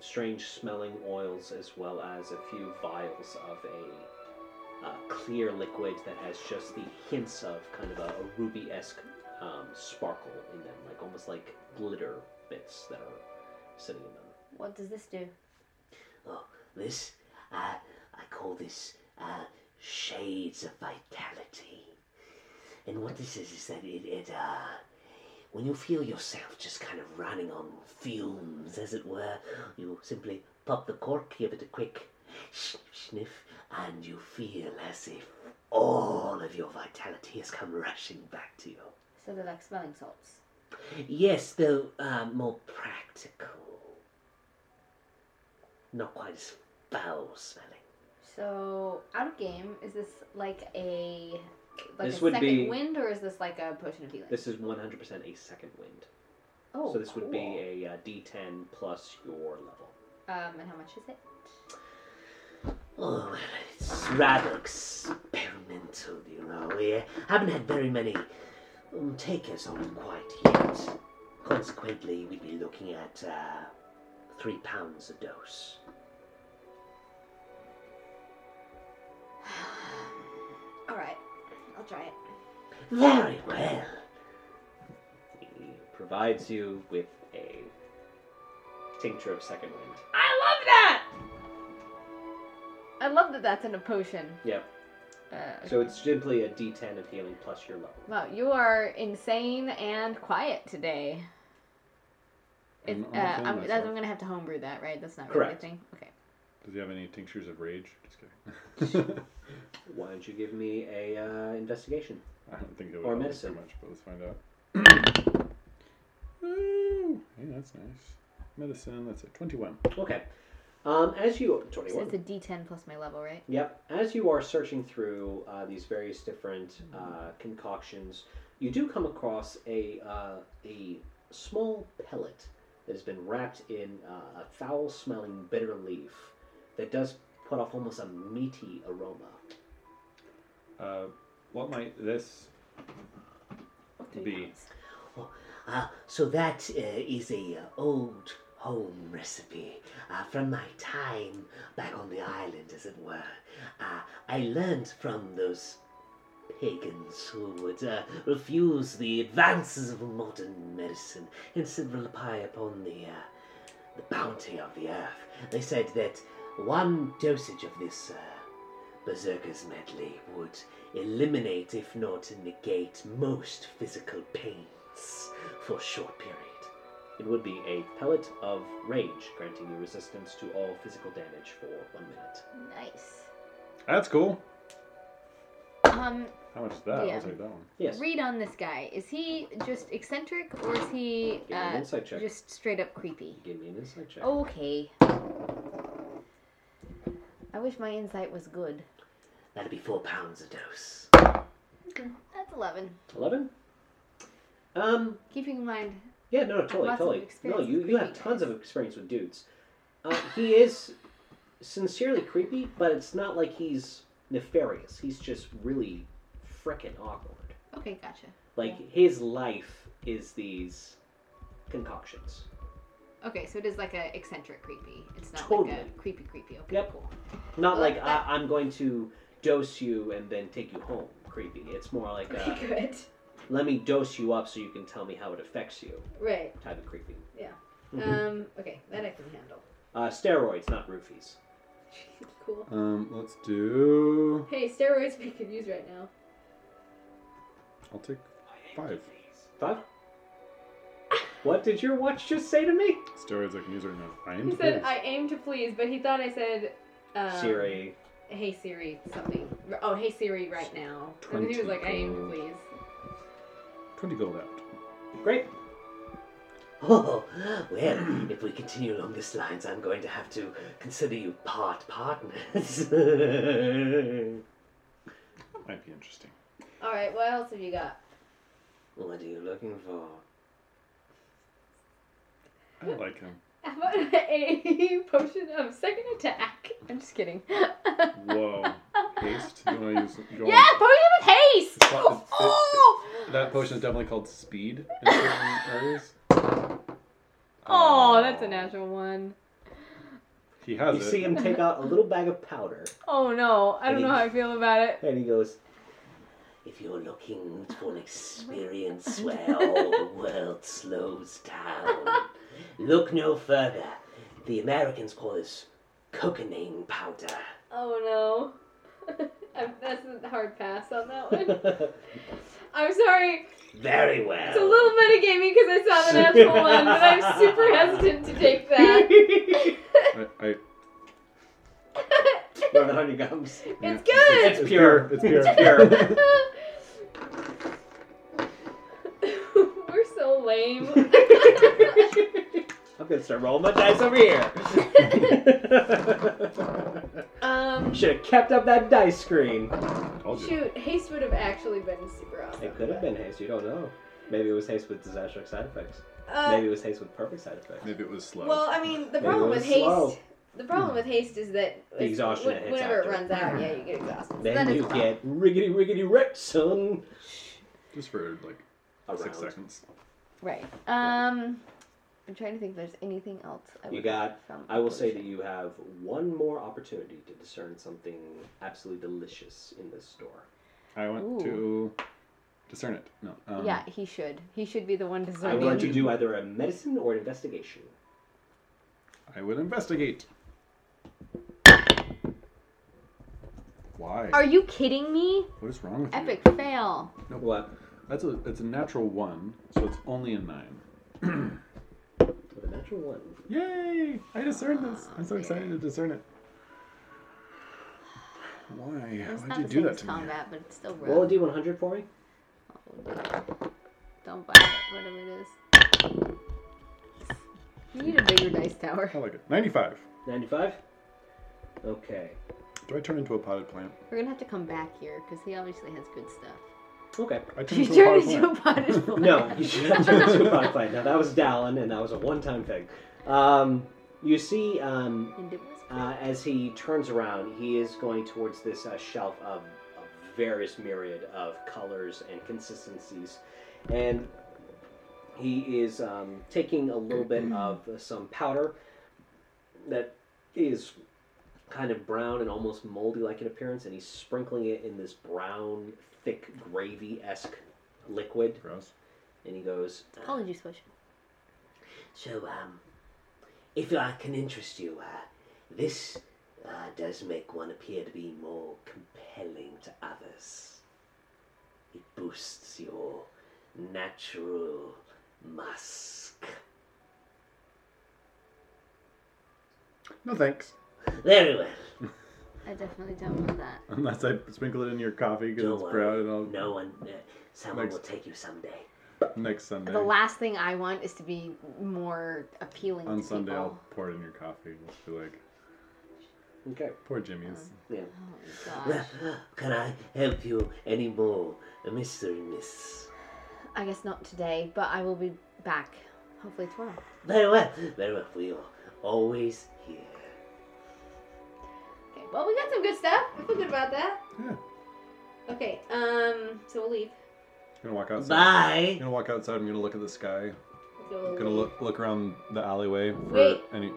Speaker 3: strange smelling oils as well as a few vials of a uh, clear liquid that has just the hints of kind of a, a ruby esque um, sparkle in them, like almost like glitter bits that are sitting in them.
Speaker 2: What does this do?
Speaker 7: Oh, this, uh, I call this, uh, Shades of Vitality. And what this is, is that it, it, uh, when you feel yourself just kind of running on fumes, as it were, you simply pop the cork, give it a quick sniff, sniff, and you feel as if all of your vitality has come rushing back to you.
Speaker 2: So they're like smelling salts.
Speaker 7: Yes, though uh, more practical. Not quite as foul smelling.
Speaker 2: So
Speaker 10: So out of game, is this like a like
Speaker 3: This
Speaker 10: a
Speaker 3: would
Speaker 10: second
Speaker 3: be-
Speaker 10: wind, or is this like a potion of healing?
Speaker 3: This is 100% a second wind.
Speaker 10: oh,
Speaker 3: so this would
Speaker 10: cool.
Speaker 3: be a uh, D10 plus your level.
Speaker 10: Um, and how much is it?
Speaker 7: Oh, it's rather experimental, you know. We haven't had very many um, takers on it quite yet. Consequently, we'd be looking at uh, three pounds a dose.
Speaker 10: All right, I'll try it.
Speaker 7: Very well.
Speaker 3: He provides you with a tincture of second wind.
Speaker 2: I love that. I love that that's in a potion.
Speaker 3: Yep.
Speaker 2: Uh,
Speaker 3: So it's simply a D10 of healing plus your level.
Speaker 2: wow, you are insane and quiet today. It's,
Speaker 1: I'm-
Speaker 2: uh,
Speaker 1: I'm not feeling
Speaker 2: I'm, that's,
Speaker 1: myself.
Speaker 2: I'm gonna have to homebrew that, right? That's not
Speaker 3: Correct.
Speaker 2: really a thing. Okay.
Speaker 1: Does he have any tinctures of rage? Just kidding.
Speaker 3: Why don't you give me a uh, investigation?
Speaker 1: I don't think that
Speaker 3: Or
Speaker 1: would help
Speaker 3: medicine.
Speaker 1: too much, but let's find out. Ooh, yeah, that's nice. Medicine, that's it. 21.
Speaker 3: Okay. Um, as you
Speaker 2: So
Speaker 3: 21.
Speaker 2: it's a D10 plus my level, right?
Speaker 3: Yep. As you are searching through uh, these various different uh, concoctions, you do come across a uh, a small pellet that has been wrapped in uh, a foul-smelling bitter leaf that does put off almost a meaty aroma.
Speaker 1: Uh, what might this be?
Speaker 7: Uh, so that uh, is a uh, old home recipe uh, from my time back on the island, as it were. Uh, I learned from those pagans who would uh, refuse the advances of modern medicine and still rely upon the uh, the bounty of the earth. They said that one dosage of this uh, berserker's medley would eliminate, if not negate, most physical pains for a short period.
Speaker 3: It would be a pellet of rage, granting you resistance to all physical damage for one minute.
Speaker 2: Nice.
Speaker 1: That's cool.
Speaker 2: Um,
Speaker 1: How much is that?
Speaker 2: Yeah.
Speaker 1: I'll take that one.
Speaker 3: Yes.
Speaker 2: read on this guy. Is he just eccentric or is he
Speaker 3: Give me an
Speaker 2: uh,
Speaker 3: insight check.
Speaker 2: just Oh. straight up creepy?
Speaker 3: Give me an insight check.
Speaker 2: Okay. I wish my insight was good.
Speaker 7: That'd be four pounds a dose.
Speaker 2: That's 11.
Speaker 3: Eleven. Um.
Speaker 2: Keeping in mind,
Speaker 3: Yeah. No. Totally.
Speaker 2: lots of
Speaker 3: Totally. No.
Speaker 2: experience
Speaker 3: You
Speaker 2: with
Speaker 3: you have
Speaker 2: creepy
Speaker 3: tons
Speaker 2: guys.
Speaker 3: of experience with dudes. Uh, he is sincerely creepy, but it's not like he's nefarious. He's just really frickin' awkward.
Speaker 2: okay, gotcha.
Speaker 3: Like his life is these concoctions.
Speaker 2: Okay, so it is like a eccentric creepy. It's not like
Speaker 3: Totally.
Speaker 2: a creepy creepy. Okay,
Speaker 3: Yep.
Speaker 2: cool.
Speaker 3: Not
Speaker 2: Well,
Speaker 3: like I,
Speaker 2: that-
Speaker 3: I'm going to dose you and then take you home. Creepy. It's more like a,
Speaker 2: good.
Speaker 3: let me dose you up so you can tell me how it affects you
Speaker 2: Right.
Speaker 3: type of creepy. Mm-hmm.
Speaker 2: Um. Okay, that I can handle.
Speaker 3: Uh, steroids, not roofies.
Speaker 2: cool.
Speaker 1: Um, let's do.
Speaker 2: Hey, steroids we could use right now.
Speaker 1: I'll take five.
Speaker 3: Five. What did your watch just say to me?
Speaker 1: Steroids I can use right now. I am
Speaker 2: He said,
Speaker 1: pleased.
Speaker 2: "I aim to please," but he thought I said, um,
Speaker 3: Siri.
Speaker 2: Hey Siri, something. Oh, hey Siri, right now." And he was like, "I aim to please."
Speaker 1: 20 gold out.
Speaker 3: Great.
Speaker 7: Oh, well, if we continue along these lines, I'm going to have to consider you part partners.
Speaker 1: Might be interesting.
Speaker 2: All right, what else have you got?
Speaker 7: what are you looking for?
Speaker 1: I like him.
Speaker 2: How about a potion of second attack? I'm just kidding.
Speaker 1: Whoa. Haste? You want to use. Go
Speaker 2: Yeah, potion of haste.
Speaker 1: It's fu- it's-
Speaker 2: Oh,
Speaker 1: on. That potion is definitely called speed in certain areas. Uh,
Speaker 2: oh, that's a natural one.
Speaker 1: He has
Speaker 3: You
Speaker 1: it.
Speaker 3: see him take out a little bag of powder,
Speaker 2: Oh no, I don't know how I feel about it.
Speaker 3: and he goes,
Speaker 7: If you're looking for an experience where all the world slows down, look no further. The Americans call this cocaine powder.
Speaker 2: Oh no, I'm, that's a hard pass on that one.
Speaker 3: "That's
Speaker 2: I'm sorry.
Speaker 7: Very
Speaker 2: It's a
Speaker 7: well.
Speaker 2: little metagaming because I saw the natural one, but I'm super hesitant to take that.
Speaker 1: I, I,
Speaker 3: Run on your gums."
Speaker 2: It's good.
Speaker 3: It's pure.
Speaker 1: It's pure.
Speaker 3: It's
Speaker 2: We're so lame.
Speaker 3: pure. I'm gonna start rolling my dice over here.
Speaker 2: Um,
Speaker 3: Should have kept up that dice screen.
Speaker 1: Told you.
Speaker 11: Shoot, haste would have actually been super awesome.
Speaker 3: It could have been haste. You don't know. Maybe it was haste with disastrous side effects.
Speaker 11: Uh,
Speaker 3: Maybe it was haste with perfect side effects.
Speaker 1: Maybe it was slow.
Speaker 11: well, I mean, the
Speaker 3: Maybe
Speaker 11: problem
Speaker 3: it
Speaker 11: with
Speaker 3: was
Speaker 11: haste,
Speaker 3: slow.
Speaker 11: the problem with haste is that
Speaker 3: The
Speaker 11: it's-
Speaker 3: exhaustion
Speaker 11: when-
Speaker 3: it hits
Speaker 11: whenever
Speaker 3: after.
Speaker 11: it runs out, yeah, you get exhausted. So
Speaker 3: Then
Speaker 11: then
Speaker 3: you
Speaker 11: it's fine.
Speaker 3: get riggedy riggedy wrecked, son.
Speaker 1: Just for like six
Speaker 3: Around.
Speaker 1: seconds.
Speaker 2: right. Um, I'm trying to think if there's anything else. I
Speaker 3: You
Speaker 2: would
Speaker 3: got-
Speaker 2: like From
Speaker 3: I will say that you have one more opportunity to discern something absolutely delicious in this store.
Speaker 1: I want
Speaker 2: Ooh.
Speaker 1: to discern it. No. Um,
Speaker 2: yeah, he should. He should be the one
Speaker 3: I would like
Speaker 2: deserving.
Speaker 3: to do either a medicine or an investigation.
Speaker 1: I will investigate. Why?
Speaker 2: Are you kidding me?
Speaker 1: what is wrong with you?
Speaker 2: Epic fail.
Speaker 3: What?
Speaker 1: That's a it's a natural one, so it's only a nine.
Speaker 3: With a natural one.
Speaker 1: Yay! I discerned this. I'm so excited to discern it. Why?
Speaker 2: It's
Speaker 1: Why'd
Speaker 2: not
Speaker 1: you
Speaker 2: the
Speaker 1: do
Speaker 2: same
Speaker 1: that
Speaker 2: as
Speaker 1: to me?
Speaker 2: combat, but it's still
Speaker 3: Roll a
Speaker 2: rough.
Speaker 3: d100 for me.
Speaker 2: Don't buy it. Whatever it is. You need a bigger dice tower.
Speaker 1: I like it. 95.
Speaker 3: 95? Okay.
Speaker 1: Do I turn into a potted plant?
Speaker 2: We're gonna have to come back here because he obviously has good stuff.
Speaker 3: Okay.
Speaker 1: I turn
Speaker 2: You
Speaker 1: into a
Speaker 2: turned
Speaker 1: potted
Speaker 2: into
Speaker 1: plant.
Speaker 2: a potted plant.
Speaker 3: No, you should not turn into a product plan. Now, that was Dallin, and that was a one time thing. Um, you see, um,
Speaker 2: And it was
Speaker 3: uh, as he turns around, he is going towards this uh, shelf of, of various myriad of colors and consistencies, and he is um, taking a little bit of some powder that is kind of brown and almost moldy like in appearance, and he's sprinkling it in this brown, thick gravy esque liquid,
Speaker 1: Gross.
Speaker 3: and he goes,
Speaker 2: college juice potion.
Speaker 7: So, um, if I can interest you, uh, this uh, does make one appear to be more compelling to others. It boosts your natural musk.
Speaker 1: No thanks.
Speaker 7: Very well.
Speaker 2: I definitely don't want that.
Speaker 1: Unless I sprinkle it in your coffee because
Speaker 7: Don't
Speaker 1: it's
Speaker 7: worry.
Speaker 1: brown and all
Speaker 7: No one, uh, someone
Speaker 1: Next.
Speaker 7: will take you someday.
Speaker 1: next Sunday.
Speaker 2: The last thing I want is to be more appealing
Speaker 1: On
Speaker 2: to
Speaker 1: Sunday, I'll
Speaker 2: people. Oh
Speaker 1: pour it in your coffee and just be like,
Speaker 3: Okay.
Speaker 1: poor Jimmy's.
Speaker 2: Oh my
Speaker 7: Well, uh,
Speaker 2: gosh.
Speaker 7: can I help you any more, Mr. and Miss?
Speaker 2: I guess not today, but I will be back. Hopefully tomorrow.
Speaker 7: Very well, very well. We are always here.
Speaker 11: Okay, well, we got some good stuff. I feel good about that.
Speaker 1: Yeah.
Speaker 11: Okay, um, so we'll leave.
Speaker 1: I'm gonna walk outside. I'm
Speaker 7: Bye.
Speaker 1: gonna walk outside. I'm gonna look at the sky.
Speaker 11: So
Speaker 1: I'm
Speaker 11: we'll
Speaker 1: gonna
Speaker 11: leave.
Speaker 1: look look around the alleyway for
Speaker 11: Wait.
Speaker 1: any.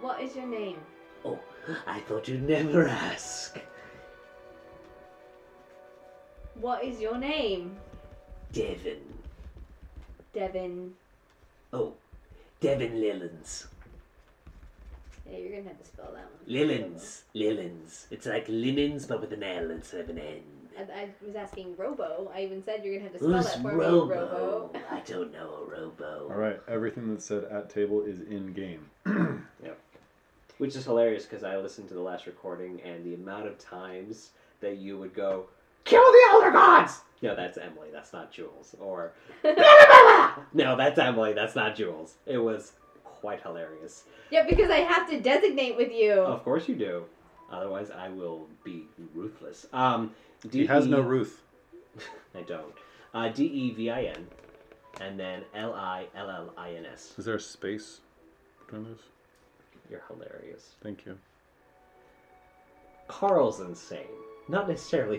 Speaker 11: What is your name?
Speaker 7: Oh, I thought you'd never ask.
Speaker 11: What is your name?
Speaker 7: Devon.
Speaker 11: Devin.
Speaker 7: Oh, Devon Lillens.
Speaker 11: Yeah, you're gonna have to spell that one.
Speaker 7: Lillens. Lillens. It's like linens, but with an L instead of an N.
Speaker 11: I, I was asking Robo. I even said you're gonna have to spell
Speaker 7: Who's
Speaker 11: that for me,
Speaker 7: Robo?
Speaker 11: Robo.
Speaker 7: I don't know a Robo.
Speaker 1: All right. Everything that's said at table is in game.
Speaker 3: Which is hilarious because I listened to the last recording and the amount of times that you would go, Kill the Elder Gods! No, that's Emily, that's not Jules. Or, No, that's Emily, that's not Jules. It was quite hilarious.
Speaker 11: yeah, because I have to designate with you.
Speaker 3: Of course you do. Otherwise, I will be ruthless. Um, D-
Speaker 1: He has no Ruth.
Speaker 3: I don't. Uh, D E V I N, and then L I L L I N S.
Speaker 1: Is there a space between those?
Speaker 3: You're hilarious.
Speaker 1: Thank you.
Speaker 3: Carl's insane. Not necessarily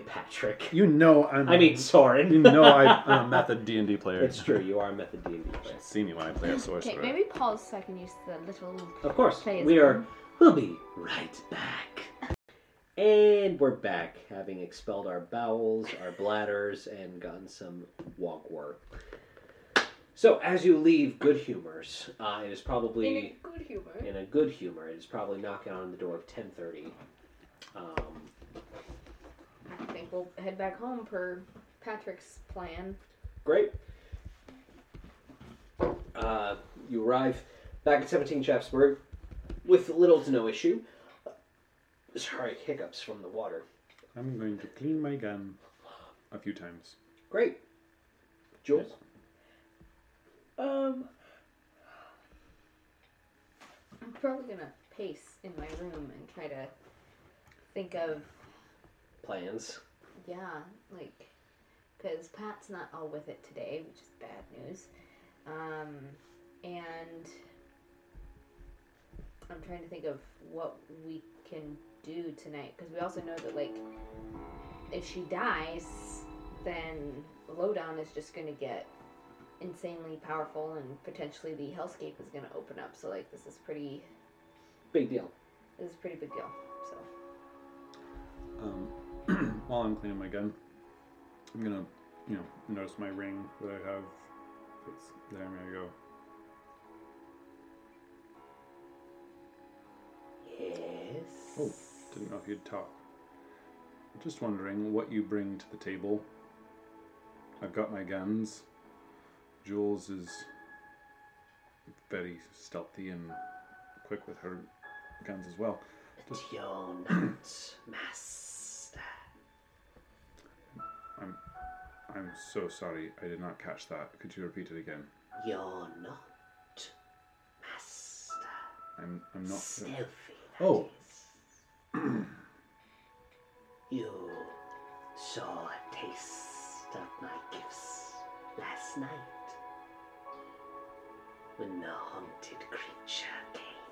Speaker 3: Patrick.
Speaker 1: You know I'm.
Speaker 3: I mean, Soren.
Speaker 1: you know I, I'm a method D and D player.
Speaker 3: It's true. You are a E method D&D player.
Speaker 1: You've seen me when I play a sorcerer.
Speaker 2: Okay, maybe pause so I can use the little.
Speaker 3: Of course,
Speaker 2: Play is
Speaker 3: we are.
Speaker 2: fun.
Speaker 3: We'll be right back. And we're back, having expelled our bowels, our bladders, and gotten some wogwort. So, as you leave Good Humors, uh, it is probably
Speaker 11: In a good humor.
Speaker 3: in a good humor. It's probably knocking on the door of ten thirty. Um,
Speaker 11: I think we'll head back home per Patrick's plan.
Speaker 3: great. Uh, you arrive back at seventeen Chatsburg with little to no issue. Sorry, hiccups from the water.
Speaker 1: I'm going to clean my gun a few times.
Speaker 3: Great, Jules.
Speaker 11: Um,
Speaker 2: probably gonna pace in my room and try to think of
Speaker 3: Plans.
Speaker 2: yeah, like because Pat's not all with it today, which is bad news. Um, and I'm trying to think of what we can do tonight because we also know that like if she dies, then Lowdown is just gonna get insanely powerful and potentially the hellscape is gonna open up. So like this is pretty
Speaker 3: Big deal.
Speaker 2: this is a pretty big deal. So
Speaker 1: Um, while I'm cleaning my gun, I'm gonna, you know, notice my ring that I have. It's there. I'm gonna go.
Speaker 7: Yes.
Speaker 1: Oh, didn't know if you'd talk. Just wondering what you bring to the table. I've got my guns. Jules is very stealthy and quick with her guns as well.
Speaker 7: It's your night, master.
Speaker 1: I'm so sorry. I did not catch that. Could you repeat it again?
Speaker 7: You're not, master.
Speaker 1: I'm I'm not.
Speaker 7: Stealthy. that
Speaker 1: Oh.
Speaker 7: is. you saw a taste of my gifts last night when the haunted creature came.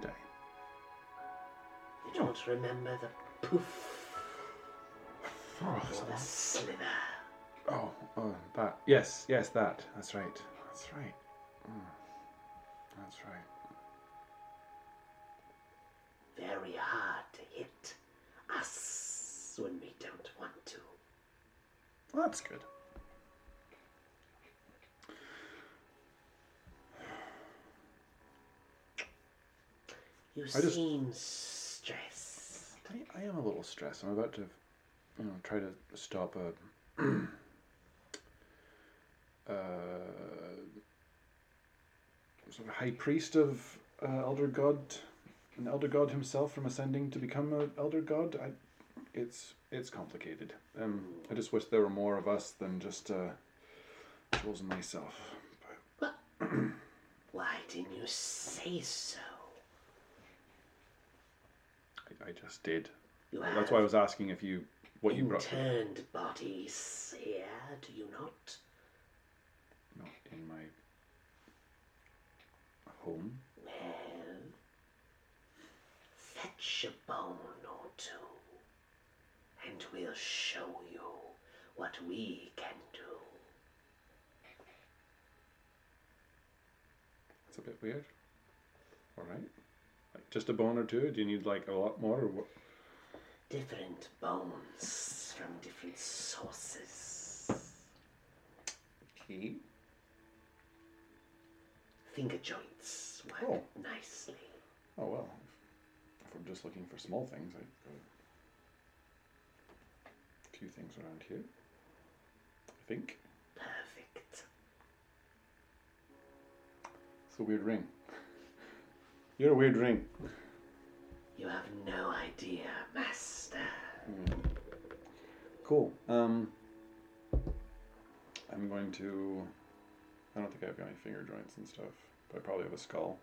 Speaker 1: Did I?
Speaker 7: You
Speaker 1: Oh.
Speaker 7: don't remember the poof or the sliver.
Speaker 1: Oh, oh, that. Yes, yes, that. That's right. That's right. Mm. That's right.
Speaker 7: Very hard to hit us when we don't want to.
Speaker 1: Well, that's good.
Speaker 7: You
Speaker 1: I just-
Speaker 7: seem stressed.
Speaker 1: I, I am a little stressed. I'm about to, you know, try to stop a. uh, sort of high priest of uh, elder god, an elder god himself from ascending to become an elder god. I, it's it's complicated. Um, I just wish there were more of us than just uh, Jules and myself. But
Speaker 7: Why didn't you say so?
Speaker 1: I, I just did.
Speaker 7: You
Speaker 1: That's why I
Speaker 7: have
Speaker 1: was asking if you what you brought.
Speaker 7: Interned bodies here, do you not?
Speaker 1: Not in my home.
Speaker 7: Well, fetch a bone or two, and we'll show you what we can do.
Speaker 1: It's a bit weird. All right. Like just a bone or two? Do you need like a lot more? Or what?
Speaker 7: Different bones from different sources.
Speaker 1: Okay.
Speaker 7: Finger joints work
Speaker 1: Oh.
Speaker 7: nicely.
Speaker 1: Oh well. If we're just looking for small things, I go a few things around here. I think
Speaker 7: Perfect.
Speaker 1: it's a weird ring. You're a weird ring.
Speaker 7: You have no idea, Master.
Speaker 1: Cool. Um, I'm going to. I don't think I've got any finger joints and stuff, but I probably have a skull.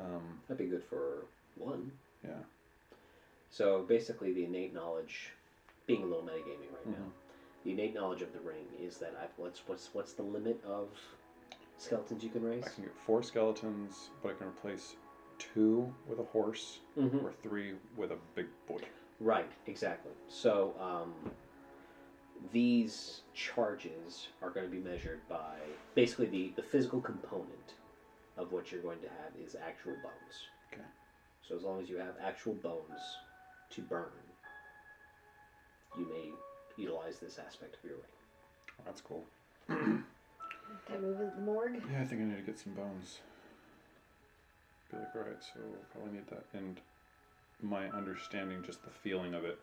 Speaker 1: Um,
Speaker 3: That'd be good for one.
Speaker 1: yeah.
Speaker 3: So basically, the innate knowledge, being a little metagaming right now,
Speaker 1: Mhm.
Speaker 3: the innate knowledge of the ring is that I've, what's what's what's the limit of skeletons you can raise?
Speaker 1: I can get four skeletons, but I can replace two with a horse
Speaker 3: Mhm.
Speaker 1: or three with a big boy.
Speaker 3: Right, exactly. So um, these charges are going to be measured by basically the, the physical component of what you're going to have is actual bones.
Speaker 1: Okay.
Speaker 3: So as long as you have actual bones to burn, you may utilize this aspect of your ring.
Speaker 1: That's cool.
Speaker 2: can I move it to the morgue?
Speaker 1: Yeah, I think I need to get some bones. Be like, alright, so probably need that. And my understanding, just the feeling of it,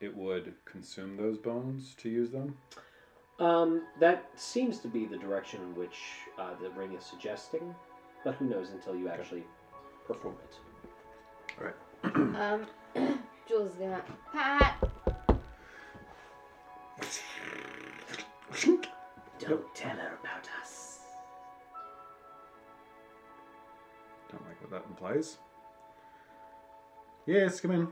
Speaker 1: it would consume those bones to use them.
Speaker 3: Um, that seems to be the direction in which uh, the ring is suggesting, but who knows until you
Speaker 1: Okay.
Speaker 3: actually perform it.
Speaker 2: Um, Jules is gonna
Speaker 12: Pat.
Speaker 7: Don't tell her about us.
Speaker 1: what that implies. Yes, come in.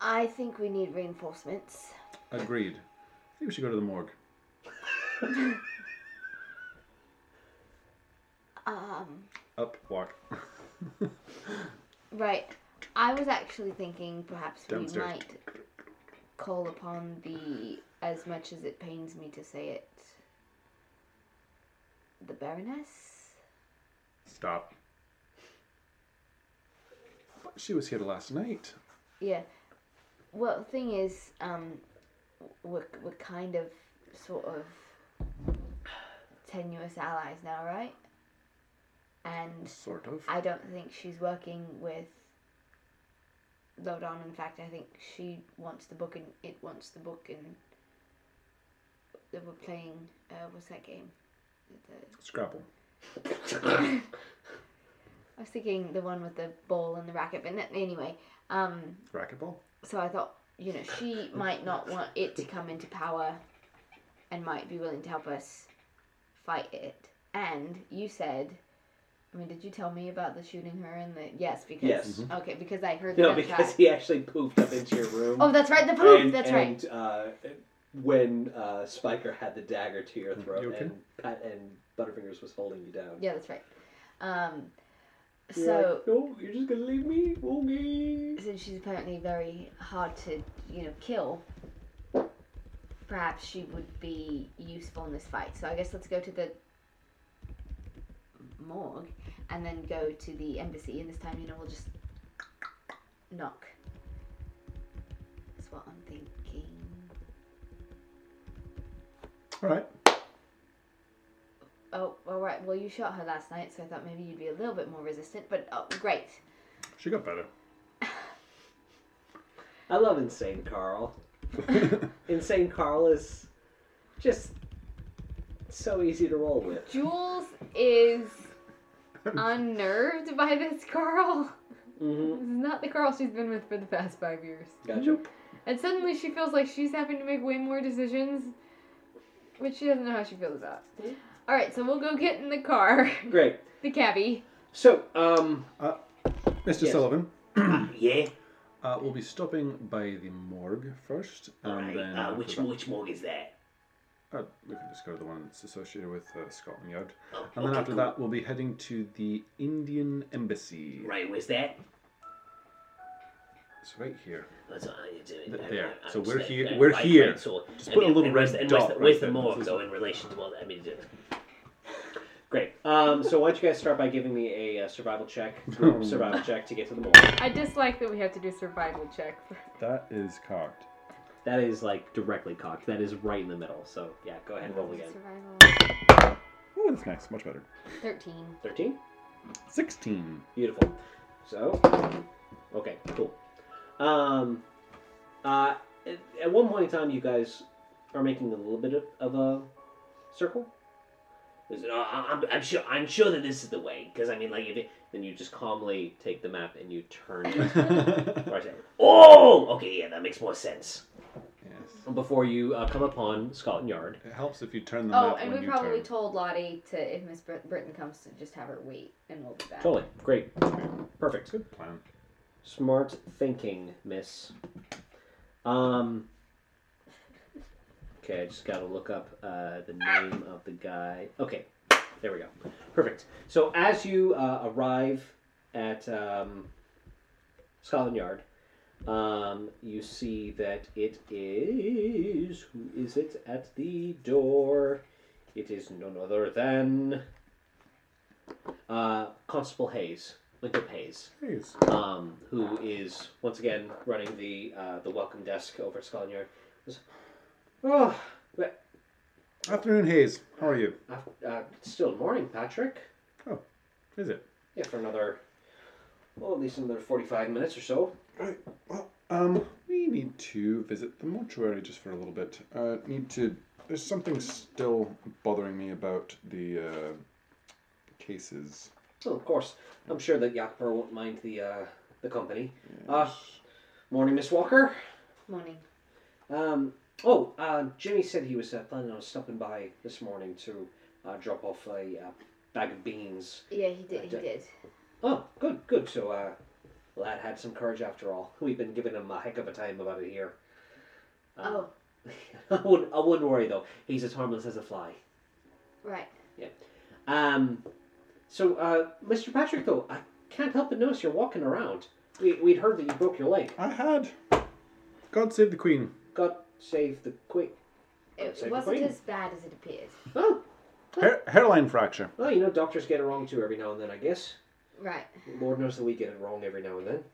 Speaker 2: I think we need reinforcements.
Speaker 1: Agreed. I think we should go to the morgue.
Speaker 2: Um,
Speaker 1: Up, walk.
Speaker 2: right. I was actually thinking perhaps we
Speaker 1: Downstairs.
Speaker 2: might call upon the, as much as it pains me to say it, the Baroness?
Speaker 1: Stop. But she was here last night.
Speaker 2: Yeah. Well, the thing is, um, we're, we're kind of, sort of, tenuous allies now, right? And
Speaker 1: Sort of.
Speaker 2: I don't think she's working with Lodon. In fact, I think she wants the book and it wants the book, and they were playing. Uh, what's that game? The-
Speaker 1: Scrabble.
Speaker 2: I was thinking the one with the ball and the racket, but n- anyway. Um,
Speaker 1: Racquetball?
Speaker 2: so I thought, you know, she might not want it to come into power, and might be willing to help us fight it. And you said. I mean, did you tell me about the shooting her and the yes? Because
Speaker 3: Yes.
Speaker 2: okay, because I heard
Speaker 3: No,
Speaker 2: that
Speaker 3: because he actually poofed up into your room.
Speaker 2: Oh, that's right, the poop.
Speaker 3: Mm. And-
Speaker 2: that's right.
Speaker 3: and, Uh, when uh, Spiker had the dagger to your throat
Speaker 1: You okay?
Speaker 3: and Pat and Butterfingers was holding you down.
Speaker 2: Yeah, that's right. Um,
Speaker 3: You're
Speaker 2: so,
Speaker 3: like, no, you're just gonna leave me, okay?
Speaker 2: since she's apparently very hard to, you know, kill, perhaps she would be useful in this fight. So I guess let's go to the morgue and then go to the embassy. And this time, you know, we'll just knock. That's what I'm thinking.
Speaker 1: Alright.
Speaker 2: Oh, all right. Well, you shot her last night, so I thought maybe you'd be a little bit more resistant. But oh, great.
Speaker 1: She got better.
Speaker 3: I love Insane Carl. Insane Carl is just so easy to roll with.
Speaker 13: Jules is unnerved by this Carl.
Speaker 3: Mm-hmm.
Speaker 13: This is not the Carl she's been with for the past five years.
Speaker 3: Gotcha.
Speaker 13: And suddenly she feels like she's having to make way more decisions, which she doesn't know how she feels about. All right, so we'll go get in the car,
Speaker 3: Great.
Speaker 13: the cabbie.
Speaker 3: So, um,
Speaker 1: Mr.
Speaker 3: Yes.
Speaker 1: Sullivan,
Speaker 7: Yeah.
Speaker 1: uh, we'll be stopping by the morgue first, and
Speaker 7: Right.
Speaker 1: then
Speaker 7: Uh,
Speaker 1: after
Speaker 7: which
Speaker 1: that-
Speaker 7: which morgue is that?
Speaker 1: Uh, we can just go to the one that's associated with uh, Scotland Yard.
Speaker 7: Oh,
Speaker 1: And then
Speaker 7: okay,
Speaker 1: after
Speaker 7: cool.
Speaker 1: that, we'll be heading to the Indian Embassy.
Speaker 7: Right, where's that?
Speaker 1: It's right here.
Speaker 7: That's what I need to-
Speaker 1: Th-
Speaker 7: I-
Speaker 1: there.
Speaker 7: I- I
Speaker 1: So we're
Speaker 7: understand.
Speaker 1: here-
Speaker 7: Right,
Speaker 1: we're
Speaker 7: right,
Speaker 1: here.
Speaker 7: right, so-
Speaker 1: Just
Speaker 7: and-
Speaker 1: put a
Speaker 7: and-
Speaker 1: little
Speaker 7: and
Speaker 1: red
Speaker 7: where's the- and where's
Speaker 1: dot
Speaker 7: the-
Speaker 1: right
Speaker 7: Where's the
Speaker 1: there.
Speaker 7: morgue
Speaker 1: This is-
Speaker 7: though in relation to all that? I mean, just-
Speaker 3: great. Um, so why don't you guys start by giving me a, uh survival check, group survival check to get to the morgue.
Speaker 13: I dislike that we have to do survival check.
Speaker 1: That is cocked.
Speaker 3: That is like directly cocked. That is right in the middle. So yeah, go ahead and roll again.
Speaker 13: Survival.
Speaker 1: Oh, that's nice. Much better.
Speaker 13: Thirteen.
Speaker 3: Thirteen.
Speaker 1: 16.
Speaker 3: Beautiful. So, okay, cool. Um, uh, at, at one point in time, you guys are making a little bit of, of a circle. uh,
Speaker 7: Is it- I- I'm, I'm sure. I'm sure that this is the way. Because I mean, like, if it.
Speaker 3: Then you just calmly take the map and you turn it
Speaker 1: yes.
Speaker 3: towards it.
Speaker 7: Oh, okay, yeah, that makes more sense.
Speaker 3: Before you uh, come upon Scotland Yard.
Speaker 1: It helps if you turn the
Speaker 13: Oh,
Speaker 1: map
Speaker 13: and
Speaker 1: when
Speaker 13: we
Speaker 1: you
Speaker 13: probably
Speaker 1: turn.
Speaker 13: told Lottie to, if Miss Brit- Britton comes, to just have her wait, and we'll be back.
Speaker 3: Totally. Great. Perfect.
Speaker 1: Good plan.
Speaker 3: Smart thinking, miss. Um. Okay, I just gotta look up uh, the name of the guy. Okay, there we go. Perfect. So as you uh, arrive at um, Scotland Yard, um, you see that it is. Who is it at the door? It is none other than uh, Constable Hayes, Winthrop Hayes
Speaker 1: Please.
Speaker 3: um, who is once again running the uh, the welcome desk over at Scotland Yard. Goes, oh, but,
Speaker 1: Afternoon, Hayes. How are you? Oh,
Speaker 3: uh, uh, it's still morning, Patrick.
Speaker 1: Is it?
Speaker 3: Yeah, for another, well, at least another forty-five minutes or so.
Speaker 1: Right. Well, um, we need to visit the mortuary just for a little bit. Uh, need to. There's something still bothering me about the uh, cases.
Speaker 3: Well, of course, I'm sure that Yakper won't mind the uh, the company. Uh, morning, Miss Walker.
Speaker 2: Morning.
Speaker 3: Um, oh, uh, Jimmy said he was uh, planning on stopping by this morning to uh, drop off a uh, bag of beans.
Speaker 2: Yeah, he did.
Speaker 3: I
Speaker 2: He
Speaker 3: did.
Speaker 2: did.
Speaker 3: Oh, good, good. So, uh, lad had some courage after all. We've been giving him a heck of a time about it here. Um,
Speaker 2: Oh,
Speaker 3: I wouldn't, I wouldn't worry though. He's as harmless as a fly.
Speaker 2: right.
Speaker 3: Um, so, uh, Mr. Patrick, though, I can't help but notice you're walking around. We, we'd heard that you broke your leg.
Speaker 1: I had. God save the queen.
Speaker 3: God save the queen.
Speaker 2: It
Speaker 3: Save the
Speaker 2: wasn't
Speaker 3: queen.
Speaker 2: as bad as it appeared.
Speaker 3: Oh,
Speaker 1: Hair, hairline fracture.
Speaker 3: well, you know, doctors get it wrong too every now and then, I guess.
Speaker 2: Right.
Speaker 3: Lord knows that we get it wrong every now and then.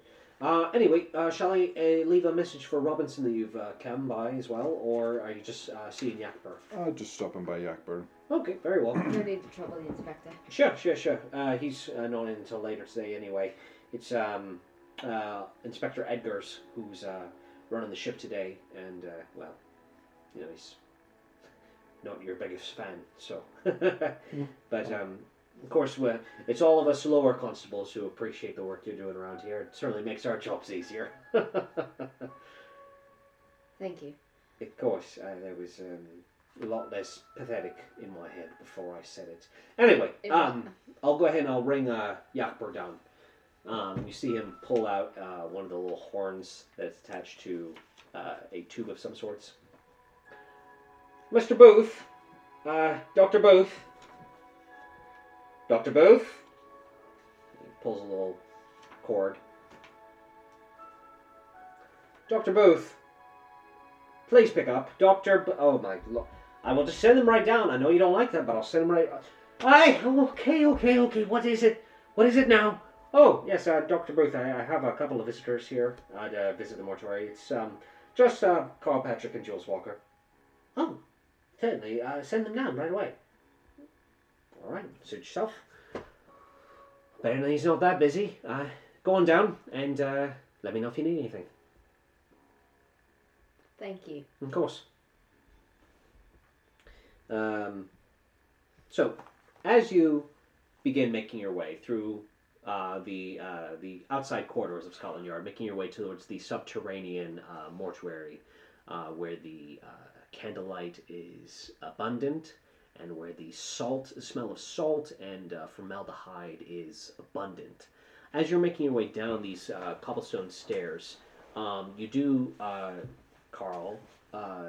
Speaker 3: Uh, anyway, uh, shall I uh, leave a message for Robinson that you've uh, come by as well, or are you just uh, seeing Yakber?
Speaker 1: Uh, just stopping by Yakburn.
Speaker 3: Okay, very well.
Speaker 2: No need to trouble the inspector.
Speaker 3: Sure, sure, sure. Uh, he's uh, not in until later today, anyway. It's um, uh, Inspector Edgar's who's uh, running the ship today, and uh, well, you know he's not your biggest fan, so. but um, of course, we it's all of us lower constables who appreciate the work you're doing around here. It certainly makes our jobs easier. of
Speaker 2: Thank you.
Speaker 3: course, uh, there was um, a lot less pathetic in my head before I said it. Anyway,
Speaker 2: It wa-
Speaker 3: um. I'll go ahead and I'll ring uh, Yakber down. Um, you see him pull out uh, one of the little horns that's attached to uh, a tube of some sorts. Mr. Booth, uh, Doctor Booth, Doctor Booth. He pulls a little cord. Doctor Booth, please pick up, Doctor. B- oh my! Lo- I will just send them right down. I know you don't like that, but I'll send them right. Aye, oh, okay, okay, okay. What is it? What is it now? Oh, yes, uh, Dr. Booth, I, I have a couple of visitors here. I'd uh, visit the mortuary. It's um, just uh, Carl Patrick and Jules Walker. Oh, certainly. Uh, send them down right away. All right, suit yourself. Apparently, he's not that busy. Uh, go on down and uh, let me know if you need anything.
Speaker 2: Thank you.
Speaker 3: Of course. Um, so, as you begin making your way through uh, the uh, the outside corridors of Scotland Yard, making your way towards the subterranean uh, mortuary, uh, where the uh, candlelight is abundant, and where the salt the smell of salt and uh, formaldehyde is abundant. As you're making your way down these uh, cobblestone stairs, um, you do, uh, Carl, uh,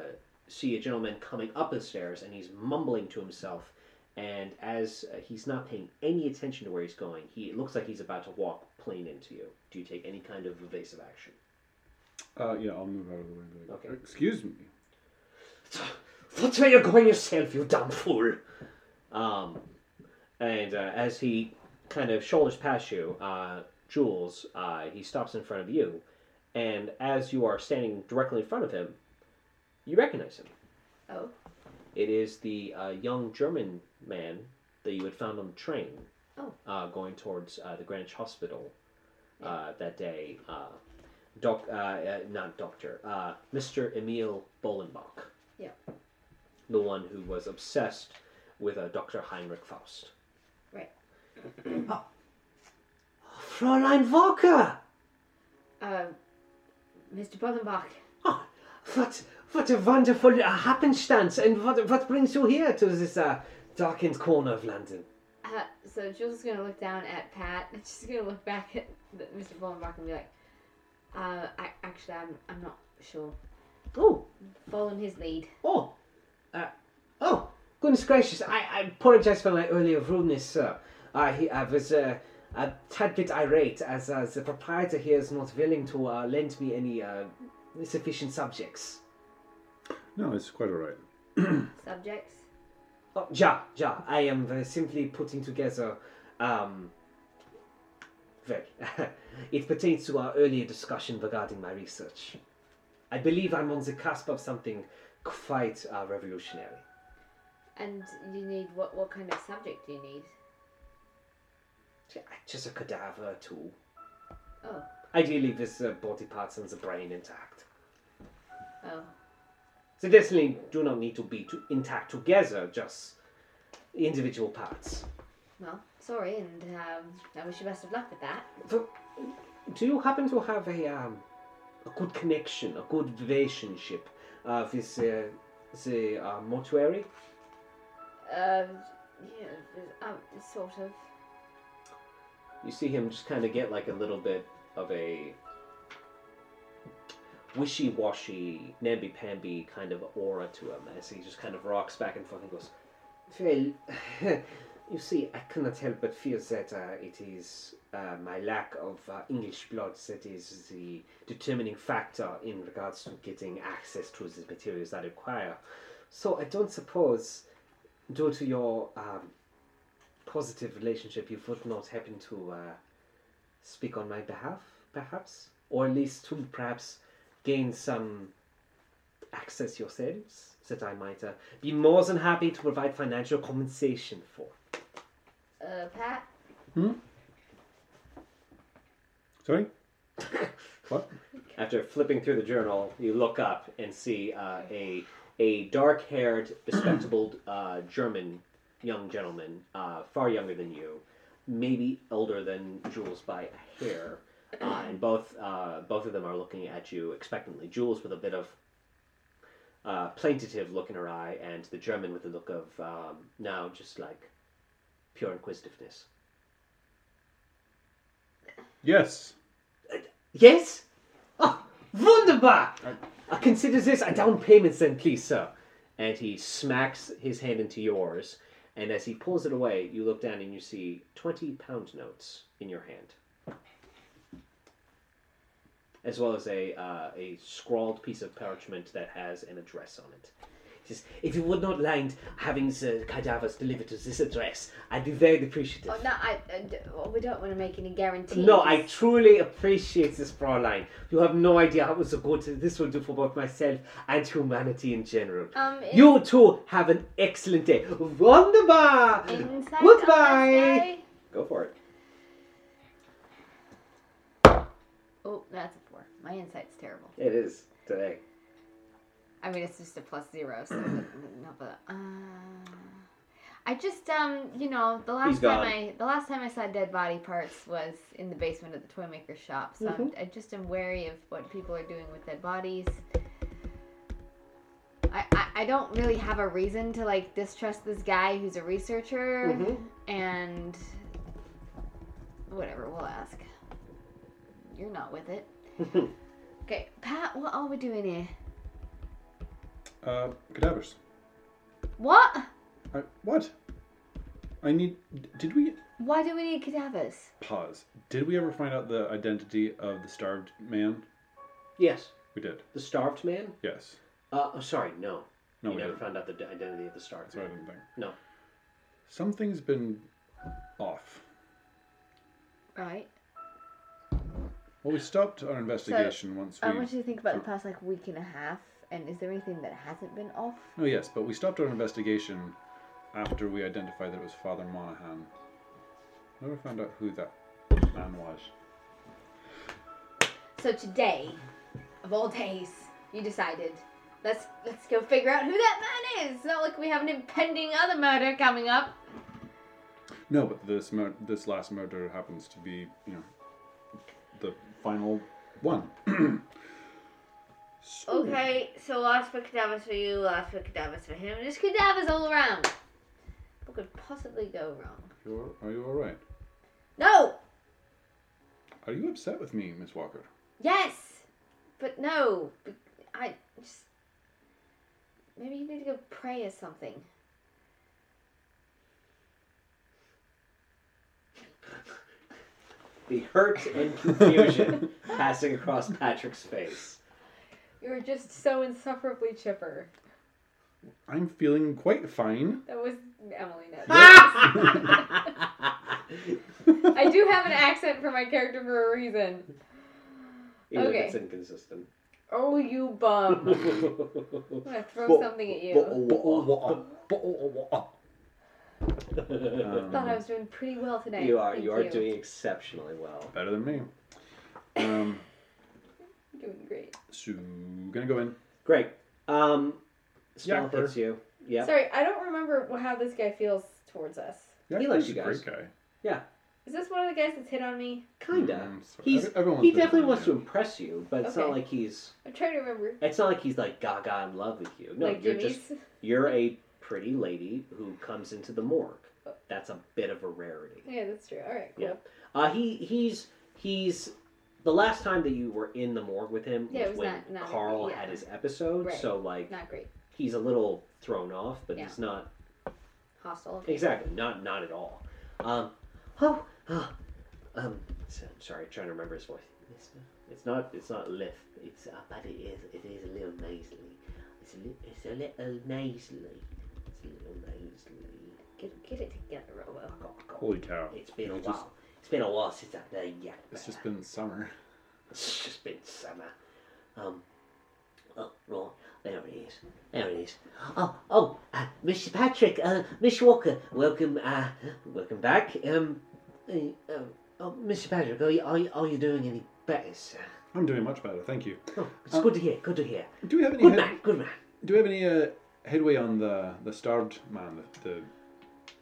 Speaker 3: see a gentleman coming up the stairs and he's mumbling to himself. And as uh, he's not paying any attention to where he's going, he it looks like he's about to walk plain into you. Do you take any kind of evasive action?
Speaker 1: Uh, yeah, I'll move out of the way. Like,
Speaker 3: Okay.
Speaker 1: Excuse me.
Speaker 3: That's where you're going yourself, you dumb fool. Um, and uh, as he kind of shoulders past you, uh, Jules, uh, he stops in front of you, and as you are standing directly in front of him, you recognize him.
Speaker 2: Oh.
Speaker 3: It is the uh, young German man that you had found on the train
Speaker 2: Oh.
Speaker 3: uh, going towards uh, the Greenwich Hospital uh, that day. Uh, doc, uh, uh, not doctor, uh, Mr. Emil Bolenbach.
Speaker 2: Yeah.
Speaker 3: The one who was obsessed with uh, Dr. Heinrich Faust.
Speaker 2: Right.
Speaker 3: oh. Fräulein Walker!
Speaker 2: Uh, Mr. Bodenbach.
Speaker 3: Oh, what, what a wonderful uh, happenstance! And what, what brings you here to this uh, darkened corner of London?
Speaker 2: Uh, so Jules is gonna look down at Pat, and she's gonna look back at the- Mr. Bodenbach and be like, uh, I, actually, I'm, I'm not sure.
Speaker 3: Oh,
Speaker 2: Following his lead.
Speaker 3: oh, uh, oh, goodness gracious, I, I apologize for my earlier rudeness, sir. I, he- I was uh, a tad bit irate as uh, the proprietor here is not willing to uh, lend me any uh, sufficient subjects.
Speaker 1: No, it's quite all right.
Speaker 2: Subjects?
Speaker 3: Oh, ja, ja. I am uh, simply putting together. Um, very. it pertains to our earlier discussion regarding my research. I believe I'm on the cusp of something quite uh, revolutionary.
Speaker 2: And you need, what, what kind of subject do you need?
Speaker 3: Just a cadaver tool.
Speaker 2: Oh,
Speaker 3: Ideally, with the uh, body parts and the brain intact.
Speaker 2: oh,
Speaker 3: They definitely do not need to be to- intact together, just individual parts.
Speaker 2: well, sorry, and um, I wish you best of luck with that.
Speaker 3: So, do you happen to have a um, a good connection, a good relationship uh, with uh, the uh, mortuary?
Speaker 2: Uh, Yeah, um, sort of.
Speaker 3: You see him just kind of get like a little bit of a wishy washy, namby pamby kind of aura to him as he just kind of rocks back and forth and goes, Well, you see, I cannot help but fear that uh, it is uh, my lack of uh, English blood that is the determining factor in regards to getting access to the materials I require. So I don't suppose, due to your um, positive relationship, you would not happen to uh, speak on my behalf, perhaps? Or at least to perhaps gain some access yourselves that I might uh, be more than happy to provide financial compensation for.
Speaker 2: Uh, Pat?
Speaker 1: Sorry?
Speaker 3: After flipping through the journal, you look up and see uh, a a dark haired, respectable uh, German young gentleman, uh, far younger than you, maybe older than Jules by a hair. Uh, and both uh, both of them are looking at you expectantly. Jules with a bit of uh, plaintive look in her eye, and the German with a look of um, now just like pure inquisitiveness.
Speaker 1: Yes.
Speaker 3: Yes? Oh, wunderbar! I consider this a down payment then, please, sir. And he smacks his hand into yours, and as he pulls it away, you look down and you see 20 pound notes in your hand. As well as a, uh, a scrawled piece of parchment that has an address on it. He says, If you would not mind having the cadavers delivered to this address, I'd be very appreciative.
Speaker 2: Oh, no, I, uh, d- well, we don't want to make any guarantees.
Speaker 3: No, I truly appreciate this, Fraulein. You have no idea how so good this will do for both myself and humanity in general.
Speaker 2: Um, in-
Speaker 3: You two have an excellent day. Wunderbar!
Speaker 2: inside
Speaker 3: Goodbye!
Speaker 2: Office guy.
Speaker 3: Go for it.
Speaker 2: Oh, that's a four. My insight's terrible.
Speaker 3: It is today.
Speaker 2: I mean, it's just a plus zero, so not but uh, I just um, you know, the last
Speaker 3: He's
Speaker 2: time
Speaker 3: gone.
Speaker 2: I the last time I saw dead body parts was in the basement of the toy maker shop. So I'm, I just am wary of what people are doing with dead bodies. I, I, I don't really have a reason to like distrust this guy who's a researcher and whatever we'll ask you're not with it okay pat what are we doing here
Speaker 1: Uh, cadavers.
Speaker 2: what
Speaker 1: I, what? I need. Did we.
Speaker 2: Why do we need cadavers?
Speaker 1: Pause. Did we ever find out the identity of the starved man?
Speaker 3: Yes,
Speaker 1: We did.
Speaker 3: the starved man?
Speaker 1: Yes.
Speaker 3: Uh, oh, sorry, no.
Speaker 1: No,
Speaker 3: you
Speaker 1: we
Speaker 3: never
Speaker 1: didn't.
Speaker 3: found out the d- identity of the starved
Speaker 1: That's what I
Speaker 3: man.
Speaker 1: didn't think.
Speaker 3: No.
Speaker 1: Something's been off.
Speaker 2: Right.
Speaker 1: Well, we stopped our investigation once we.
Speaker 2: I want you to think about the past like week and a half, and is there anything that hasn't been off?
Speaker 1: No, yes, but we stopped our investigation after we identified that it was Father Monahan. Never found out who that man was.
Speaker 2: So today, of all days, you decided let's let's go figure out who that man is. It's not like we have an impending other murder coming up.
Speaker 1: No, but this mur- this last murder happens to be, you know, the final one. So-
Speaker 2: Okay, so we'll ask for cadavers for you, we'll ask for cadavers for him. There's cadavers all around. What could possibly go wrong?
Speaker 1: You're, are you all right?
Speaker 2: No.
Speaker 1: Are you upset with me, Miss Walker?
Speaker 2: Yes. But no. Be- I just maybe you need to go pray or something.
Speaker 3: The hurt and confusion passing across Patrick's face.
Speaker 7: You're just so insufferably chipper.
Speaker 1: I'm feeling quite fine.
Speaker 7: That was Emily. Nutt.
Speaker 3: Even
Speaker 7: I do have an accent for my character for a reason.
Speaker 3: if
Speaker 7: Okay.
Speaker 3: it's inconsistent.
Speaker 7: Oh, you bum. I'm gonna throw something at you. I
Speaker 1: Um,
Speaker 7: thought I was doing pretty well today.
Speaker 3: oh. You are.
Speaker 7: Thank
Speaker 3: You are doing exceptionally well.
Speaker 1: Better than me. Um,
Speaker 7: Doing great.
Speaker 1: so gonna go in.
Speaker 3: Great. Um, spell
Speaker 1: Yakper.
Speaker 3: hits you. Yeah.
Speaker 7: Sorry, I don't remember wh- how this guy feels towards us.
Speaker 1: Yeah,
Speaker 3: He likes
Speaker 1: he's
Speaker 3: you
Speaker 1: a Great guy.
Speaker 7: Is this one of the guys that's hit on me?
Speaker 3: Kinda.
Speaker 1: Mm, so
Speaker 3: He's.
Speaker 1: every- everyone's
Speaker 3: He
Speaker 1: been
Speaker 3: definitely
Speaker 1: fine,
Speaker 3: wants to
Speaker 1: yeah.
Speaker 3: impress you, but it's not
Speaker 7: Okay.
Speaker 3: like he's.
Speaker 7: I'm trying to remember.
Speaker 3: It's not like he's like Gaga in love with you. No,
Speaker 7: like
Speaker 3: you're
Speaker 7: Jimmy's.
Speaker 3: just. You're a pretty lady who comes into the morgue. That's a bit of a rarity.
Speaker 2: Yeah, that's true. All right, cool.
Speaker 3: Yeah.
Speaker 1: Mm-hmm.
Speaker 3: Uh, he he's he's the last time that you were in the morgue with him
Speaker 2: Yeah, it
Speaker 3: was
Speaker 2: was
Speaker 3: when
Speaker 2: not- not-
Speaker 3: Carl
Speaker 2: yeah.
Speaker 3: had his episode.
Speaker 2: Right.
Speaker 3: So like
Speaker 2: Not great.
Speaker 3: he's a little thrown off, but
Speaker 2: Yeah.
Speaker 3: he's not
Speaker 2: Hostile. Okay.
Speaker 3: exactly not not at all. Um, oh, ah, um, so- I'm sorry, trying to remember his voice.
Speaker 7: Mister,
Speaker 3: It's not it's not Lith.
Speaker 7: It's uh, but it is it is a little nasally. It's a little it's a little nasally. It's a little nasally.
Speaker 2: Get, get it together, Robo.
Speaker 7: Cock, cock.
Speaker 1: Holy cow!
Speaker 7: It's been a
Speaker 1: You just-
Speaker 7: while. It's been a while since I've been yeah.
Speaker 1: It's just been summer.
Speaker 7: It's just been summer. Um. Oh, right. There it is. There it is. Oh, oh, uh, Mr. Patrick, uh, Miss Walker, welcome, uh, welcome back. Um, uh, oh, oh, Mr. Patrick, are you, are you, are you doing any better, sir?
Speaker 1: I'm doing much better, thank you.
Speaker 7: Oh, it's
Speaker 1: Um,
Speaker 7: good to hear, good to hear.
Speaker 1: Do we have any
Speaker 7: Good
Speaker 1: head,
Speaker 7: man, good man.
Speaker 1: Do we have any uh, headway on the the starved man? The, the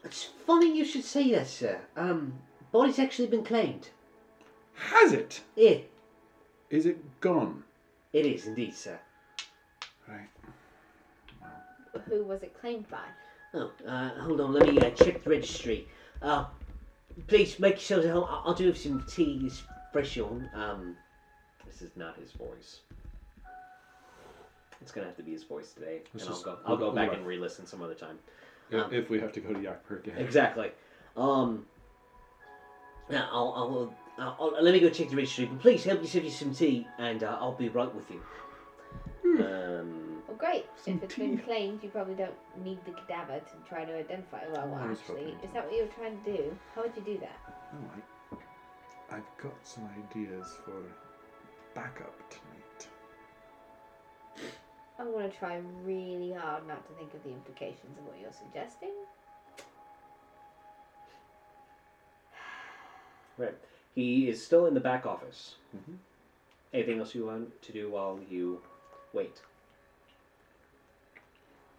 Speaker 7: It's funny you should say that, sir. Um, body's actually been claimed.
Speaker 1: has it?
Speaker 7: Yeah,
Speaker 1: Is it gone?
Speaker 7: it is indeed, sir.
Speaker 1: Right.
Speaker 2: But who was it claimed by?
Speaker 7: Oh, uh, hold on, let me uh, check the registry. Uh, please make yourselves at home. I- I'll do with some tea this fresh on. Um,
Speaker 3: This is not his voice. It's gonna have to be his voice today,
Speaker 1: This
Speaker 3: and I'll
Speaker 1: is-
Speaker 3: go. I'll go
Speaker 1: we'll-
Speaker 3: back
Speaker 1: we'll-
Speaker 3: and re-listen some other time.
Speaker 1: If,
Speaker 7: Um,
Speaker 1: if we have to go to Yakper again.
Speaker 3: Exactly.
Speaker 7: um, now I'll, I'll, uh,
Speaker 3: Oh,
Speaker 7: I'll, let me go check the registry. But please help yourself with some tea, and uh, I'll be right with you.
Speaker 1: Hmm.
Speaker 3: Um,
Speaker 2: Well, Oh, great.
Speaker 1: Some
Speaker 2: if it's been
Speaker 1: tea.
Speaker 2: claimed, you probably don't need the cadaver to try to identify. Well, well
Speaker 1: I was
Speaker 2: actually,
Speaker 1: hoping-
Speaker 2: is that what you were trying to do? How would you do that?
Speaker 1: Oh, I, I've got some ideas for backup tonight.
Speaker 2: I want to try really hard not to think of the implications of what you're suggesting.
Speaker 3: right. He is still in the back office.
Speaker 1: Mhm.
Speaker 3: Anything else you want to do while you wait?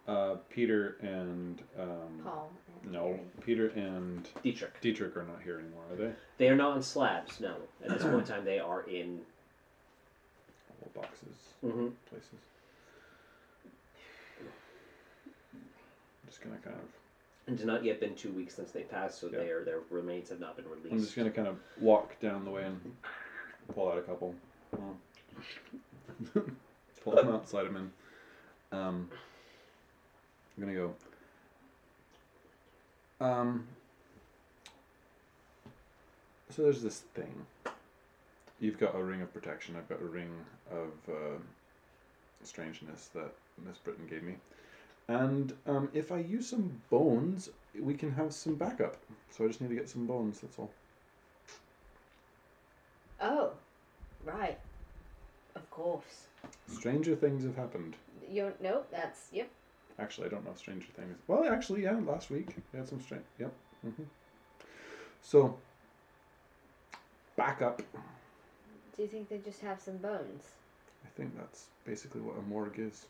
Speaker 1: Uh, Peter and um,
Speaker 2: Paul. and
Speaker 1: no,
Speaker 2: Harry.
Speaker 1: Peter and
Speaker 3: Dietrich.
Speaker 1: Dietrich are not here anymore, are they?
Speaker 3: They are not on slabs. No. At this point in time, they are in.
Speaker 1: Little boxes,
Speaker 3: Mhm.
Speaker 1: places. I'm just gonna kind of.
Speaker 3: It has not yet been two weeks since they passed, so
Speaker 1: Yeah.
Speaker 3: their their remains have not been
Speaker 1: I'm just
Speaker 3: released.
Speaker 1: gonna kind of walk down the way and pull out a couple. pull them out, slide them in. Um, I'm gonna go. Um, so there's this thing. You've got a ring of protection. I've got a ring of uh, strangeness that Miss Britton gave me. And um, if I use some bones, we can have some backup. So I just need to get some bones. That's all.
Speaker 2: Oh, right. Of course.
Speaker 1: Stranger things have happened.
Speaker 2: You're nope. That's yep.
Speaker 1: Actually, I don't know if Stranger Things. Well, actually, yeah, last week we had some strange. Yep. hmm So, back up.
Speaker 2: Do you think they just have some bones?
Speaker 1: I think that's basically what a morgue is.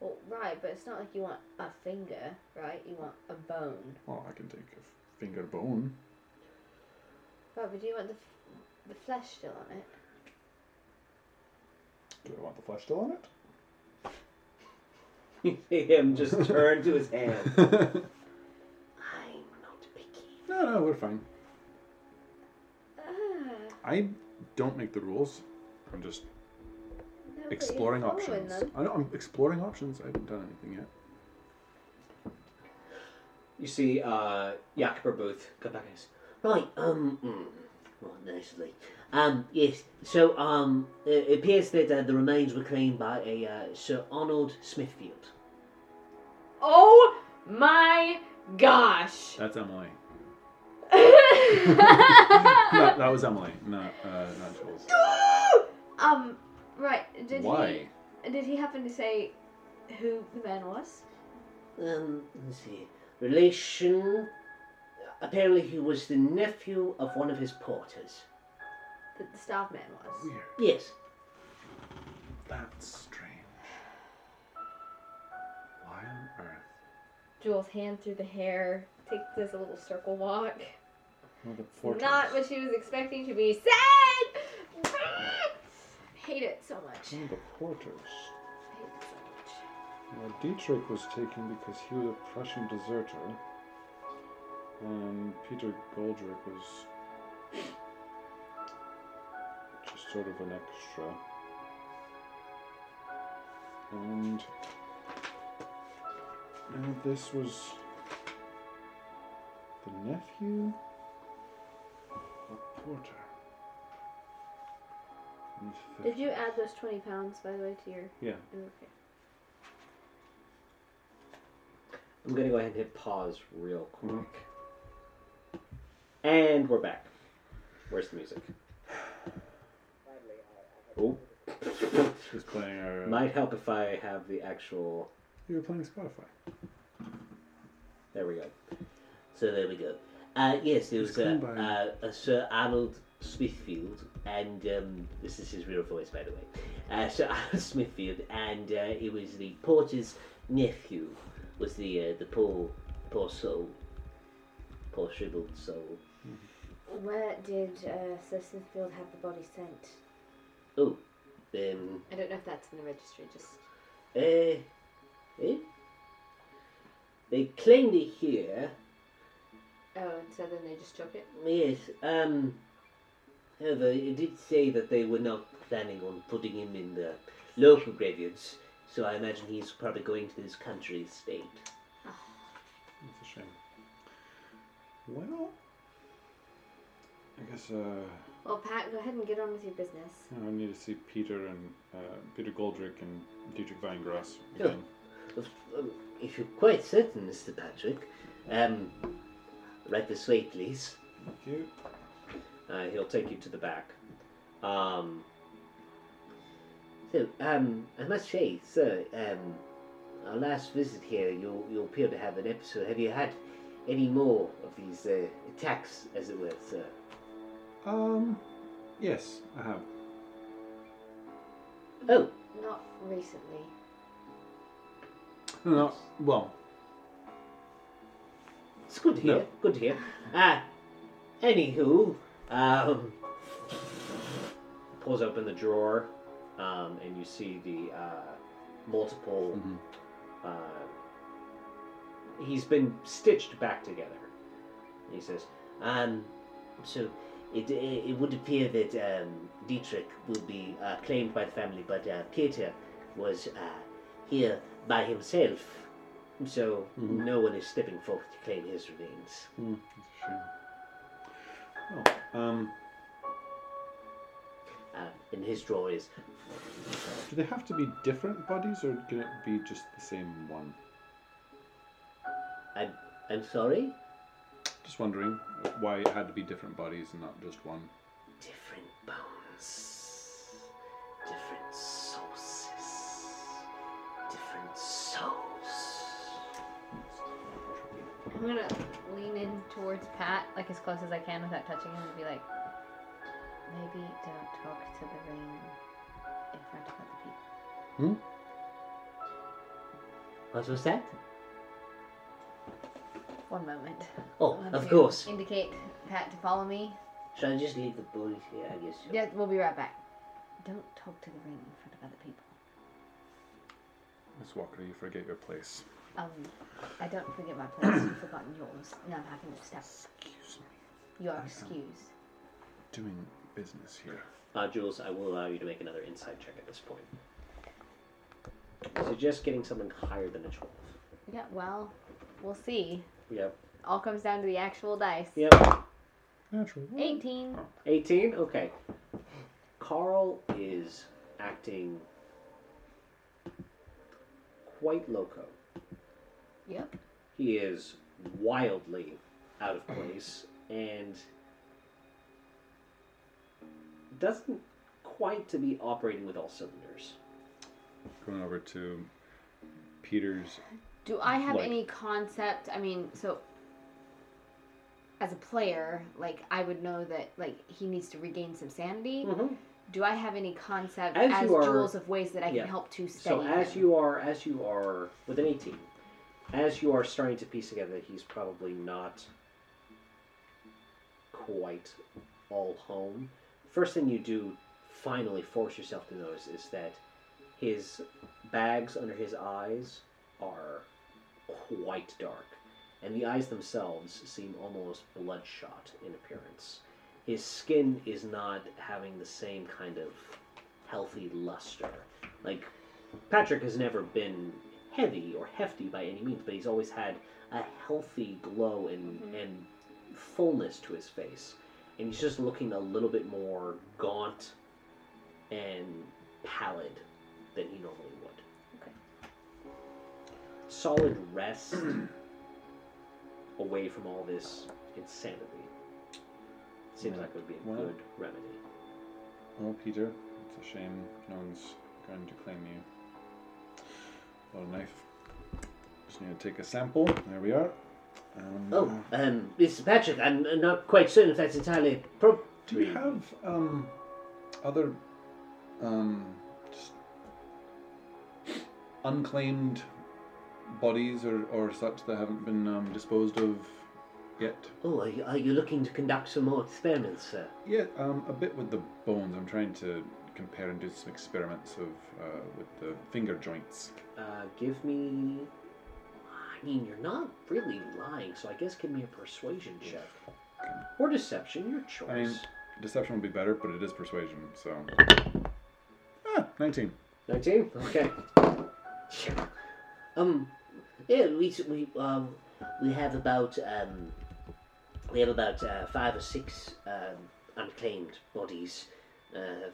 Speaker 2: Well, right, but it's not like you want a finger, right? You want a bone.
Speaker 1: Well, I can take a finger bone.
Speaker 2: Right, but do you want the f- the flesh still on it?
Speaker 1: Do I want the flesh still on it?
Speaker 3: You see him just turn to his hand.
Speaker 7: I'm not picky.
Speaker 1: no, no, we're fine.
Speaker 2: Ah,
Speaker 1: I don't make the rules. I'm just
Speaker 2: no, but
Speaker 1: exploring
Speaker 2: you're following
Speaker 1: options.
Speaker 2: Them.
Speaker 1: I know, I'm exploring options. I haven't done anything yet.
Speaker 3: You see, uh, Jakber Booth come back and goes,
Speaker 7: Right. Um. Mm, right, nasally. Um. Yes. So. Um. It appears that uh, the remains were claimed by a uh, Sir Arnold Smithfield.
Speaker 14: Oh my gosh.
Speaker 1: That's Emily.
Speaker 14: um,
Speaker 1: that, that was Emily, not uh, not Jules.
Speaker 2: Um, right. Did
Speaker 1: Why?
Speaker 2: he did he happen to say who the man was?
Speaker 7: um, let's see, relation. Apparently, he was the nephew of one of his porters.
Speaker 2: That the staff man was.
Speaker 1: Weird.
Speaker 7: Yes.
Speaker 1: That's strange. Why on earth?
Speaker 2: Jules hand through the hair, takes this little circle walk.
Speaker 1: Well, the
Speaker 2: Not what she was expecting to be said. Hate it so much. Hate
Speaker 1: Some of the porters.
Speaker 2: it so much.
Speaker 1: Now, Dietrich was taken because he was a Prussian deserter. Um, Peter Goldrick was just sort of an extra. And uh, this was the nephew of Porter. And
Speaker 15: Did you add those 20 pounds, by the way, to your.
Speaker 1: Yeah.
Speaker 15: Okay.
Speaker 3: I'm gonna go ahead and hit pause real quick.
Speaker 1: Mm-hmm.
Speaker 3: And we're back. Where's the music? Oh,
Speaker 1: She's playing our.
Speaker 3: might help if I have the actual.
Speaker 1: you were playing Spotify.
Speaker 3: There we go.
Speaker 7: So there we go. Uh, yes, there was
Speaker 1: It's gone by.
Speaker 7: a, uh, a Sir Arnold Smithfield, and um, this is his real voice, by the way. Uh, Sir Arnold Smithfield, and uh, it was the porter's nephew, was the uh, the poor poor soul, poor shriveled soul.
Speaker 16: Where did uh, Sir Smithfield have the body sent?
Speaker 7: Oh, um,
Speaker 15: I don't know if that's in the registry, just.
Speaker 7: Uh, eh? They claimed it here.
Speaker 15: Oh, and so then they just took it?
Speaker 7: Yes, um. However, it did say that they were not planning on putting him in the local graveyards, so I imagine he's probably going to this country estate.
Speaker 1: That's a shame. Well, I guess uh,
Speaker 15: Well, Pat, go ahead and get on with your business.
Speaker 1: I need to see Peter and uh, Peter Goldrick and Dietrich Weingrass again.
Speaker 7: If, um, if you're quite certain, Mr. Patrick, um, right this way, please.
Speaker 1: Thank you.
Speaker 3: Uh, he'll take you to the back. Um,
Speaker 7: So, um, I must say, sir, um, our last visit here, you you appear to have an episode. Have you had any more of these uh, attacks, as it were, sir?
Speaker 1: Um, yes, I have.
Speaker 7: Oh,
Speaker 15: Not recently.
Speaker 1: No, no, well,
Speaker 7: It's good to hear.
Speaker 1: No.
Speaker 7: Good to hear. Uh, anywho, um,
Speaker 3: pulls open the drawer, um, and you see the uh, multiple.
Speaker 1: mhm.
Speaker 3: Uh, he's been stitched back together.
Speaker 7: he says, um, so it it would appear that um, Dietrich will be uh, claimed by the family, but uh, Peter was uh, here by himself, so
Speaker 1: Mhm.
Speaker 3: Mm-hmm.
Speaker 7: no one is stepping forth to claim his remains.
Speaker 1: Mm, that's a shame. Oh, um,
Speaker 7: Uh, in his drawer is
Speaker 1: do they have to be different bodies, or can it be just the same one?
Speaker 7: I'm sorry,
Speaker 1: Just wondering why it had to be different bodies and not just one.
Speaker 7: different bones, different sources, different souls.
Speaker 15: I'm gonna lean in towards Pat, like as close as I can without touching him, and be like,
Speaker 2: Maybe don't talk to the ring in front of other people.
Speaker 7: What was that?
Speaker 2: One moment.
Speaker 7: Oh,
Speaker 2: Want
Speaker 7: of
Speaker 2: to
Speaker 7: course.
Speaker 2: Indicate Pat to follow me.
Speaker 7: Shall I just leave the bullies here? I guess. so.
Speaker 2: Yeah, we'll be right back. Don't talk to the ring in front of other people.
Speaker 1: Miss Walker, you forget your place.
Speaker 2: Um, I don't forget my place. You've forgotten yours. Now I'm having to step.
Speaker 1: Excuse me.
Speaker 2: You are excused.
Speaker 1: Doing business here.
Speaker 3: Uh, Jules, I will allow you to make another insight check at this point. Suggest getting something higher than a 12.
Speaker 2: Yeah, well, we'll see.
Speaker 3: Yep.
Speaker 2: All comes down to the actual dice.
Speaker 3: Yep.
Speaker 1: Natural. one.
Speaker 2: 18.
Speaker 3: 18? Okay. Carl is acting quite loco.
Speaker 2: Yep.
Speaker 3: He is wildly out of place and doesn't quite to be operating with all cylinders.
Speaker 1: Going over to Peter's.
Speaker 2: Do I have
Speaker 1: Like-
Speaker 2: any concept? I mean, so as a player, like I would know that like he needs to regain some sanity.
Speaker 3: Mm-hmm.
Speaker 2: Do I have any concept
Speaker 3: As
Speaker 2: as,
Speaker 3: you are-
Speaker 2: Jules of ways that I
Speaker 3: Yeah.
Speaker 2: can help to steady
Speaker 3: So as
Speaker 2: him?
Speaker 3: you are, as you are with an eighteen, as you are starting to piece together, that he's probably not quite all home. First thing you do, finally force yourself to notice, is that his bags under his eyes are quite dark. and the eyes themselves seem almost bloodshot in appearance. His skin is not having the same kind of healthy luster. Like, Patrick has never been heavy or hefty by any means, but he's always had a healthy glow and,
Speaker 2: Mhm.
Speaker 3: and fullness to his face. And he's just looking a little bit more gaunt and pallid than he normally would.
Speaker 2: Okay.
Speaker 3: Solid rest away from all this insanity. Seems like it would be a
Speaker 1: Wow.
Speaker 3: good remedy.
Speaker 1: Well, Peter, it's a shame no one's going to claim you. Little knife. Just need to take a sample. There we are. Um,
Speaker 3: Oh, um, Mr. Patrick, I'm uh, not quite certain if that's entirely appropriate.
Speaker 1: Do you have um, other um, just unclaimed bodies or, or such that haven't been um, disposed of yet?
Speaker 3: Oh, are you, are you looking to conduct some more experiments, sir?
Speaker 1: Yeah, um, a bit with the bones. I'm trying to compare and do some experiments of uh, with the finger joints.
Speaker 3: Uh, give me. I mean, you're not really lying, so I guess give me a persuasion check. Or deception, your choice.
Speaker 1: Deception would be better, but it is persuasion, so. Ah, 19.
Speaker 3: 19? Okay.
Speaker 7: Um, yeah, we, we um we have about um we have about uh, five or six um, unclaimed bodies. Uh,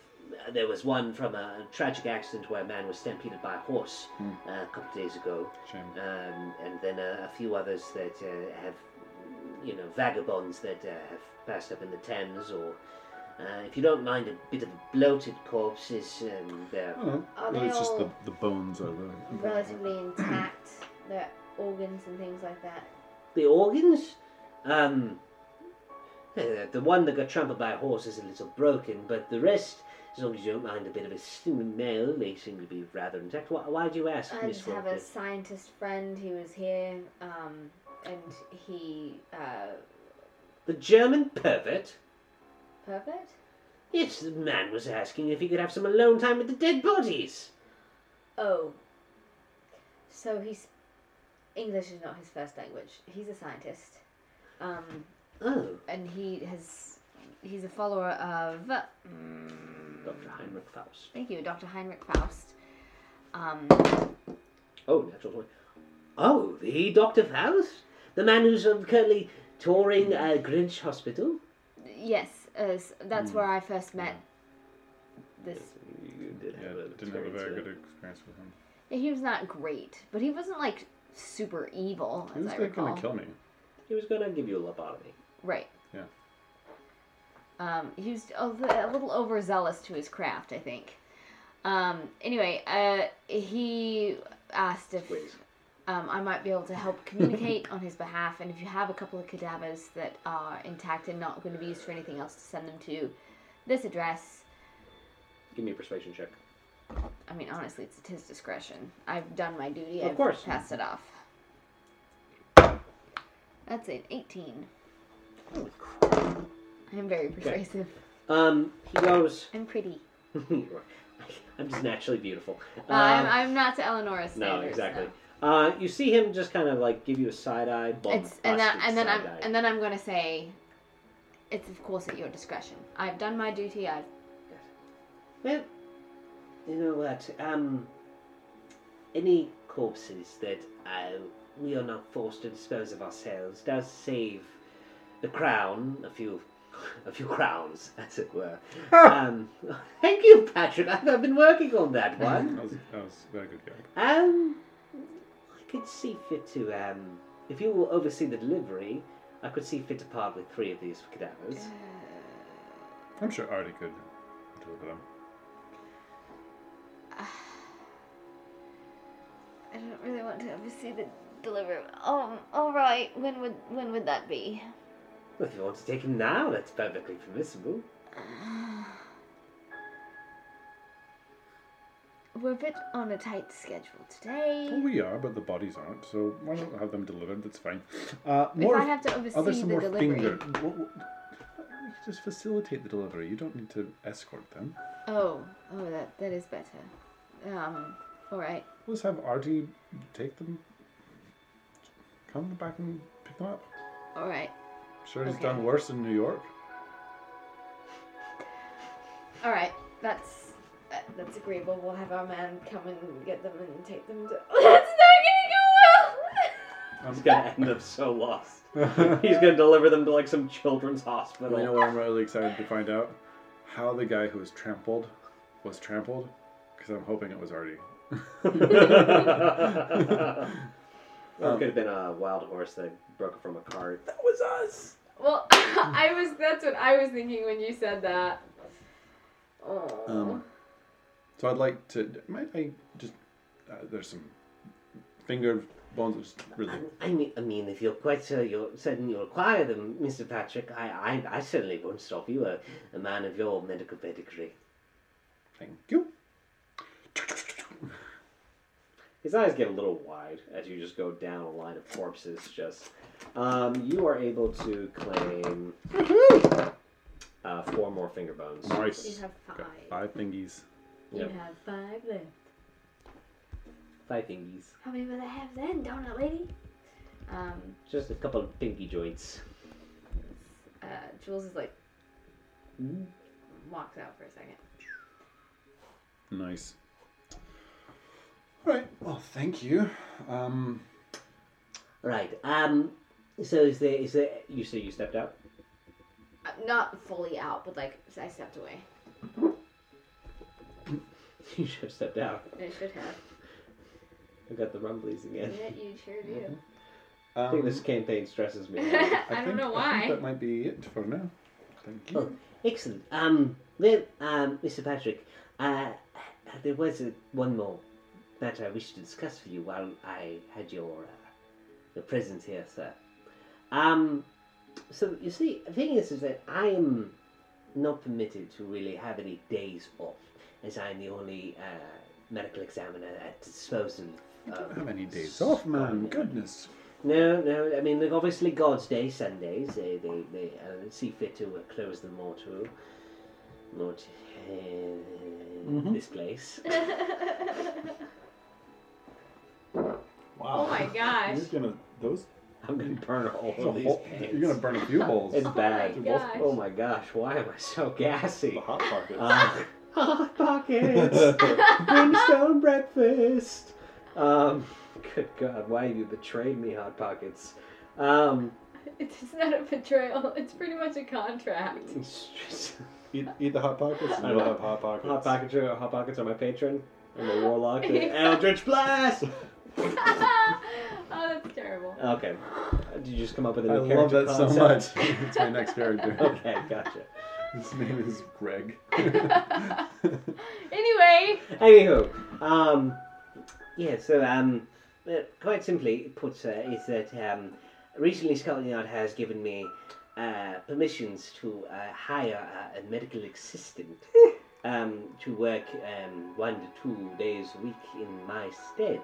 Speaker 7: there was one from a tragic accident where a man was stampeded by a horse
Speaker 1: Hmm.
Speaker 7: uh, a couple of days ago,
Speaker 1: Shame.
Speaker 7: um, and then a, a few others that uh, have you know vagabonds that uh, have passed up in the Thames or. Uh, if you don't mind a bit of bloated corpses, um, there.
Speaker 1: Oh,
Speaker 17: Are
Speaker 1: well,
Speaker 17: they
Speaker 1: it's just the,
Speaker 17: all
Speaker 1: the bones are the.
Speaker 17: relatively intact? Their organs and things like that.
Speaker 7: the organs. Um, eh, the one that got trampled by a horse is a little broken, but the rest, as long as you don't mind a bit of a smell, they seem to be rather intact. Why, why do you ask,
Speaker 17: I
Speaker 7: Miss
Speaker 17: just have a
Speaker 7: Faulkner?
Speaker 17: scientist friend who was here, um, and he uh,
Speaker 7: The German pervert?
Speaker 17: pervert.
Speaker 7: Yes, the man was asking if he could have some alone time with the dead bodies.
Speaker 17: Oh, so he's English is not his first language. He's a scientist, um,
Speaker 7: Oh,
Speaker 17: and he has he's a follower of. mm,
Speaker 3: Dr. Heinrich Faust.
Speaker 17: Thank you, Dr. Heinrich Faust. Um,
Speaker 7: oh, natural one. Oh, the Dr. Faust? The man who's um, currently touring uh, Grinch Hospital?
Speaker 17: yes, uh, s- that's
Speaker 1: Mm.
Speaker 17: where I first met this.
Speaker 3: You did
Speaker 1: Yeah,
Speaker 3: have a
Speaker 1: didn't have a very
Speaker 3: experience
Speaker 1: good experience with him.
Speaker 2: Yeah, he was not great, but he wasn't like super evil, as
Speaker 1: Who's
Speaker 2: I
Speaker 1: like
Speaker 2: recall.
Speaker 1: gonna kill me?
Speaker 3: there. He was gonna give you a lobotomy.
Speaker 2: Right.
Speaker 1: Yeah.
Speaker 2: Um, he was a, li- a little overzealous to his craft, I think. Um, anyway, uh, he asked if
Speaker 3: Wait.
Speaker 2: um, I might be able to help communicate on his behalf, and if you have a couple of cadavers that are intact and not going to be used for anything else, to send them to this address.
Speaker 3: Give me a persuasion check.
Speaker 2: I mean, honestly, it's at his discretion. I've done my duty.
Speaker 3: Of
Speaker 2: I've
Speaker 3: course.
Speaker 2: passed it off. That's an 18.
Speaker 3: Holy
Speaker 2: I'm very persuasive.
Speaker 3: Um, he goes.
Speaker 2: I'm pretty.
Speaker 3: You are- I'm just naturally beautiful.
Speaker 2: No, I'm, I'm not to Eleanor's
Speaker 3: Uh, no,
Speaker 2: standards.
Speaker 3: exactly. Uh, you see him just kind of like give you a side eye.
Speaker 2: no.
Speaker 3: bump,
Speaker 2: It's and, that,
Speaker 3: busted
Speaker 2: and then I'm
Speaker 3: side eye.
Speaker 2: and then I'm gonna say, it's of course at your discretion. I've done my duty. I've
Speaker 7: Well, you know what? Um, any corpses that uh, we are not forced to dispose of ourselves does save the crown a few, a few crowns, as it were. um, thank you, Patrick. I've, I've been working on that one.
Speaker 1: That was, that was a very good guy.
Speaker 7: um, I could see fit to um, if you will oversee the delivery, I could see fit to part with three of these cadavers.
Speaker 2: Uh,
Speaker 1: I'm sure Artie could deal with him.
Speaker 2: I don't really want to oversee the delivery. Oh, all right. When would when would that be?
Speaker 7: Well, if you want to take him now, that's perfectly permissible.
Speaker 2: We're a bit on a tight schedule today.
Speaker 1: Well, we are, but the bodies aren't, so why not have them delivered? That's fine. Uh,
Speaker 2: if
Speaker 1: more.
Speaker 2: I have to oversee
Speaker 1: oh, there's some
Speaker 2: the
Speaker 1: more
Speaker 2: delivery.
Speaker 1: finger. Wha- wha- You just facilitate the delivery. You don't need to escort them.
Speaker 2: Oh, oh, that that is better. Um, all right.
Speaker 1: Let's have Artie take them. Come back and pick them up.
Speaker 2: All right.
Speaker 1: Sure, he's
Speaker 2: Okay.
Speaker 1: done worse in New York.
Speaker 18: All right, that's uh, that's agreeable. We'll have our man come and get them and take them to. That's not gonna go well.
Speaker 1: Um,
Speaker 7: He's gonna end up so lost. He's gonna deliver them to like some children's hospital.
Speaker 1: you know what I'm really excited to find out? How the guy who was trampled was trampled? Because I'm hoping it was Artie. Um,
Speaker 7: Well, it could have been a wild horse that broke from a cart.
Speaker 1: That was us!
Speaker 18: Well, I was. That's what I was thinking when you said that. Oh.
Speaker 1: Um, so I'd like to. Might I just. Uh, there's some finger bones. It's really.
Speaker 7: I mean, I mean, if you're quite sure you're certain you'll acquire them, Mr. Patrick, I, I, I certainly won't stop you, a, a man of your medical pedigree.
Speaker 1: Thank you.
Speaker 7: His eyes get a little wide as you just go down a line of corpses. Just, um, you are able to claim uh, four more finger bones.
Speaker 1: Nice.
Speaker 19: have
Speaker 1: Got five thingies.
Speaker 7: Yep.
Speaker 19: have five left.
Speaker 7: Five fingies,
Speaker 19: How many will I have then, don't I, lady?
Speaker 18: um,
Speaker 7: just a couple of pinky joints.
Speaker 18: uh, Jules is like walks out for a second.
Speaker 1: Nice. All right. Well, thank you. Um,
Speaker 7: Right. Um. So is there is there? You say you stepped out.
Speaker 18: Uh, not fully out, but like I stepped away.
Speaker 7: you should have stepped out.
Speaker 18: I should have.
Speaker 7: I got the rumblies again.
Speaker 18: Yeah, you sure do.
Speaker 1: um,
Speaker 7: I think this campaign stresses me. out.
Speaker 18: I, don't
Speaker 1: think-
Speaker 18: know
Speaker 1: I
Speaker 18: why.
Speaker 1: think that might be it for now. Thank you.
Speaker 7: Oh. Excellent. Um, well, um, Mr. Patrick, uh, there was a, one more matter I wished to discuss with you while I had your, uh, your presence here, sir. Um, so you see, the thing is, is that I am not permitted to really have any days off, as I'm the only uh, medical examiner at disposal.
Speaker 1: I
Speaker 7: of um,
Speaker 1: don't have any days
Speaker 7: Scotland.
Speaker 1: off, man. Goodness.
Speaker 7: No, no. I mean, like obviously God's Day Sundays. They they they uh, see fit to uh, close them more to more to uh,
Speaker 1: Mhm.
Speaker 7: this place.
Speaker 1: Wow.
Speaker 18: oh my gosh.
Speaker 1: You're gonna those. oh,
Speaker 7: I'm gonna burn all
Speaker 1: it's a hole- you're gonna burn a few holes.
Speaker 7: It's
Speaker 1: in
Speaker 7: bad.
Speaker 1: both
Speaker 18: gosh.
Speaker 7: Oh my gosh! Why am I so
Speaker 1: the
Speaker 7: gassy?
Speaker 1: hot pockets.
Speaker 7: Uh, hot pockets, brimstone breakfast. Um, good God! Why have you betrayed me, hot pockets? Um,
Speaker 18: It's not a betrayal. It's pretty much a contract.
Speaker 7: it's just-
Speaker 1: eat, eat the hot pockets, and you'll have hot pockets.
Speaker 7: Hot pockets are hot pockets are my patron. I'm a warlock. Eldritch blast.
Speaker 18: oh, that's terrible.
Speaker 7: Okay. Did you just come up with a new
Speaker 1: I
Speaker 7: character
Speaker 1: love that so much.
Speaker 7: concept?
Speaker 1: it's my next character.
Speaker 7: okay, gotcha.
Speaker 1: His name is Greg. Oh,
Speaker 18: Anyway,
Speaker 7: Anywho, um, yeah. So, um, uh, quite simply put, sir, is that um, recently Scotland Yard has given me uh, permissions to uh, hire uh, a medical assistant um, to work um, one to two days a week in my stead.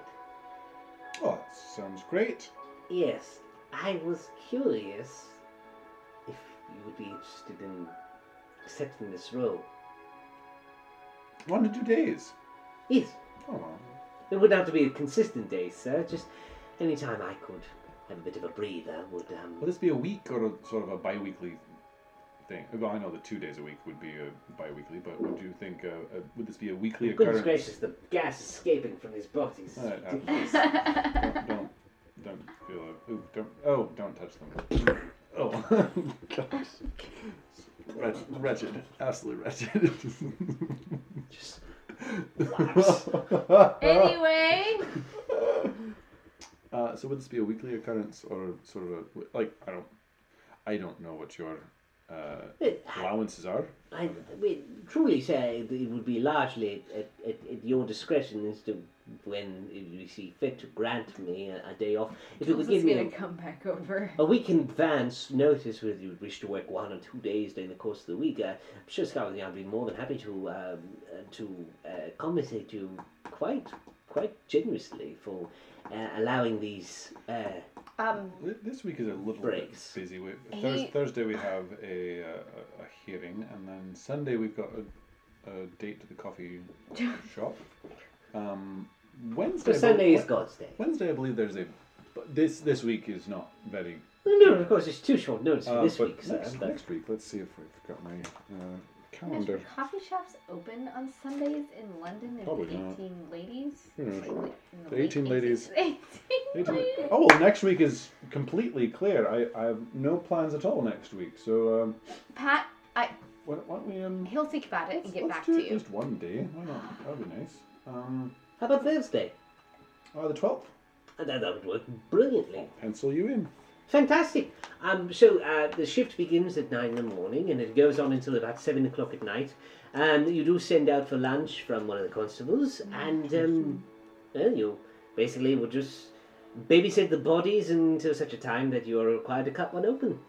Speaker 1: oh, that sounds great.
Speaker 7: Yes, I was curious if you would be interested in accepting this role.
Speaker 1: One to two days.
Speaker 7: Yes,
Speaker 1: Oh well.
Speaker 7: it would have to be a consistent day, sir. Just any time I could have a bit of a breather would.
Speaker 1: Will
Speaker 7: Um,
Speaker 1: this be a week or a, sort of a bi-weekly thing? Well, I know the two days a week would be a bi-weekly, but would you think uh, uh would this be a weekly
Speaker 7: goodness
Speaker 1: occurrence?
Speaker 7: gracious, the gas escaping from these bodies.
Speaker 1: All right, uh,
Speaker 7: ridiculous.
Speaker 1: don't, don't don't feel it. Ooh, don't oh don't touch them. Oh, gosh. Wretched, wretched, absolutely wretched.
Speaker 7: Just laughs.
Speaker 18: anyway.
Speaker 1: Uh, so would this be a weekly occurrence or sort of a, like I don't I don't know what your uh,
Speaker 7: Wait, I,
Speaker 1: allowances are.
Speaker 7: I, we truly, sir, it it would be largely at, at, at your discretion as to when you see fit to grant me a, a day off. If it
Speaker 18: Jules
Speaker 7: would
Speaker 18: is
Speaker 7: give me
Speaker 18: gonna
Speaker 7: a
Speaker 18: come back over.
Speaker 7: A week in advance notice whether you would wish to work one or two days during the course of the week. Uh, I'm sure Scarlet Yard would be more than happy to um, uh, to uh, compensate you quite quite generously for uh, allowing these. Uh,
Speaker 2: Um,
Speaker 1: This week is a little
Speaker 7: Breaks.
Speaker 1: bit busy. We,
Speaker 2: He-
Speaker 1: Thurs Thursday we have a, uh, a a hearing, and then Sunday we've got a, a date to the coffee shop. Um, Wednesday.
Speaker 7: so
Speaker 1: I
Speaker 7: Sunday
Speaker 1: bel-
Speaker 7: is God's Day.
Speaker 1: Wednesday, I believe there's a But this this week is not very.
Speaker 3: No, of course, it's too short notice for
Speaker 1: Uh,
Speaker 3: this
Speaker 1: but
Speaker 3: week. So
Speaker 1: next,
Speaker 3: that-
Speaker 1: next week, let's see if I've got my uh,
Speaker 2: Gosh,
Speaker 1: calendar.
Speaker 2: were coffee shops open on Sundays in London in
Speaker 1: Probably
Speaker 2: the
Speaker 1: not.
Speaker 2: 18 ladies?
Speaker 1: Who knows?
Speaker 2: Like, in
Speaker 1: The
Speaker 2: late
Speaker 1: 18 ladies.
Speaker 2: 18 ladies.
Speaker 1: Oh, well, next week is completely clear. I, I have no plans at all next week. So um,
Speaker 2: Pat,
Speaker 1: why, why don't we um,
Speaker 2: he'll think about it and get
Speaker 1: let's
Speaker 2: back
Speaker 1: do
Speaker 2: to
Speaker 1: it
Speaker 2: you.
Speaker 1: Just one day. Why not? That'd be nice. Um,
Speaker 3: How about Thursday?
Speaker 1: uh, the twelfth.
Speaker 3: Uh, That, that would work brilliantly.
Speaker 1: Pencil you in.
Speaker 3: Fantastic. Um, so uh, the shift begins at nine in the morning and it goes on until about seven o'clock at night. And you do send out for lunch from one of the constables, and um, well, you basically will just babysit the bodies until such a time that you are required to cut one open.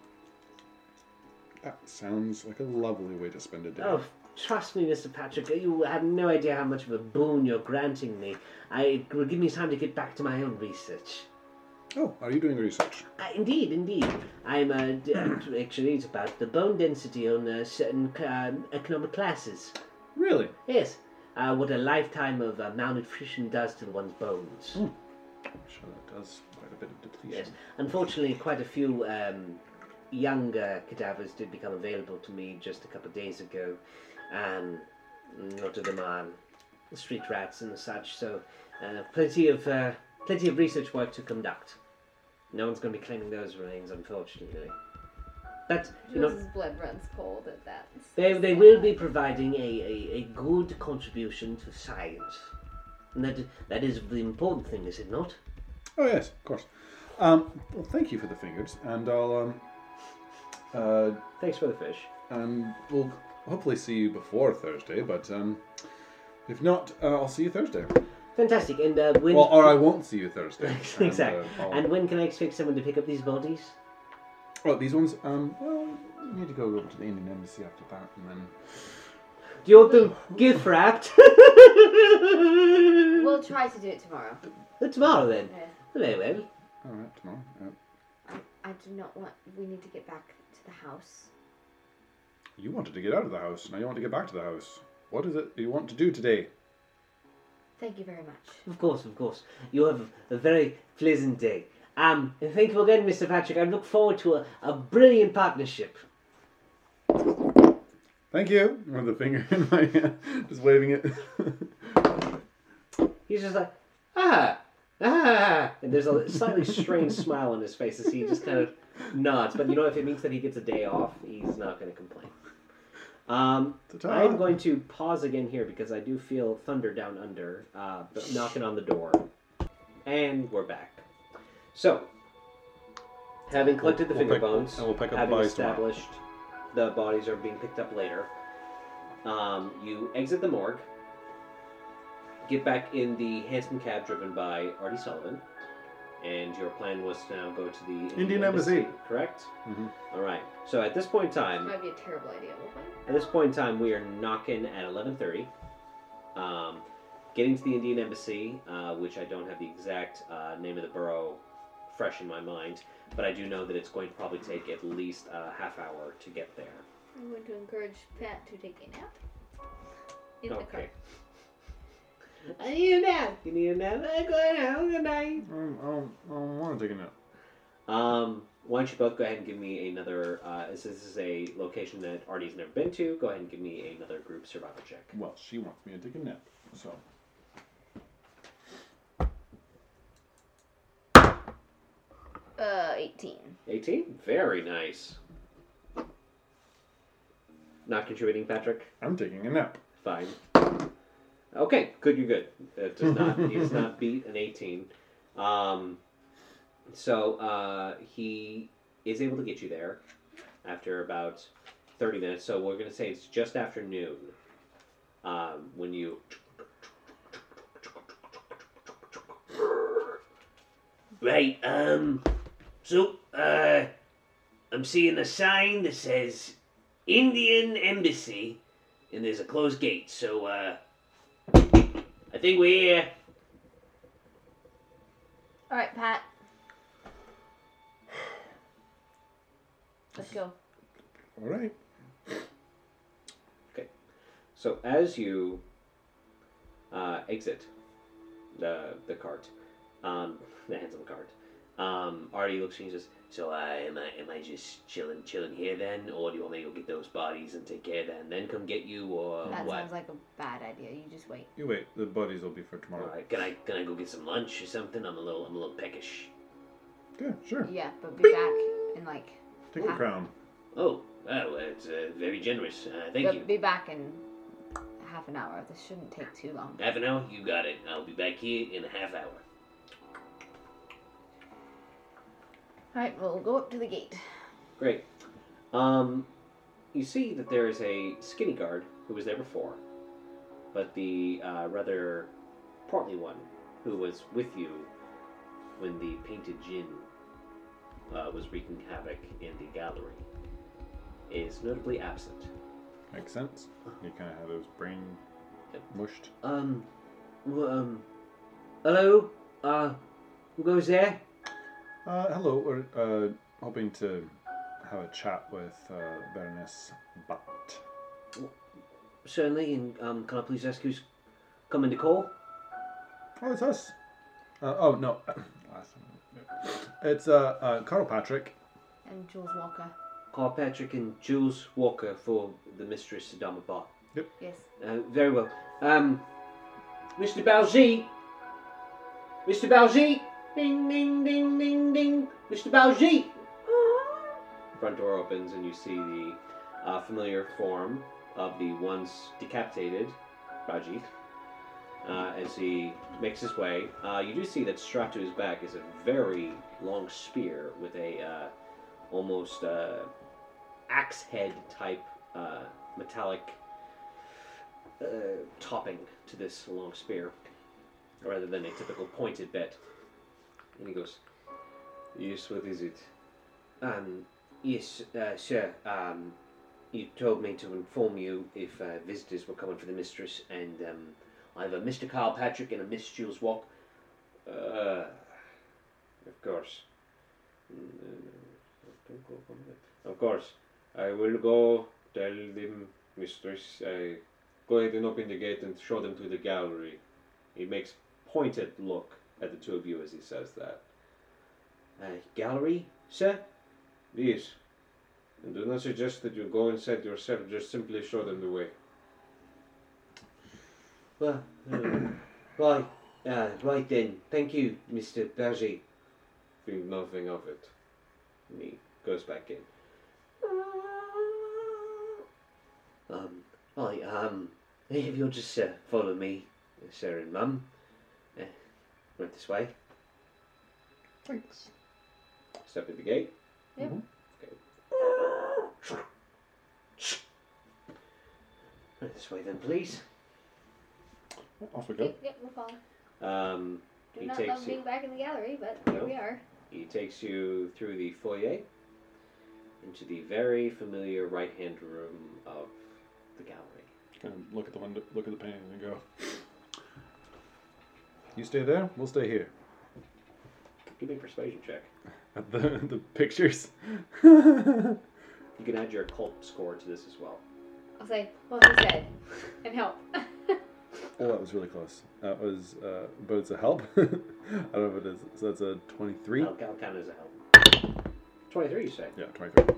Speaker 1: That sounds like a lovely way to spend a day.
Speaker 3: Oh, trust me, Mr. Patrick, you have no idea how much of a boon you're granting me. I, it will give me time to get back to my own research.
Speaker 1: Oh, are you doing research?
Speaker 3: Uh, indeed, indeed. I'm uh, d- uh, actually it's about the bone density on uh, certain c- um, economic classes.
Speaker 1: Really?
Speaker 3: Yes, uh, what a lifetime of uh, malnutrition does to one's bones.
Speaker 1: Hmm. Sure, that does quite a bit of depletion.
Speaker 3: Yes. Unfortunately, quite a few um, younger cadavers did become available to me just a couple of days ago. Um, a lot of them are street rats and such, so uh, plenty of uh, plenty of research work to conduct. No one's going to be claiming those remains, unfortunately. But you know,
Speaker 2: Jules' blood runs cold at that.
Speaker 3: they, they will be providing a, a, a good contribution to science. And that, that is the important thing, is it not?
Speaker 1: Oh yes, of course. Um, well, thank you for the fingers, and I'll um, uh,
Speaker 3: Thanks for the fish.
Speaker 1: and we'll hopefully see you before Thursday. But um, if not, uh, I'll see you Thursday.
Speaker 3: Fantastic. And uh, when
Speaker 1: Well, or I won't see you Thursday.
Speaker 3: exactly.
Speaker 1: And, uh, I'll-
Speaker 3: And when can I expect someone to pick up these bodies?
Speaker 1: oh, these ones. Um, well, you need to go over to the Indian Embassy after that, and then
Speaker 3: Do you want them gift wrapped?
Speaker 20: We'll try to do it tomorrow.
Speaker 3: Tomorrow then.
Speaker 20: Yeah.
Speaker 3: Very well.
Speaker 1: all right tomorrow. Uh,
Speaker 20: I do not want. We need to get back to the house.
Speaker 1: you wanted to get out of the house. Now you want to get back to the house. What is it you want to do today?
Speaker 20: Thank you very much.
Speaker 3: Of course, of course. You have a very pleasant day. Um, and thank you again, Mr. Patrick. I look forward to a, a brilliant partnership.
Speaker 1: Thank you. With the finger in my hand, just waving it.
Speaker 3: He's just like, ah, ah. And there's a slightly strange smile on his face as he just kind of nods. But you know, if it means that he gets a day off, he's not going to complain. Um,
Speaker 1: Ta-ta.
Speaker 3: I'm going to pause again here because I do feel thunder down under uh, but knocking on the door. And we're back. So, having collected the
Speaker 1: We'll
Speaker 3: finger
Speaker 1: pick-
Speaker 3: bones,
Speaker 1: and we'll pick up the
Speaker 3: having
Speaker 1: bodies tomorrow.
Speaker 3: established the bodies are being picked up later, um, you exit the morgue, get back in the handsome cab driven by Artie Sullivan, and your plan was to now go to the
Speaker 1: Indian Embassy.
Speaker 3: correct?
Speaker 1: Mhm.
Speaker 3: All right. So at this point in time,
Speaker 2: Might be a terrible idea. wouldn't it?
Speaker 3: at this point in time, we are knocking at eleven thirty. Um, getting to the Indian Embassy, uh, which I don't have the exact uh, name of the borough fresh in my mind, but I do know that it's going to probably take at least a half hour to get there.
Speaker 2: I'm going to encourage Pat to take a nap. In the car.
Speaker 3: Okay. I need a nap. You need a nap. I go now. Good night.
Speaker 1: Um, I don't, I don't want to take a nap.
Speaker 3: Um, why don't you both go ahead and give me another? Uh, this this is a location that Artie's never been to. Go ahead and give me another group survival check.
Speaker 1: Well, she wants me to take a nap, so.
Speaker 2: Uh, 18.
Speaker 3: 18? Very nice. Not contributing, Patrick?
Speaker 1: I'm taking a nap.
Speaker 3: Fine. Okay, good, you're good. It does not, he does not beat an 18. Um, so uh, he is able to get you there after about 30 minutes. So we're going to say it's just after noon um, when you.
Speaker 7: Right, um, so, uh, I'm seeing a sign that says Indian Embassy, and there's a closed gate, so, uh, I think we're here.
Speaker 2: Alright, Pat. Let's go.
Speaker 1: All right.
Speaker 3: So as you uh, exit the the cart, um, the hands of the cart,
Speaker 21: Um, Artie looks at you and says, "So I am I am I just chilling chilling here then, or do you want me to go get those bodies and take care of that and then come get you, or
Speaker 2: That
Speaker 21: what?
Speaker 2: sounds like a bad idea. You just wait.
Speaker 1: You wait. The bodies will be for
Speaker 21: All
Speaker 1: tomorrow.
Speaker 21: right, can I can I go get some lunch or something? I'm a little I'm a little peckish.
Speaker 1: Good. Sure.
Speaker 2: Yeah, but be back in like
Speaker 1: Take the crown.
Speaker 21: Oh, well, it's uh, very generous. Uh, thank
Speaker 2: but
Speaker 21: you.
Speaker 2: be back in half an hour. This shouldn't take too long.
Speaker 21: Half an hour, you got it. I'll be back here in a half hour.
Speaker 2: Alright, we'll go up to the gate.
Speaker 3: Great. Um, you see that there is a skinny guard who was there before, but the uh, rather portly one who was with you when the painted gin uh, was wreaking havoc in the gallery is notably absent.
Speaker 1: Makes sense. You kind of have those brain mushed.
Speaker 7: Um, well, um, hello? Uh, who goes there?
Speaker 1: Uh, hello. We're uh, hoping to have a chat with uh, Baroness Bat.
Speaker 7: Certainly, and um, can I please ask who's coming to call?
Speaker 1: Oh, it's us. Uh, oh no, Last name. it's uh, uh Carl Patrick.
Speaker 2: And Jules Walker.
Speaker 7: Carl Patrick and Jules Walker for the Mistress Adama Bar.
Speaker 2: Yes.
Speaker 7: Uh, very well. Um, Mr. Balji! Mr. Balji! Ding, ding, ding, ding, ding! Mr. Balji!
Speaker 3: front door opens and you see the uh, familiar form of the once decapitated Raji. Uh, as he makes his way, uh, you do see that strapped to his back is a very long spear with a uh, almost uh, axe head type uh, metallic uh, topping to this long spear, rather than a typical pointed bit. And he goes,
Speaker 7: Yes, what is it? Um, yes, uh, sir. Um, you told me to inform you if uh, visitors were coming for the mistress, and um, I have a Mr. Carl Patrick and a Miss Jules Walk. Uh, of course. Of course. I will go tell them, mistress. uh, I go ahead and open the gate and show them to the gallery. He makes pointed look at the two of you as he says that. Uh, gallery, sir?
Speaker 22: Yes. And do not suggest that you go inside yourself, just simply show them the way.
Speaker 7: Well, uh, right, uh, right then. Thank you, Mr. Berger.
Speaker 22: Think nothing of it.
Speaker 7: And he goes back in. Um, hi, um, if you'll just uh, follow me, sir and mum. Uh, right this way.
Speaker 1: Thanks.
Speaker 7: Step in the gate.
Speaker 2: Yep.
Speaker 1: Mhm.
Speaker 7: Okay. Right this way then, please.
Speaker 1: Off we go.
Speaker 23: Yep, we'll follow.
Speaker 7: Um,
Speaker 23: Do
Speaker 7: He
Speaker 23: not
Speaker 7: takes
Speaker 23: love
Speaker 7: you-
Speaker 23: being back in the gallery, but
Speaker 7: No.
Speaker 23: here we are.
Speaker 7: He takes you through the foyer into the very familiar right hand room of the gallery.
Speaker 1: Gonna look at the window, look at the painting, and go. You stay there. We'll stay here.
Speaker 7: Give me a persuasion check.
Speaker 1: At the the pictures. Oh,
Speaker 3: You can add your occult score to this as well.
Speaker 23: I'll say, well, he said, and help.
Speaker 1: Oh, that was really close. That was, uh, but it's a help. I don't know if it is. So that's a 23.
Speaker 3: I'll, I'll count it as a help. 23, you say?
Speaker 1: Yeah, 23.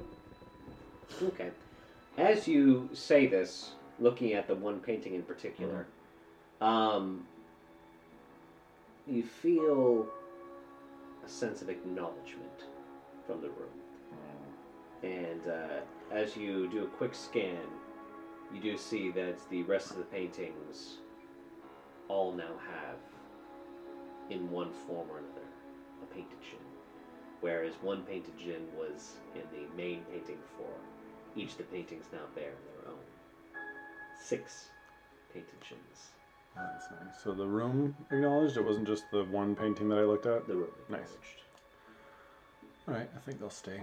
Speaker 3: Okay. As you say this, looking at the one painting in particular, um, you feel a sense of acknowledgement from the room. And uh, as you do a quick scan, you do see that the rest of the paintings all now have, in one form or another, a painted chin. Whereas one painted gin was in the main painting for each of the paintings now there in their own. Six painted gins.
Speaker 1: That's nice. So the room acknowledged. It wasn't just the one painting that I looked at.
Speaker 3: The room
Speaker 1: Nice.
Speaker 3: acknowledged.
Speaker 1: All right, I think they'll stay.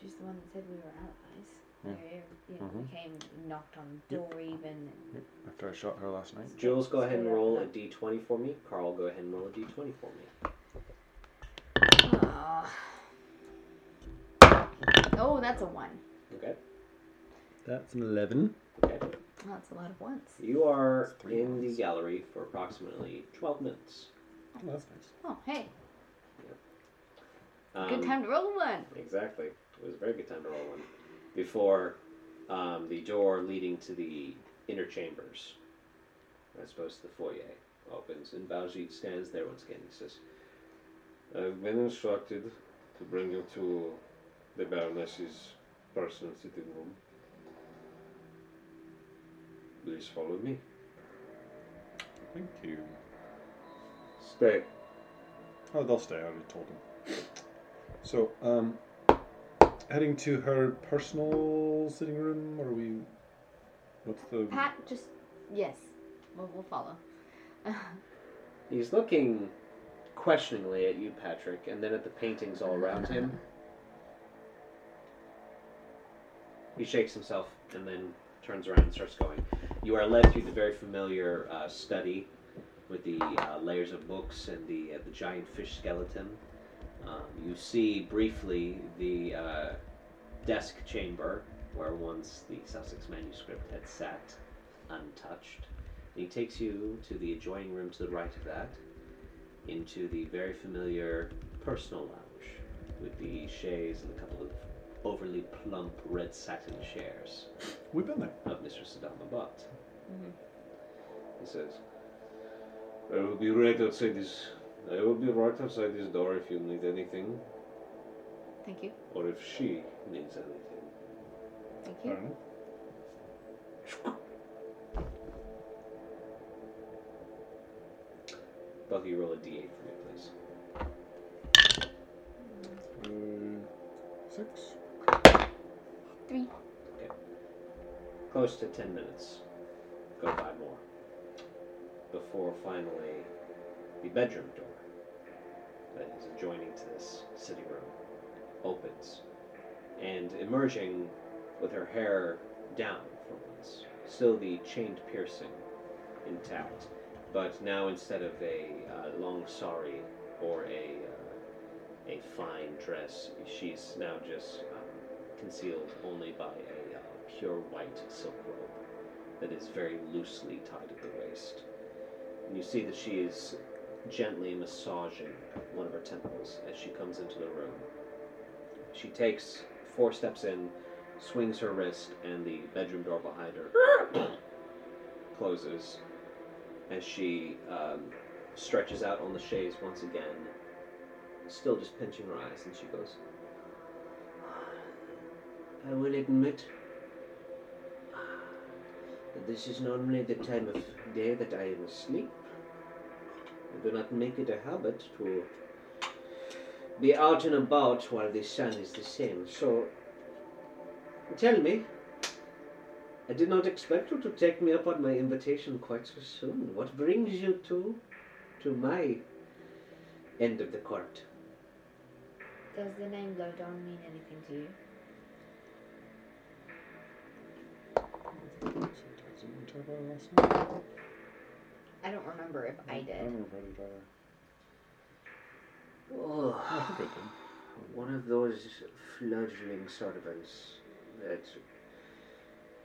Speaker 2: She's the one that said we were allies.
Speaker 1: Yeah.
Speaker 2: You know,
Speaker 1: Mhm.
Speaker 2: came and knocked on the door even. And
Speaker 1: After I shot her last night.
Speaker 3: Jules, go ahead and roll a d20 for me. Carl, go ahead and roll a d20 for me.
Speaker 2: Aw. "Ah." Oh, that's a one.
Speaker 3: Okay.
Speaker 1: That's an 11.
Speaker 3: Okay.
Speaker 2: That's a lot of ones.
Speaker 3: You are
Speaker 1: It's three
Speaker 3: in the
Speaker 1: ones.
Speaker 3: gallery for approximately 12 minutes.
Speaker 1: Oh, that's nice.
Speaker 24: Oh, hey,
Speaker 3: Um,
Speaker 24: good time to roll one.
Speaker 3: Exactly. It was a very good time to roll one. Before um, the door leading to the inner chambers, as opposed to the foyer, opens, and Valjit stands there once again. He says,
Speaker 25: I've been instructed to bring you to the Baroness's personal sitting room. Please follow me.
Speaker 1: Thank you.
Speaker 25: Stay.
Speaker 1: Oh, they'll stay. I already told them. So, um, heading to her personal sitting room, or are we? What's the?
Speaker 2: Pat, just yes, we'll, we'll follow.
Speaker 3: He's looking questioningly at you, Patrick, and then at the paintings all around him. He shakes himself and then turns around and starts going. You are led through the very familiar uh, study with the uh, layers of books and the, uh, the giant fish skeleton. Um, you see briefly the uh, desk chamber where once the Sussex manuscript had sat untouched. And he takes you to the adjoining room to the right of that, into the very familiar personal lounge with the chaise and a couple of overly plump red satin chairs
Speaker 1: We've been there.
Speaker 3: of Mr. Saddam Abad.
Speaker 25: He says, I will be right outside this. I will be right outside this door if you need anything,
Speaker 24: Thank you.
Speaker 25: or if she needs anything.
Speaker 24: Thank
Speaker 1: I
Speaker 24: you.
Speaker 1: don't know.
Speaker 3: Both of you roll a d8 for me, please.
Speaker 1: Uh, six.
Speaker 3: Close to 10 minutes go by more before finally the bedroom door that is adjoining to this sitting room opens and emerging with her hair down for once still the chained piercing intact but now instead of a uh, long sari or a uh, a fine dress she's now just um, concealed only by a uh, pure white silk robe that is very loosely tied at the waist. And you see that she is gently massaging one of her temples as she comes into the room. She takes four steps in, swings her wrist, and the bedroom door behind her closes as she um, stretches out on the chaise once again, still just pinching her eyes, and she goes,
Speaker 7: I will admit that this is normally the time of day that I am asleep. I do not make it a habit to be out and about while the sun is the same. So, tell me, I did not expect you to take me up on my invitation quite so soon. What brings you to to my end of the court?
Speaker 2: Does the name Lodon mean anything to you?
Speaker 1: Didn't we talk about it last night?
Speaker 2: I don't remember if
Speaker 1: Mm,
Speaker 2: I
Speaker 1: I
Speaker 2: did.
Speaker 1: don't remember if I did
Speaker 7: Oh.
Speaker 1: either. I think I did.
Speaker 7: One of those fledgling servants that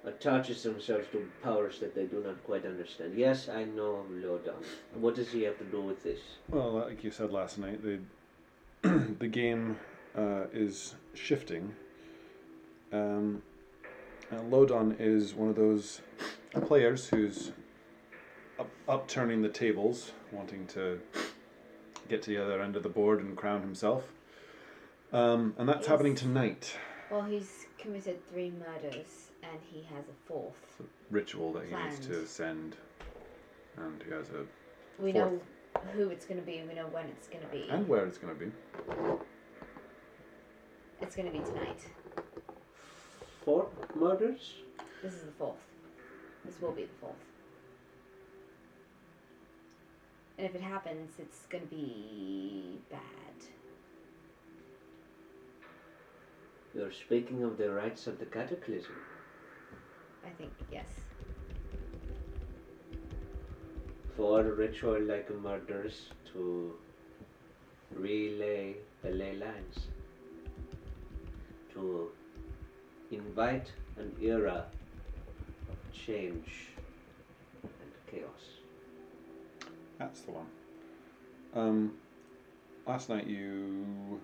Speaker 7: attaches themselves to powers that they do not quite understand. Yes, I know Lodon. What does he have to do with this?
Speaker 1: Well, like you said last night, the the game uh, is shifting. Um, and Lodon is one of those players who's up, upturning the tables, wanting to get to the other end of the board and crown himself. Um, and that's
Speaker 2: Yes.
Speaker 1: happening tonight.
Speaker 2: Well, he's committed three murders and he has a fourth.
Speaker 1: Ritual that he needs to
Speaker 2: Planned.
Speaker 1: send, and he has a
Speaker 2: We
Speaker 1: Fourth.
Speaker 2: know who it's going to be. We know when it's going to be.
Speaker 1: and where it's going to be.
Speaker 2: It's going to be tonight.
Speaker 7: Four murders?
Speaker 2: This is the fourth. This will be the fourth. And if it happens, it's going to be bad.
Speaker 7: You're speaking of the rites of the cataclysm.
Speaker 2: I think yes.
Speaker 7: Four ritual like murders to relay the ley lines. To invite an era of change and chaos.
Speaker 1: That's the one. Um, last night you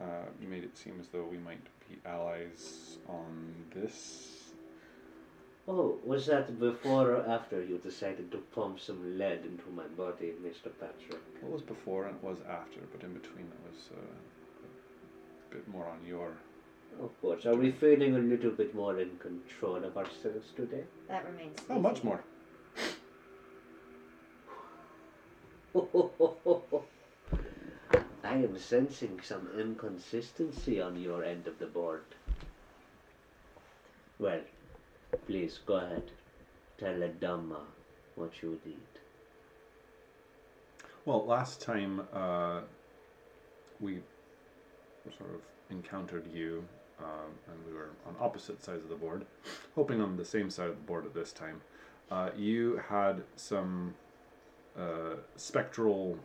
Speaker 1: uh, made it seem as though we might be allies on this.
Speaker 7: Oh, was that before or after you decided to pump some lead into my body, Mr. Patrick?
Speaker 1: What was before and what was after, but in between that was uh, a bit more on your.
Speaker 7: Of course. Are we feeling a little bit more in control of ourselves today?
Speaker 26: That remains. to
Speaker 1: Oh,
Speaker 26: be
Speaker 1: much
Speaker 26: seen.
Speaker 1: more.
Speaker 7: I am sensing some inconsistency on your end of the board. Well, please go ahead. Tell Adama what you would eat.
Speaker 1: Well, last time uh, we sort of encountered you, um, and we were on opposite sides of the board, hoping on the same side of the board at this time. Uh, you had some uh, spectral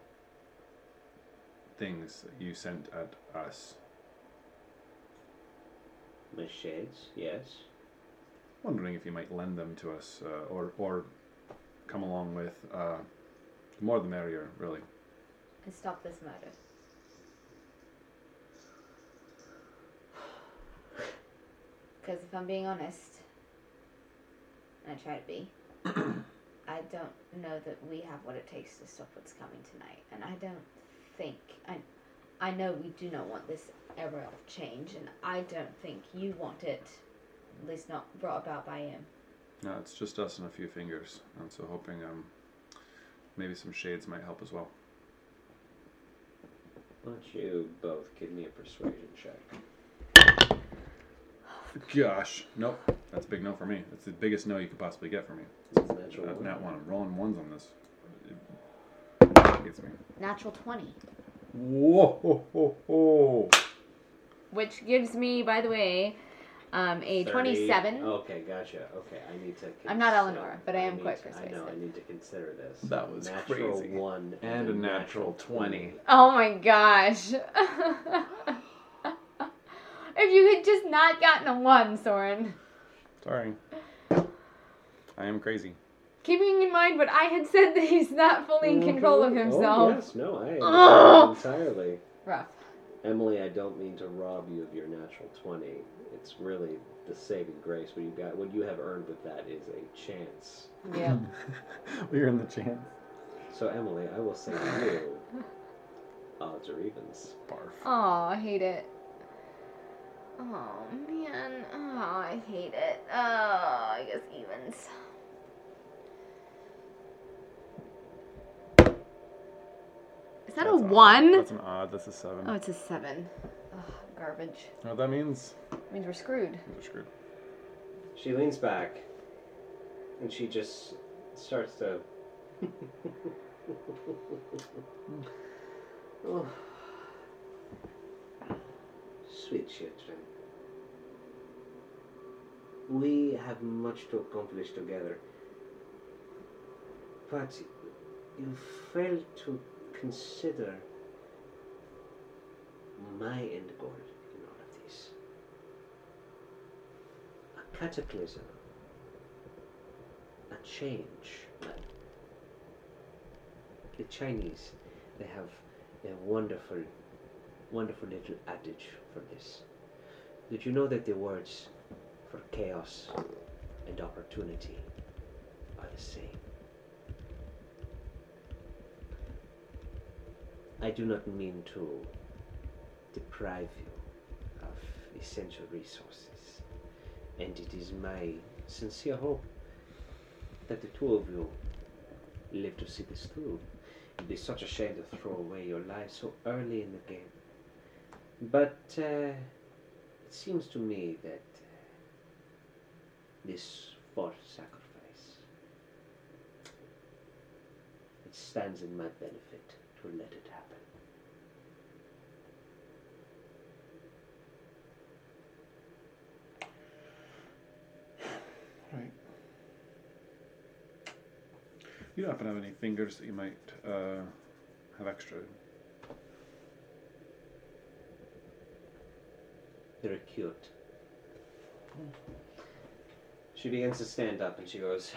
Speaker 1: things that you sent at us.
Speaker 7: My shades, yes.
Speaker 1: Wondering if you might lend them to us, uh, or or come along with. Uh, the more the merrier, really.
Speaker 26: And stop this murder. Because if I'm being honest, and I try to be, I don't know that we have what it takes to stop what's coming tonight. And I don't think I, I know we do not want this era of change, and I don't think you want it. At least not brought about by him.
Speaker 1: No, it's just us and a few fingers, and so hoping um, maybe some shades might help as well.
Speaker 3: Why don't you both give me a persuasion check?
Speaker 1: Gosh, nope, that's a big no for me. That's the biggest no you could possibly get for me.
Speaker 3: It's a natural
Speaker 1: Not,
Speaker 3: one.
Speaker 1: not one. I'm rolling ones on this. It gets me.
Speaker 26: Natural twenty.
Speaker 1: Whoa, ho, ho, ho.
Speaker 2: Which gives me, by the way, um, a
Speaker 3: 30.
Speaker 2: 27.
Speaker 3: Okay, gotcha. Okay, I need to.
Speaker 2: I'm not
Speaker 3: consider-
Speaker 2: Eleanor, but I am
Speaker 3: need
Speaker 2: quite
Speaker 3: to- I know. I
Speaker 2: persuasive.
Speaker 3: need to consider this.
Speaker 1: That was
Speaker 3: natural
Speaker 1: crazy.
Speaker 3: one
Speaker 1: And a natural 20.
Speaker 2: Oh my gosh. if you had just not gotten a one, Soren.
Speaker 1: Sorry. I am crazy.
Speaker 2: Keeping in mind what I had said that he's not fully in control of
Speaker 3: Mhm.
Speaker 7: Mm-hmm.
Speaker 2: himself.
Speaker 3: Oh, yes, no, I
Speaker 2: Ugh.
Speaker 3: am entirely.
Speaker 2: Rough.
Speaker 3: Emily, I don't mean to rob you of your natural twenty. It's really the saving grace. What you got, what you have earned with that is a chance.
Speaker 1: Mm.
Speaker 2: Yep.
Speaker 1: we are in the chance.
Speaker 3: So Emily, I will say to you, odds or evens.
Speaker 1: Barf.
Speaker 2: Oh, I hate it. Oh man. Oh, I hate it. Oh, I guess evens. Is that a
Speaker 1: That's odd.
Speaker 2: one?
Speaker 1: That's an odd. That's a seven.
Speaker 2: Oh, it's a seven. Ugh, garbage.
Speaker 1: You know what that means?
Speaker 2: means we're screwed.
Speaker 1: You're screwed.
Speaker 3: She leans back, and she just starts to.
Speaker 7: Oh. Sweet children. We have much to accomplish together. But you failed to consider my end goal in all of this. A cataclysm. A change. The Chinese, they have a wonderful, wonderful little adage for this. Did you know that the words for chaos and opportunity are the same? I do not mean to deprive you of essential resources, and it is my sincere hope that the two of you live to see this through. It'd be such a shame to throw away your life so early in the game. But uh, it seems to me that uh, this forced sacrifice, it stands in my benefit to let it happen.
Speaker 1: You don't happen to have any fingers that you might uh, have extra.
Speaker 7: They're acute.
Speaker 3: She begins to stand up and she goes,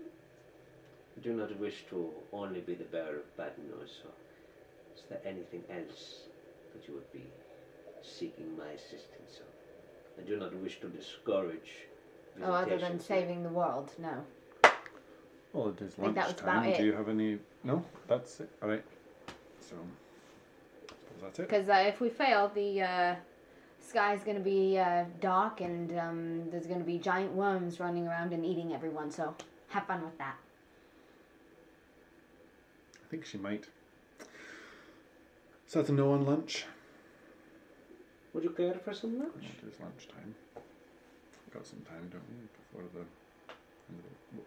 Speaker 7: I do not wish to only be the bearer of bad news, so there anything else that you would be seeking my assistance on? I do not wish to discourage.
Speaker 2: Oh, other than
Speaker 7: visitations here.
Speaker 2: saving the world, no.
Speaker 1: Well, it is
Speaker 2: think that was about
Speaker 1: lunchtime.
Speaker 2: it.
Speaker 1: Do you have any? No, that's it. All right. So, suppose that's it.
Speaker 2: Because uh, if we fail, the uh, sky's going to be uh, dark and um, there's going to be giant worms running around and eating everyone, so have fun with that.
Speaker 1: I think she might. Is that a no on lunch?
Speaker 7: Would you care for some lunch?
Speaker 1: It is lunchtime. We've got some time, don't we? Before the end of the.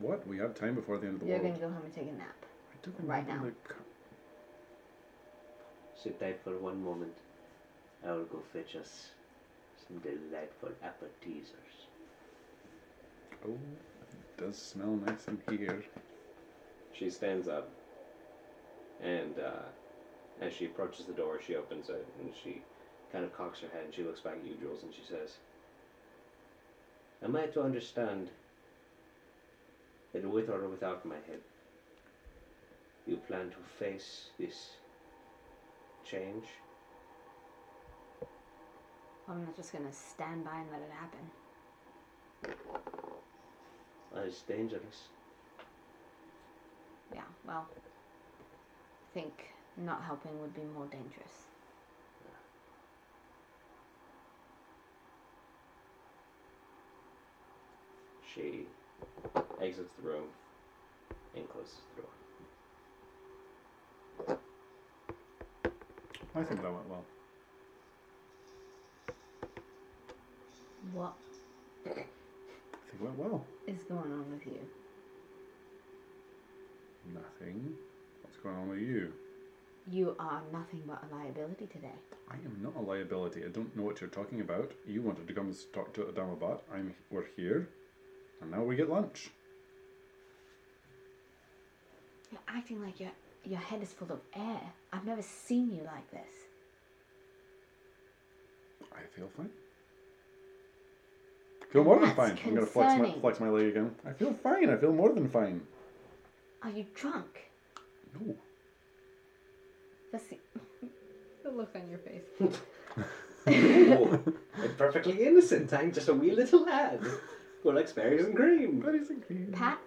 Speaker 1: What? We have time before the end of the
Speaker 2: You're going
Speaker 1: world.
Speaker 2: to go home and take a nap.
Speaker 1: I don't
Speaker 2: right
Speaker 1: remember
Speaker 2: now.
Speaker 1: the co-
Speaker 7: Sit tight for one moment. I will go fetch us some delightful appetizers.
Speaker 1: Oh, it does smell nice in here.
Speaker 3: She stands up, and uh, as she approaches the door, she opens it and she kind of cocks her head and she looks back at you, Jules, and she says,
Speaker 7: Am I to understand that with or without my help, you plan to face this change?
Speaker 2: I'm not just going to stand by and let it happen.
Speaker 7: It's dangerous.
Speaker 2: Yeah, well, I think not helping would be more dangerous.
Speaker 3: She exits the room and closes the door.
Speaker 1: I think that went well.
Speaker 2: What
Speaker 1: I think it went well.
Speaker 2: is going on with you?
Speaker 1: Nothing. What's going on with you?
Speaker 2: You are nothing but a liability today.
Speaker 1: I am not a liability. I don't know what you're talking about. You wanted to come and talk to Adamabot. I'm we're here, and now we get lunch.
Speaker 2: You're acting like your your head is full of air. I've never seen you like this.
Speaker 1: I feel fine. I feel more than
Speaker 2: That's
Speaker 1: fine. I'm gonna flex my,
Speaker 2: concerning.
Speaker 1: flex my leg again. I feel fine. I feel more than fine.
Speaker 2: Are you drunk?
Speaker 1: No.
Speaker 2: That's the,
Speaker 27: The look on your face.
Speaker 3: Oh,
Speaker 28: and perfectly innocent. I'm just a wee little lad. Well, like berries and cream.
Speaker 1: That isn't clean.
Speaker 2: Pat,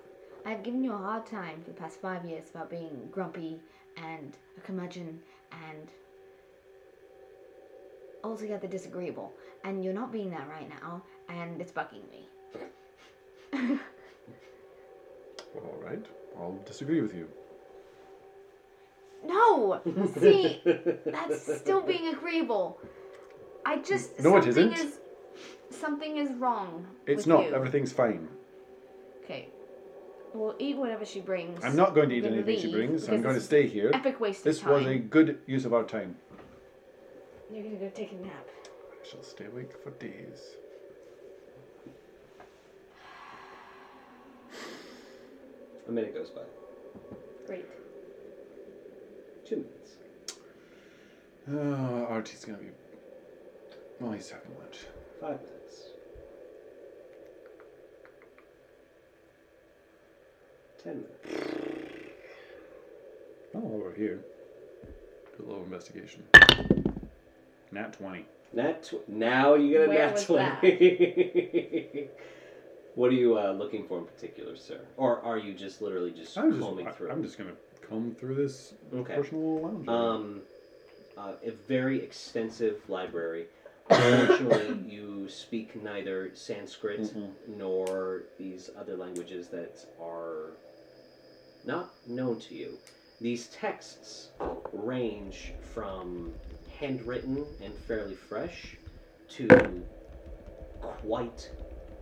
Speaker 2: I've given you a hard time for the past five years about being grumpy and a curmudgeon and altogether disagreeable. And you're not being that right now, and it's bugging me.
Speaker 1: All right. I'll disagree with you.
Speaker 2: No! See, that's still being agreeable. I just
Speaker 1: No, it
Speaker 2: something
Speaker 1: isn't.
Speaker 2: Is, something is wrong.
Speaker 1: It's
Speaker 2: with
Speaker 1: not.
Speaker 2: you.
Speaker 1: Everything's fine.
Speaker 2: Okay. We'll eat whatever she brings.
Speaker 1: I'm not going to eat
Speaker 2: We're gonna
Speaker 1: anything she
Speaker 2: leave
Speaker 1: brings. I'm
Speaker 2: because
Speaker 1: going to
Speaker 2: this
Speaker 1: stay here.
Speaker 2: Epic waste
Speaker 1: This
Speaker 2: of time.
Speaker 1: was a good use of our time.
Speaker 2: You're gonna go take a nap.
Speaker 1: I shall stay awake for days.
Speaker 3: A minute goes by.
Speaker 2: Great.
Speaker 3: Two minutes.
Speaker 1: Oh, Artie's gonna be. Well, he's having lunch.
Speaker 3: Five minutes. Ten minutes.
Speaker 1: Oh, while we're here, do a little investigation. Nat twenty.
Speaker 3: Nat tw- now you get a
Speaker 27: Where
Speaker 3: nat
Speaker 27: was
Speaker 3: 20. what are you uh, looking for in particular, sir? Or are you just literally just
Speaker 1: I'm just.
Speaker 3: combing
Speaker 1: I,
Speaker 3: through?
Speaker 1: am just gonna come through this
Speaker 3: okay.
Speaker 1: personal lounge.
Speaker 3: Um, uh, a very extensive library. Unfortunately, you speak neither Sanskrit
Speaker 1: Mhm.
Speaker 3: nor these other languages that are not known to you. These texts range from handwritten and fairly fresh to quite,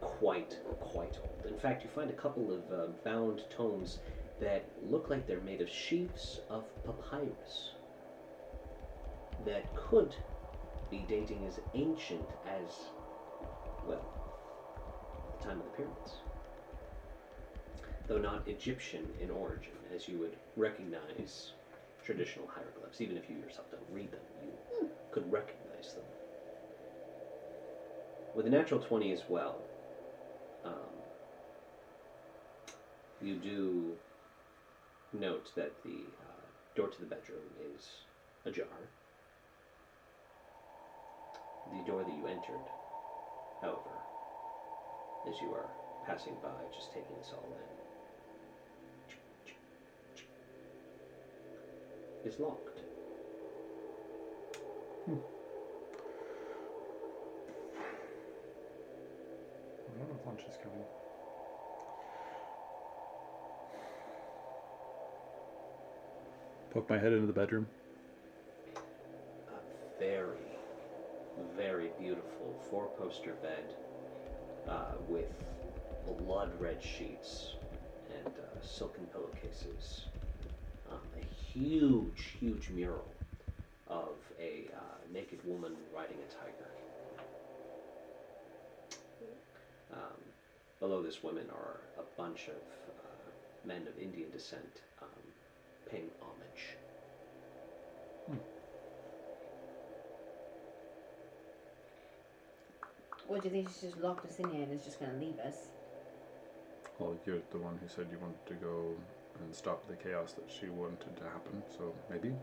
Speaker 3: quite, quite old. In fact, you find a couple of uh, bound tomes that look like they're made of sheaves of papyrus that could be dating as ancient as, well, the time of the pyramids. Though not Egyptian in origin, as you would recognize traditional hieroglyphs, even if you yourself don't read them, you could recognize them. With a natural 20 as well, um, you do note that the uh, door to the bedroom is ajar. The door that you entered, however, as you are passing by, just taking this all in, is locked.
Speaker 1: I don't know if lunch is coming. Poke my head into the bedroom.
Speaker 3: a very, very beautiful four poster bed uh, with blood red sheets and uh, silken pillowcases. Um, a huge, huge mural of a uh, naked woman riding a tiger. Um, below this woman are a bunch of uh, men of Indian descent um, paying homage.
Speaker 2: What do you think? She's just locked us in here and is just gonna leave us?
Speaker 1: Well, you're the one who said you wanted to go and stop the chaos that she wanted to happen, so maybe.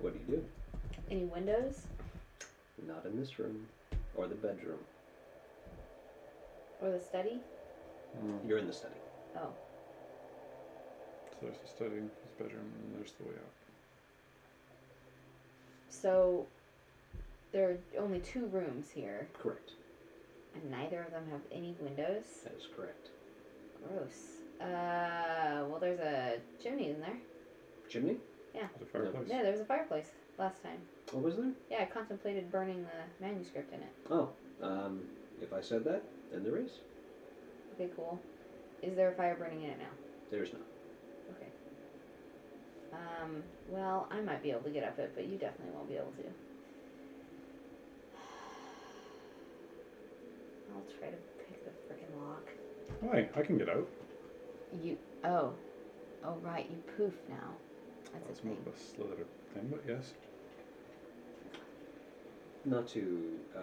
Speaker 3: What do you do?
Speaker 2: Any windows?
Speaker 3: Not in this room or the bedroom.
Speaker 2: Or the study?
Speaker 3: You're in the study.
Speaker 2: Oh.
Speaker 1: Um, So there's the study, his bedroom, and there's the way out.
Speaker 2: So there are only two rooms here,
Speaker 3: Correct.
Speaker 2: and neither of them have any windows.
Speaker 3: That is correct.
Speaker 2: Gross. Uh, well, there's a chimney in there.
Speaker 3: Chimney?
Speaker 1: The fireplace.
Speaker 2: Yeah, there was a fireplace last time.
Speaker 3: What was there?
Speaker 2: Yeah, I contemplated burning the manuscript in it.
Speaker 3: Oh, um, if I said that, then there is.
Speaker 2: Okay, cool. Is there a fire burning in it now?
Speaker 3: There is not.
Speaker 2: Okay. Um, well, I might be able to get up it, but you definitely won't be able to. I'll try to pick the freaking lock.
Speaker 1: Why? I can get out.
Speaker 2: You. Oh. Oh, right. You poof now. That's
Speaker 1: That's
Speaker 2: a
Speaker 1: more
Speaker 2: thing.
Speaker 1: of a slither thing, but yes.
Speaker 3: Not to uh,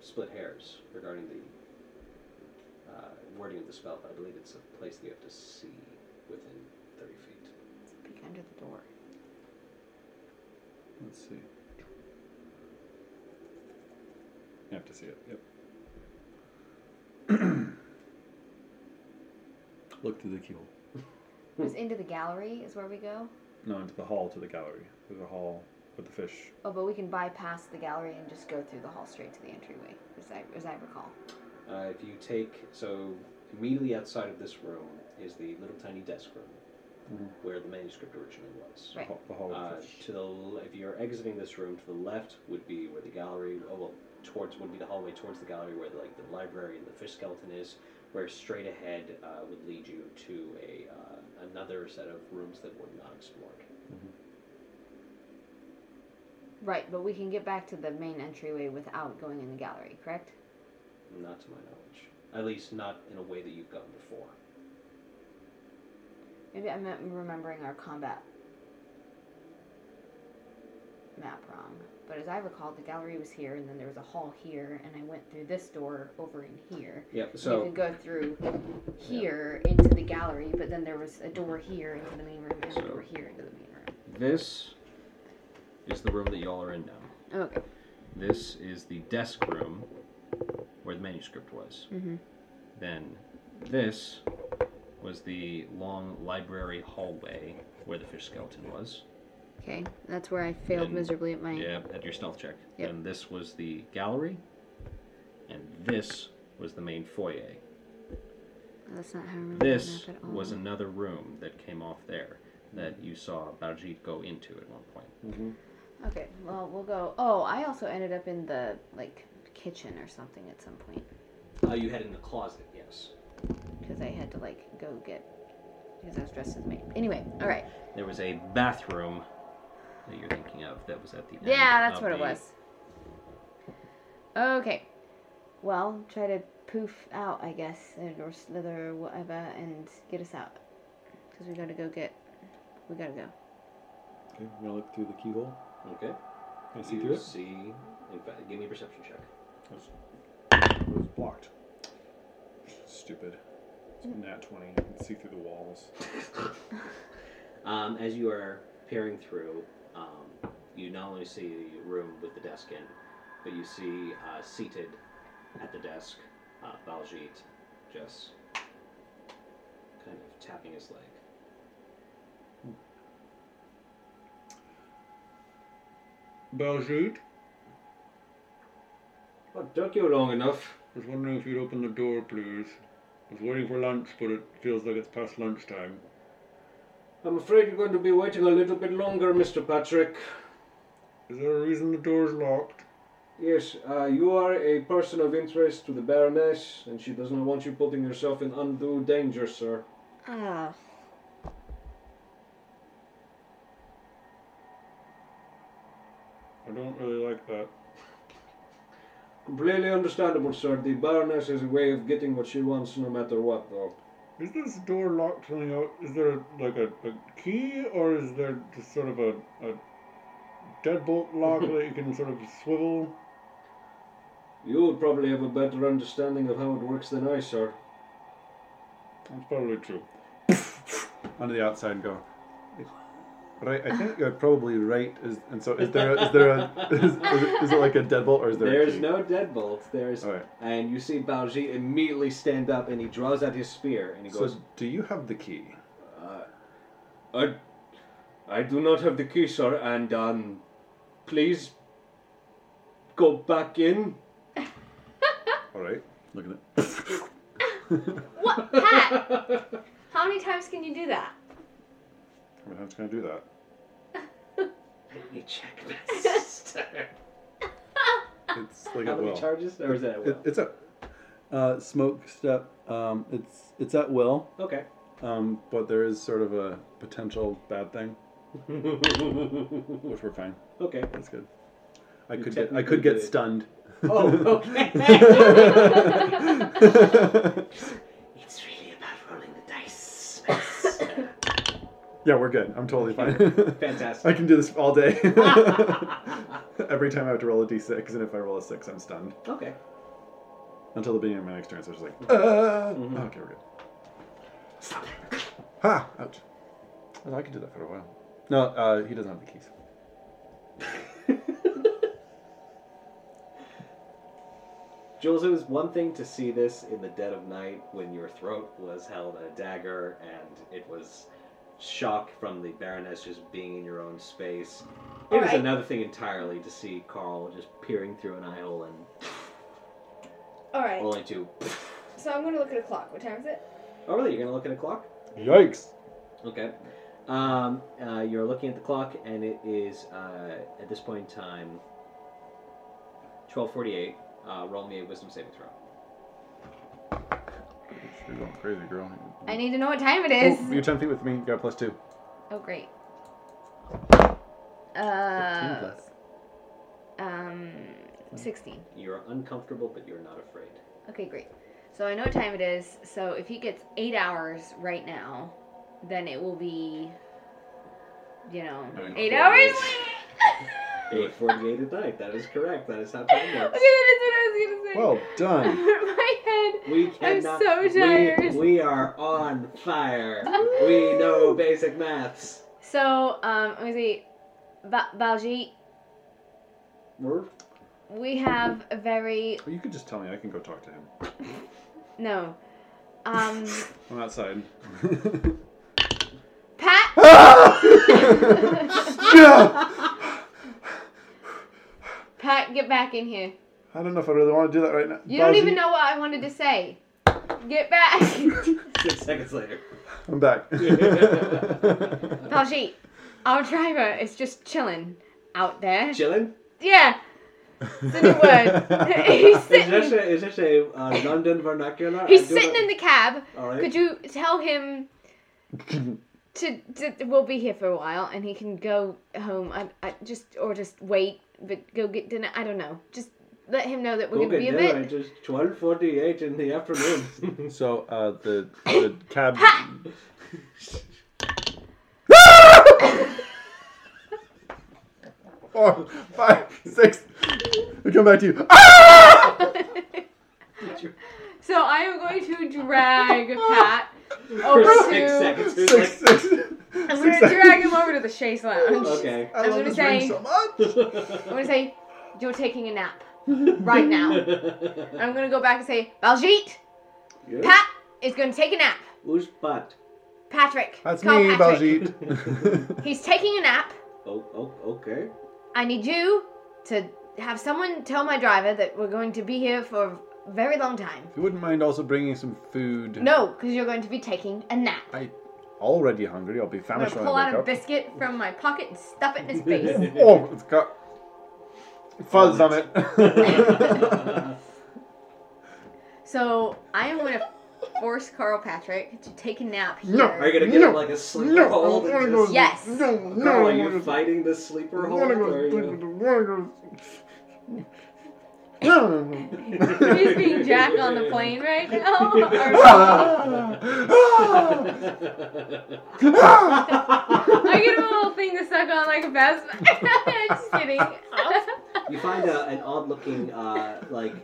Speaker 3: split hairs regarding the uh, wording of the spell, but I believe it's a place that you have to see within 30 feet.
Speaker 2: Let's peek under the door.
Speaker 1: Let's see. You have to see it. Yep. Look through the keyhole.
Speaker 2: It was into the gallery, is where we go.
Speaker 1: No, into the hall to the gallery. There's a hall with the fish.
Speaker 2: Oh, but we can bypass the gallery and just go through the hall straight to the entryway, as I, as I recall.
Speaker 3: Uh, if you take so immediately outside of this room is the little tiny desk room where the manuscript originally was.
Speaker 2: Right.
Speaker 1: hall- The hall with
Speaker 3: Uh,
Speaker 1: the fish.
Speaker 3: to the l- if you're exiting this room, to the left would be where the gallery. Oh well, towards would be the hallway towards the gallery where like the library and the fish skeleton is. Where straight ahead uh, would lead you to a uh, another set of rooms that were not explored.
Speaker 2: Right, but we can get back to the main entryway without going in the gallery, correct?
Speaker 3: Not to my knowledge, at least not in a way that you've gone before.
Speaker 2: Maybe I'm not remembering our combat map wrong. But as I recall, the gallery was here, and then there was a hall here, and I went through this door over in here.
Speaker 3: Yep.
Speaker 2: you
Speaker 3: So
Speaker 2: could go through here into the gallery, but then there was a door here into the main room, and a
Speaker 3: So-
Speaker 2: door here into the main room.
Speaker 3: This is the room that y'all are in now.
Speaker 2: Okay.
Speaker 3: This is the desk room where the manuscript was.
Speaker 2: Mhm.
Speaker 3: Then this was the long library hallway where the fish skeleton was.
Speaker 2: Okay, that's where I failed
Speaker 3: And-
Speaker 2: miserably at my.
Speaker 3: Yeah, at your stealth check.
Speaker 2: Yep.
Speaker 3: And this was the gallery. And this was the main foyer.
Speaker 2: That's not how I remember
Speaker 3: This
Speaker 2: the map at all.
Speaker 3: was another room that came off there that you saw Baljeet go into at one point.
Speaker 2: Okay, well we'll go. Oh, I also ended up in the like kitchen or something at some point
Speaker 3: Uh, you had in the closet, yes.
Speaker 2: because I had to like go get because I was dressed as a maid. Anyway, all right.
Speaker 3: There was a bathroom that you're thinking of that was at the end.
Speaker 2: Yeah, that's
Speaker 3: of
Speaker 2: what it
Speaker 3: the-
Speaker 2: was. Okay. Well, try to poof out, I guess, and- or slither or whatever, and get us out. Because we gotta go get. We gotta go.
Speaker 1: Okay, I'm gonna look through the keyhole.
Speaker 3: Okay.
Speaker 1: Can I see
Speaker 3: you
Speaker 1: through it?
Speaker 3: see. In fact, give me a perception check.
Speaker 1: It was blocked. stupid. It's a Nat 20. I can see through the walls.
Speaker 29: Um, as you are peering through, um, you not only see a room with the desk in, but you see uh, seated at the desk, uh, Baljeet just kind of tapping his leg.
Speaker 30: Baljeet,
Speaker 29: Well, took you long enough.
Speaker 30: I was wondering if you'd open the door, please. I was waiting for lunch, but it feels like it's past lunchtime.
Speaker 29: I'm afraid you're going to be waiting a little bit longer, Mr. Patrick.
Speaker 30: Is there a reason the door's locked?
Speaker 29: Yes, uh, you are a person of interest to the Baroness, and she does not want you putting yourself in undue danger, sir.
Speaker 2: Ah.
Speaker 30: I don't really like that.
Speaker 29: Completely understandable, sir. The Baroness has a way of getting what she wants no matter what, though.
Speaker 30: Is this door locked from the out? Is there like a, a key, or is there just sort of a, a deadbolt lock that you can sort of swivel?
Speaker 29: You would probably have a better understanding of how it works than I, sir.
Speaker 30: That's probably true.
Speaker 1: Onto the outside and go. Right, I think you're probably right. Is, and so, is there a, is there a is, is, is it like a deadbolt or is there? a
Speaker 7: There's
Speaker 1: key?
Speaker 7: no deadbolt. There's
Speaker 1: All right.
Speaker 7: and you see Balji immediately stand up and he draws out his spear and he goes.
Speaker 1: So, do you have the key?
Speaker 7: I, I do not have the key, sir, and um, please go back in.
Speaker 1: All right. Look at it.
Speaker 2: What? Pat! How many times can you do that?
Speaker 1: I'm not gonna do that.
Speaker 29: Let me check my sister.
Speaker 1: It's like
Speaker 7: How
Speaker 1: a
Speaker 7: many
Speaker 1: well.
Speaker 7: charges? Or is that at
Speaker 1: It,
Speaker 7: will?
Speaker 1: it's a uh, smoke step. Um, it's it's at will,
Speaker 7: Okay.
Speaker 1: um, but there is sort of a potential bad thing, which we're fine.
Speaker 7: okay.
Speaker 1: That's good. I
Speaker 7: You
Speaker 1: could get I
Speaker 7: technically
Speaker 1: could get
Speaker 7: did it.
Speaker 1: stunned.
Speaker 7: Oh, okay.
Speaker 1: yeah,
Speaker 3: It's really about rolling the dice.
Speaker 1: we're good. I'm totally fine.
Speaker 7: Fantastic.
Speaker 1: I can do this all day. Every time I have to roll a d6, and if I roll a six, I'm stunned
Speaker 7: Okay.
Speaker 1: until the beginning of my next turn. So I'm just like, "Ah." okay, we're good. Ha! Ouch. Oh, I could do that for a while. No, uh, he doesn't have the keys.
Speaker 7: Jules, it was one thing to see this in the dead of night when your throat was held a dagger and it was shock from the Baroness just being in your own space. It was
Speaker 2: Alright.
Speaker 7: another thing entirely to see Carl just peering through an eyehole and
Speaker 2: Alright,
Speaker 7: only to.
Speaker 2: so I'm gonna look at a clock. What time is it?
Speaker 7: Oh, really? You're going to look at a clock?
Speaker 1: Yikes!
Speaker 7: Okay. Um, uh, you're looking at the clock, and it is uh, at this point in time twelve forty-eight. Uh, roll me a wisdom saving throw.
Speaker 1: You're going crazy, girl. Oh,
Speaker 2: I need to know what time it is.
Speaker 1: you're 10 feet with me. You got plus two.
Speaker 2: Oh, great.
Speaker 1: 15
Speaker 2: Uh,
Speaker 1: plus.
Speaker 2: um, 16.
Speaker 7: You're uncomfortable, but you're not afraid.
Speaker 2: Okay, great. So I know what time it is. So if he gets eight hours right now, then it will be, you know,
Speaker 1: Nine
Speaker 2: eight
Speaker 1: hours.
Speaker 2: hours.
Speaker 7: Eight forty-eight at night. That is correct. That is how
Speaker 2: okay,
Speaker 7: time
Speaker 2: that is what
Speaker 7: works.
Speaker 2: I was
Speaker 1: Well
Speaker 2: gonna say.
Speaker 1: done.
Speaker 2: my head.
Speaker 7: We
Speaker 2: I'm
Speaker 7: cannot.
Speaker 2: so tired.
Speaker 7: We, we are on fire. we know basic maths.
Speaker 2: So um, let me see. Ba- Baljeet,
Speaker 7: We're
Speaker 2: we have a very
Speaker 1: Well, you could just tell me. I can go talk to him.
Speaker 2: no. Um,
Speaker 1: I'm outside.
Speaker 2: Pat. Pat, get back in here.
Speaker 1: I don't know if I really want to do that right now.
Speaker 2: You don't
Speaker 1: Balji,
Speaker 2: even know what I wanted to say. Get back.
Speaker 7: six seconds later.
Speaker 1: I'm back.
Speaker 2: Baljeet, our driver is just chilling out there.
Speaker 7: Chilling.
Speaker 2: yeah. It's a new word. He's
Speaker 7: Is this
Speaker 2: sitting,
Speaker 7: a, is this a uh, London vernacular?
Speaker 2: he's sitting in the cab.
Speaker 7: All right.
Speaker 2: Could you tell him to, to we'll be here for a while and he can go home I, I just or just wait but go get dinner. I don't know. Just let him know that we're gonna be a bit.
Speaker 7: It's twelve forty-eight in the afternoon.
Speaker 1: so uh, the, the cab. Four, five, six. We come back to you. Ah!
Speaker 2: So I am going to drag Pat over
Speaker 7: For six
Speaker 2: to.
Speaker 7: seconds.
Speaker 1: Six,
Speaker 7: It's like-
Speaker 1: six,
Speaker 2: I'm
Speaker 1: six
Speaker 2: going to drag him over to the chaise lounge.
Speaker 7: okay.
Speaker 1: I
Speaker 2: I'm
Speaker 1: love
Speaker 2: gonna
Speaker 1: this ring
Speaker 2: say-
Speaker 1: so much.
Speaker 2: I'm going to say, "You're taking a nap right now." And I'm going to go back and say, "Baljeet,
Speaker 7: Yes?
Speaker 2: Pat is going to take a nap.
Speaker 7: Who's butt?
Speaker 2: Patrick,
Speaker 1: That's
Speaker 2: call
Speaker 1: me,
Speaker 2: Patrick.
Speaker 1: Baljeet.
Speaker 2: He's taking a nap.
Speaker 7: Oh, oh, okay.
Speaker 2: I need you to have someone tell my driver that we're going to be here for a very long time.
Speaker 1: if you wouldn't mind also bringing some food.
Speaker 2: No, because you're going to be taking a nap."
Speaker 1: I already hungry. I'll be
Speaker 2: I'm
Speaker 1: famished when
Speaker 2: gonna pull
Speaker 1: I
Speaker 2: out
Speaker 1: wake
Speaker 2: a
Speaker 1: up.
Speaker 2: biscuit from my pocket and stuff it in his face.
Speaker 1: Oh, it's got fuzz on it.
Speaker 2: so I am gonna force Carl Patrick to take a nap here.
Speaker 1: No,
Speaker 7: Are you gonna give
Speaker 1: No.
Speaker 7: him like a sleeper
Speaker 1: no,
Speaker 7: hold?
Speaker 1: I wanna
Speaker 7: and
Speaker 1: go.
Speaker 7: just-
Speaker 2: Yes.
Speaker 1: No, no,
Speaker 7: Carl, are
Speaker 1: I'm
Speaker 7: you
Speaker 1: gonna-
Speaker 7: fighting the sleeper
Speaker 1: I'm
Speaker 7: hold?
Speaker 1: gonna
Speaker 7: Or are
Speaker 1: go-
Speaker 7: you...
Speaker 1: I'm gonna go-
Speaker 2: He's being Jack on the plane right now. I get him a little thing to suck on like a best. Just kidding.
Speaker 7: You find a, an odd-looking, uh, like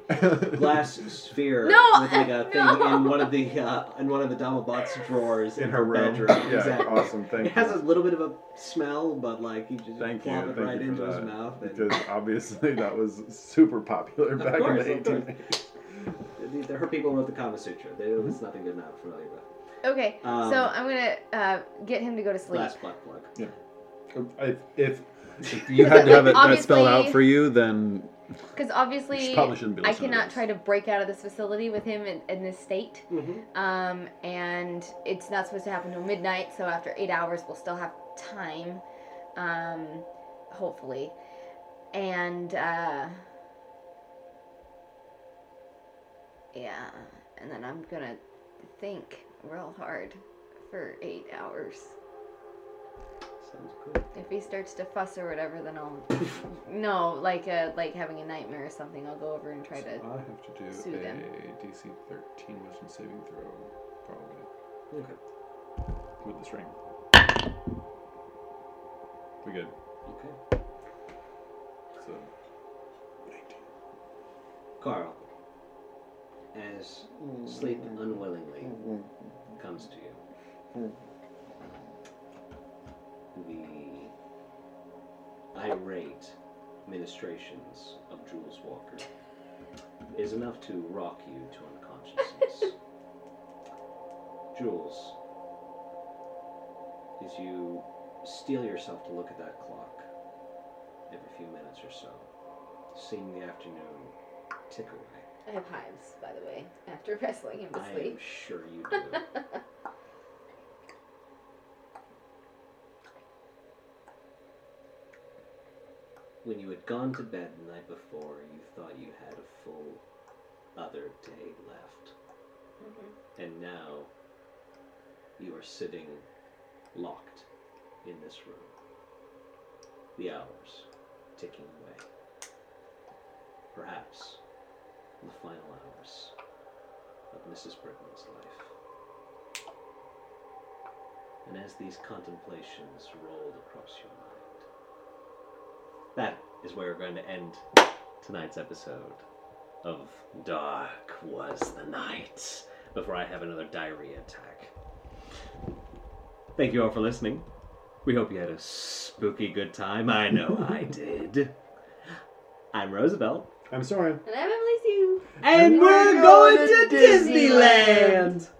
Speaker 7: glass sphere
Speaker 2: No,
Speaker 7: with like a thing
Speaker 2: no.
Speaker 7: in one of the uh, in one of the Domelbot's drawers in,
Speaker 1: In her room.
Speaker 7: Bedroom.
Speaker 1: Yeah,
Speaker 7: exactly.
Speaker 1: awesome. Thank
Speaker 7: It has a
Speaker 1: you.
Speaker 7: little bit of a smell, but like you just
Speaker 1: Thank you.
Speaker 7: plop it
Speaker 1: Thank
Speaker 7: right
Speaker 1: you
Speaker 7: into
Speaker 1: for
Speaker 7: his
Speaker 1: that.
Speaker 7: mouth. and-
Speaker 1: Because obviously that was super popular
Speaker 7: Of
Speaker 1: back
Speaker 7: course,
Speaker 1: in
Speaker 7: of
Speaker 1: the
Speaker 7: course.
Speaker 1: 18th.
Speaker 7: The- the- Her people wrote the Kama Sutra. There was nothing they're not familiar with.
Speaker 2: Okay,
Speaker 7: Um,
Speaker 2: so I'm gonna uh, get him to go to sleep.
Speaker 7: Last plug plug.
Speaker 1: If, if, if you had to have it that spelled out
Speaker 2: Obviously-
Speaker 1: for you, then
Speaker 2: Because
Speaker 1: you
Speaker 2: obviously,
Speaker 1: probably shouldn't be
Speaker 2: I
Speaker 1: listening.
Speaker 2: cannot try to break out of this facility with him in, in this state.
Speaker 7: Mhm.
Speaker 2: Um, and it's not supposed to happen till midnight, so after eight hours, we'll still have time. Um, hopefully. And, uh, yeah. And then I'm gonna think real hard for eight hours.
Speaker 7: Sounds cool.
Speaker 2: If he starts to fuss or whatever, then I'll. no, like, uh, like having a nightmare or something, I'll go over and try to.
Speaker 1: I have to do
Speaker 2: Sue
Speaker 1: a
Speaker 2: them.
Speaker 1: DC 13 wisdom saving throw, probably,
Speaker 7: Okay.
Speaker 1: with this ring. We good.
Speaker 7: Okay.
Speaker 1: So,
Speaker 7: Carl, as sleep unwillingly comes to you, the irate ministrations of Jules Walker is enough to rock you to unconsciousness. Jules, as you steel yourself to look at that clock every few minutes or so, seeing the afternoon tick away.
Speaker 3: I have hives, by the way, after wrestling him to
Speaker 7: I am
Speaker 3: sleep.
Speaker 7: sure you do. when you had gone to bed the night before, you thought you had a full other day left. And now you are sitting locked in this room. The hours ticking away. Perhaps the final hours of Mrs. Britton's life. And as these contemplations rolled across your mind, that is where we're going to end tonight's episode of Dark Was the Night before I have another diarrhea attack. Thank you all for listening. We hope you had a spooky good time. I know I did. I'm Roosevelt.
Speaker 1: I'm sorry.
Speaker 3: And I'm Emily Sue.
Speaker 7: And we're going to Disneyland!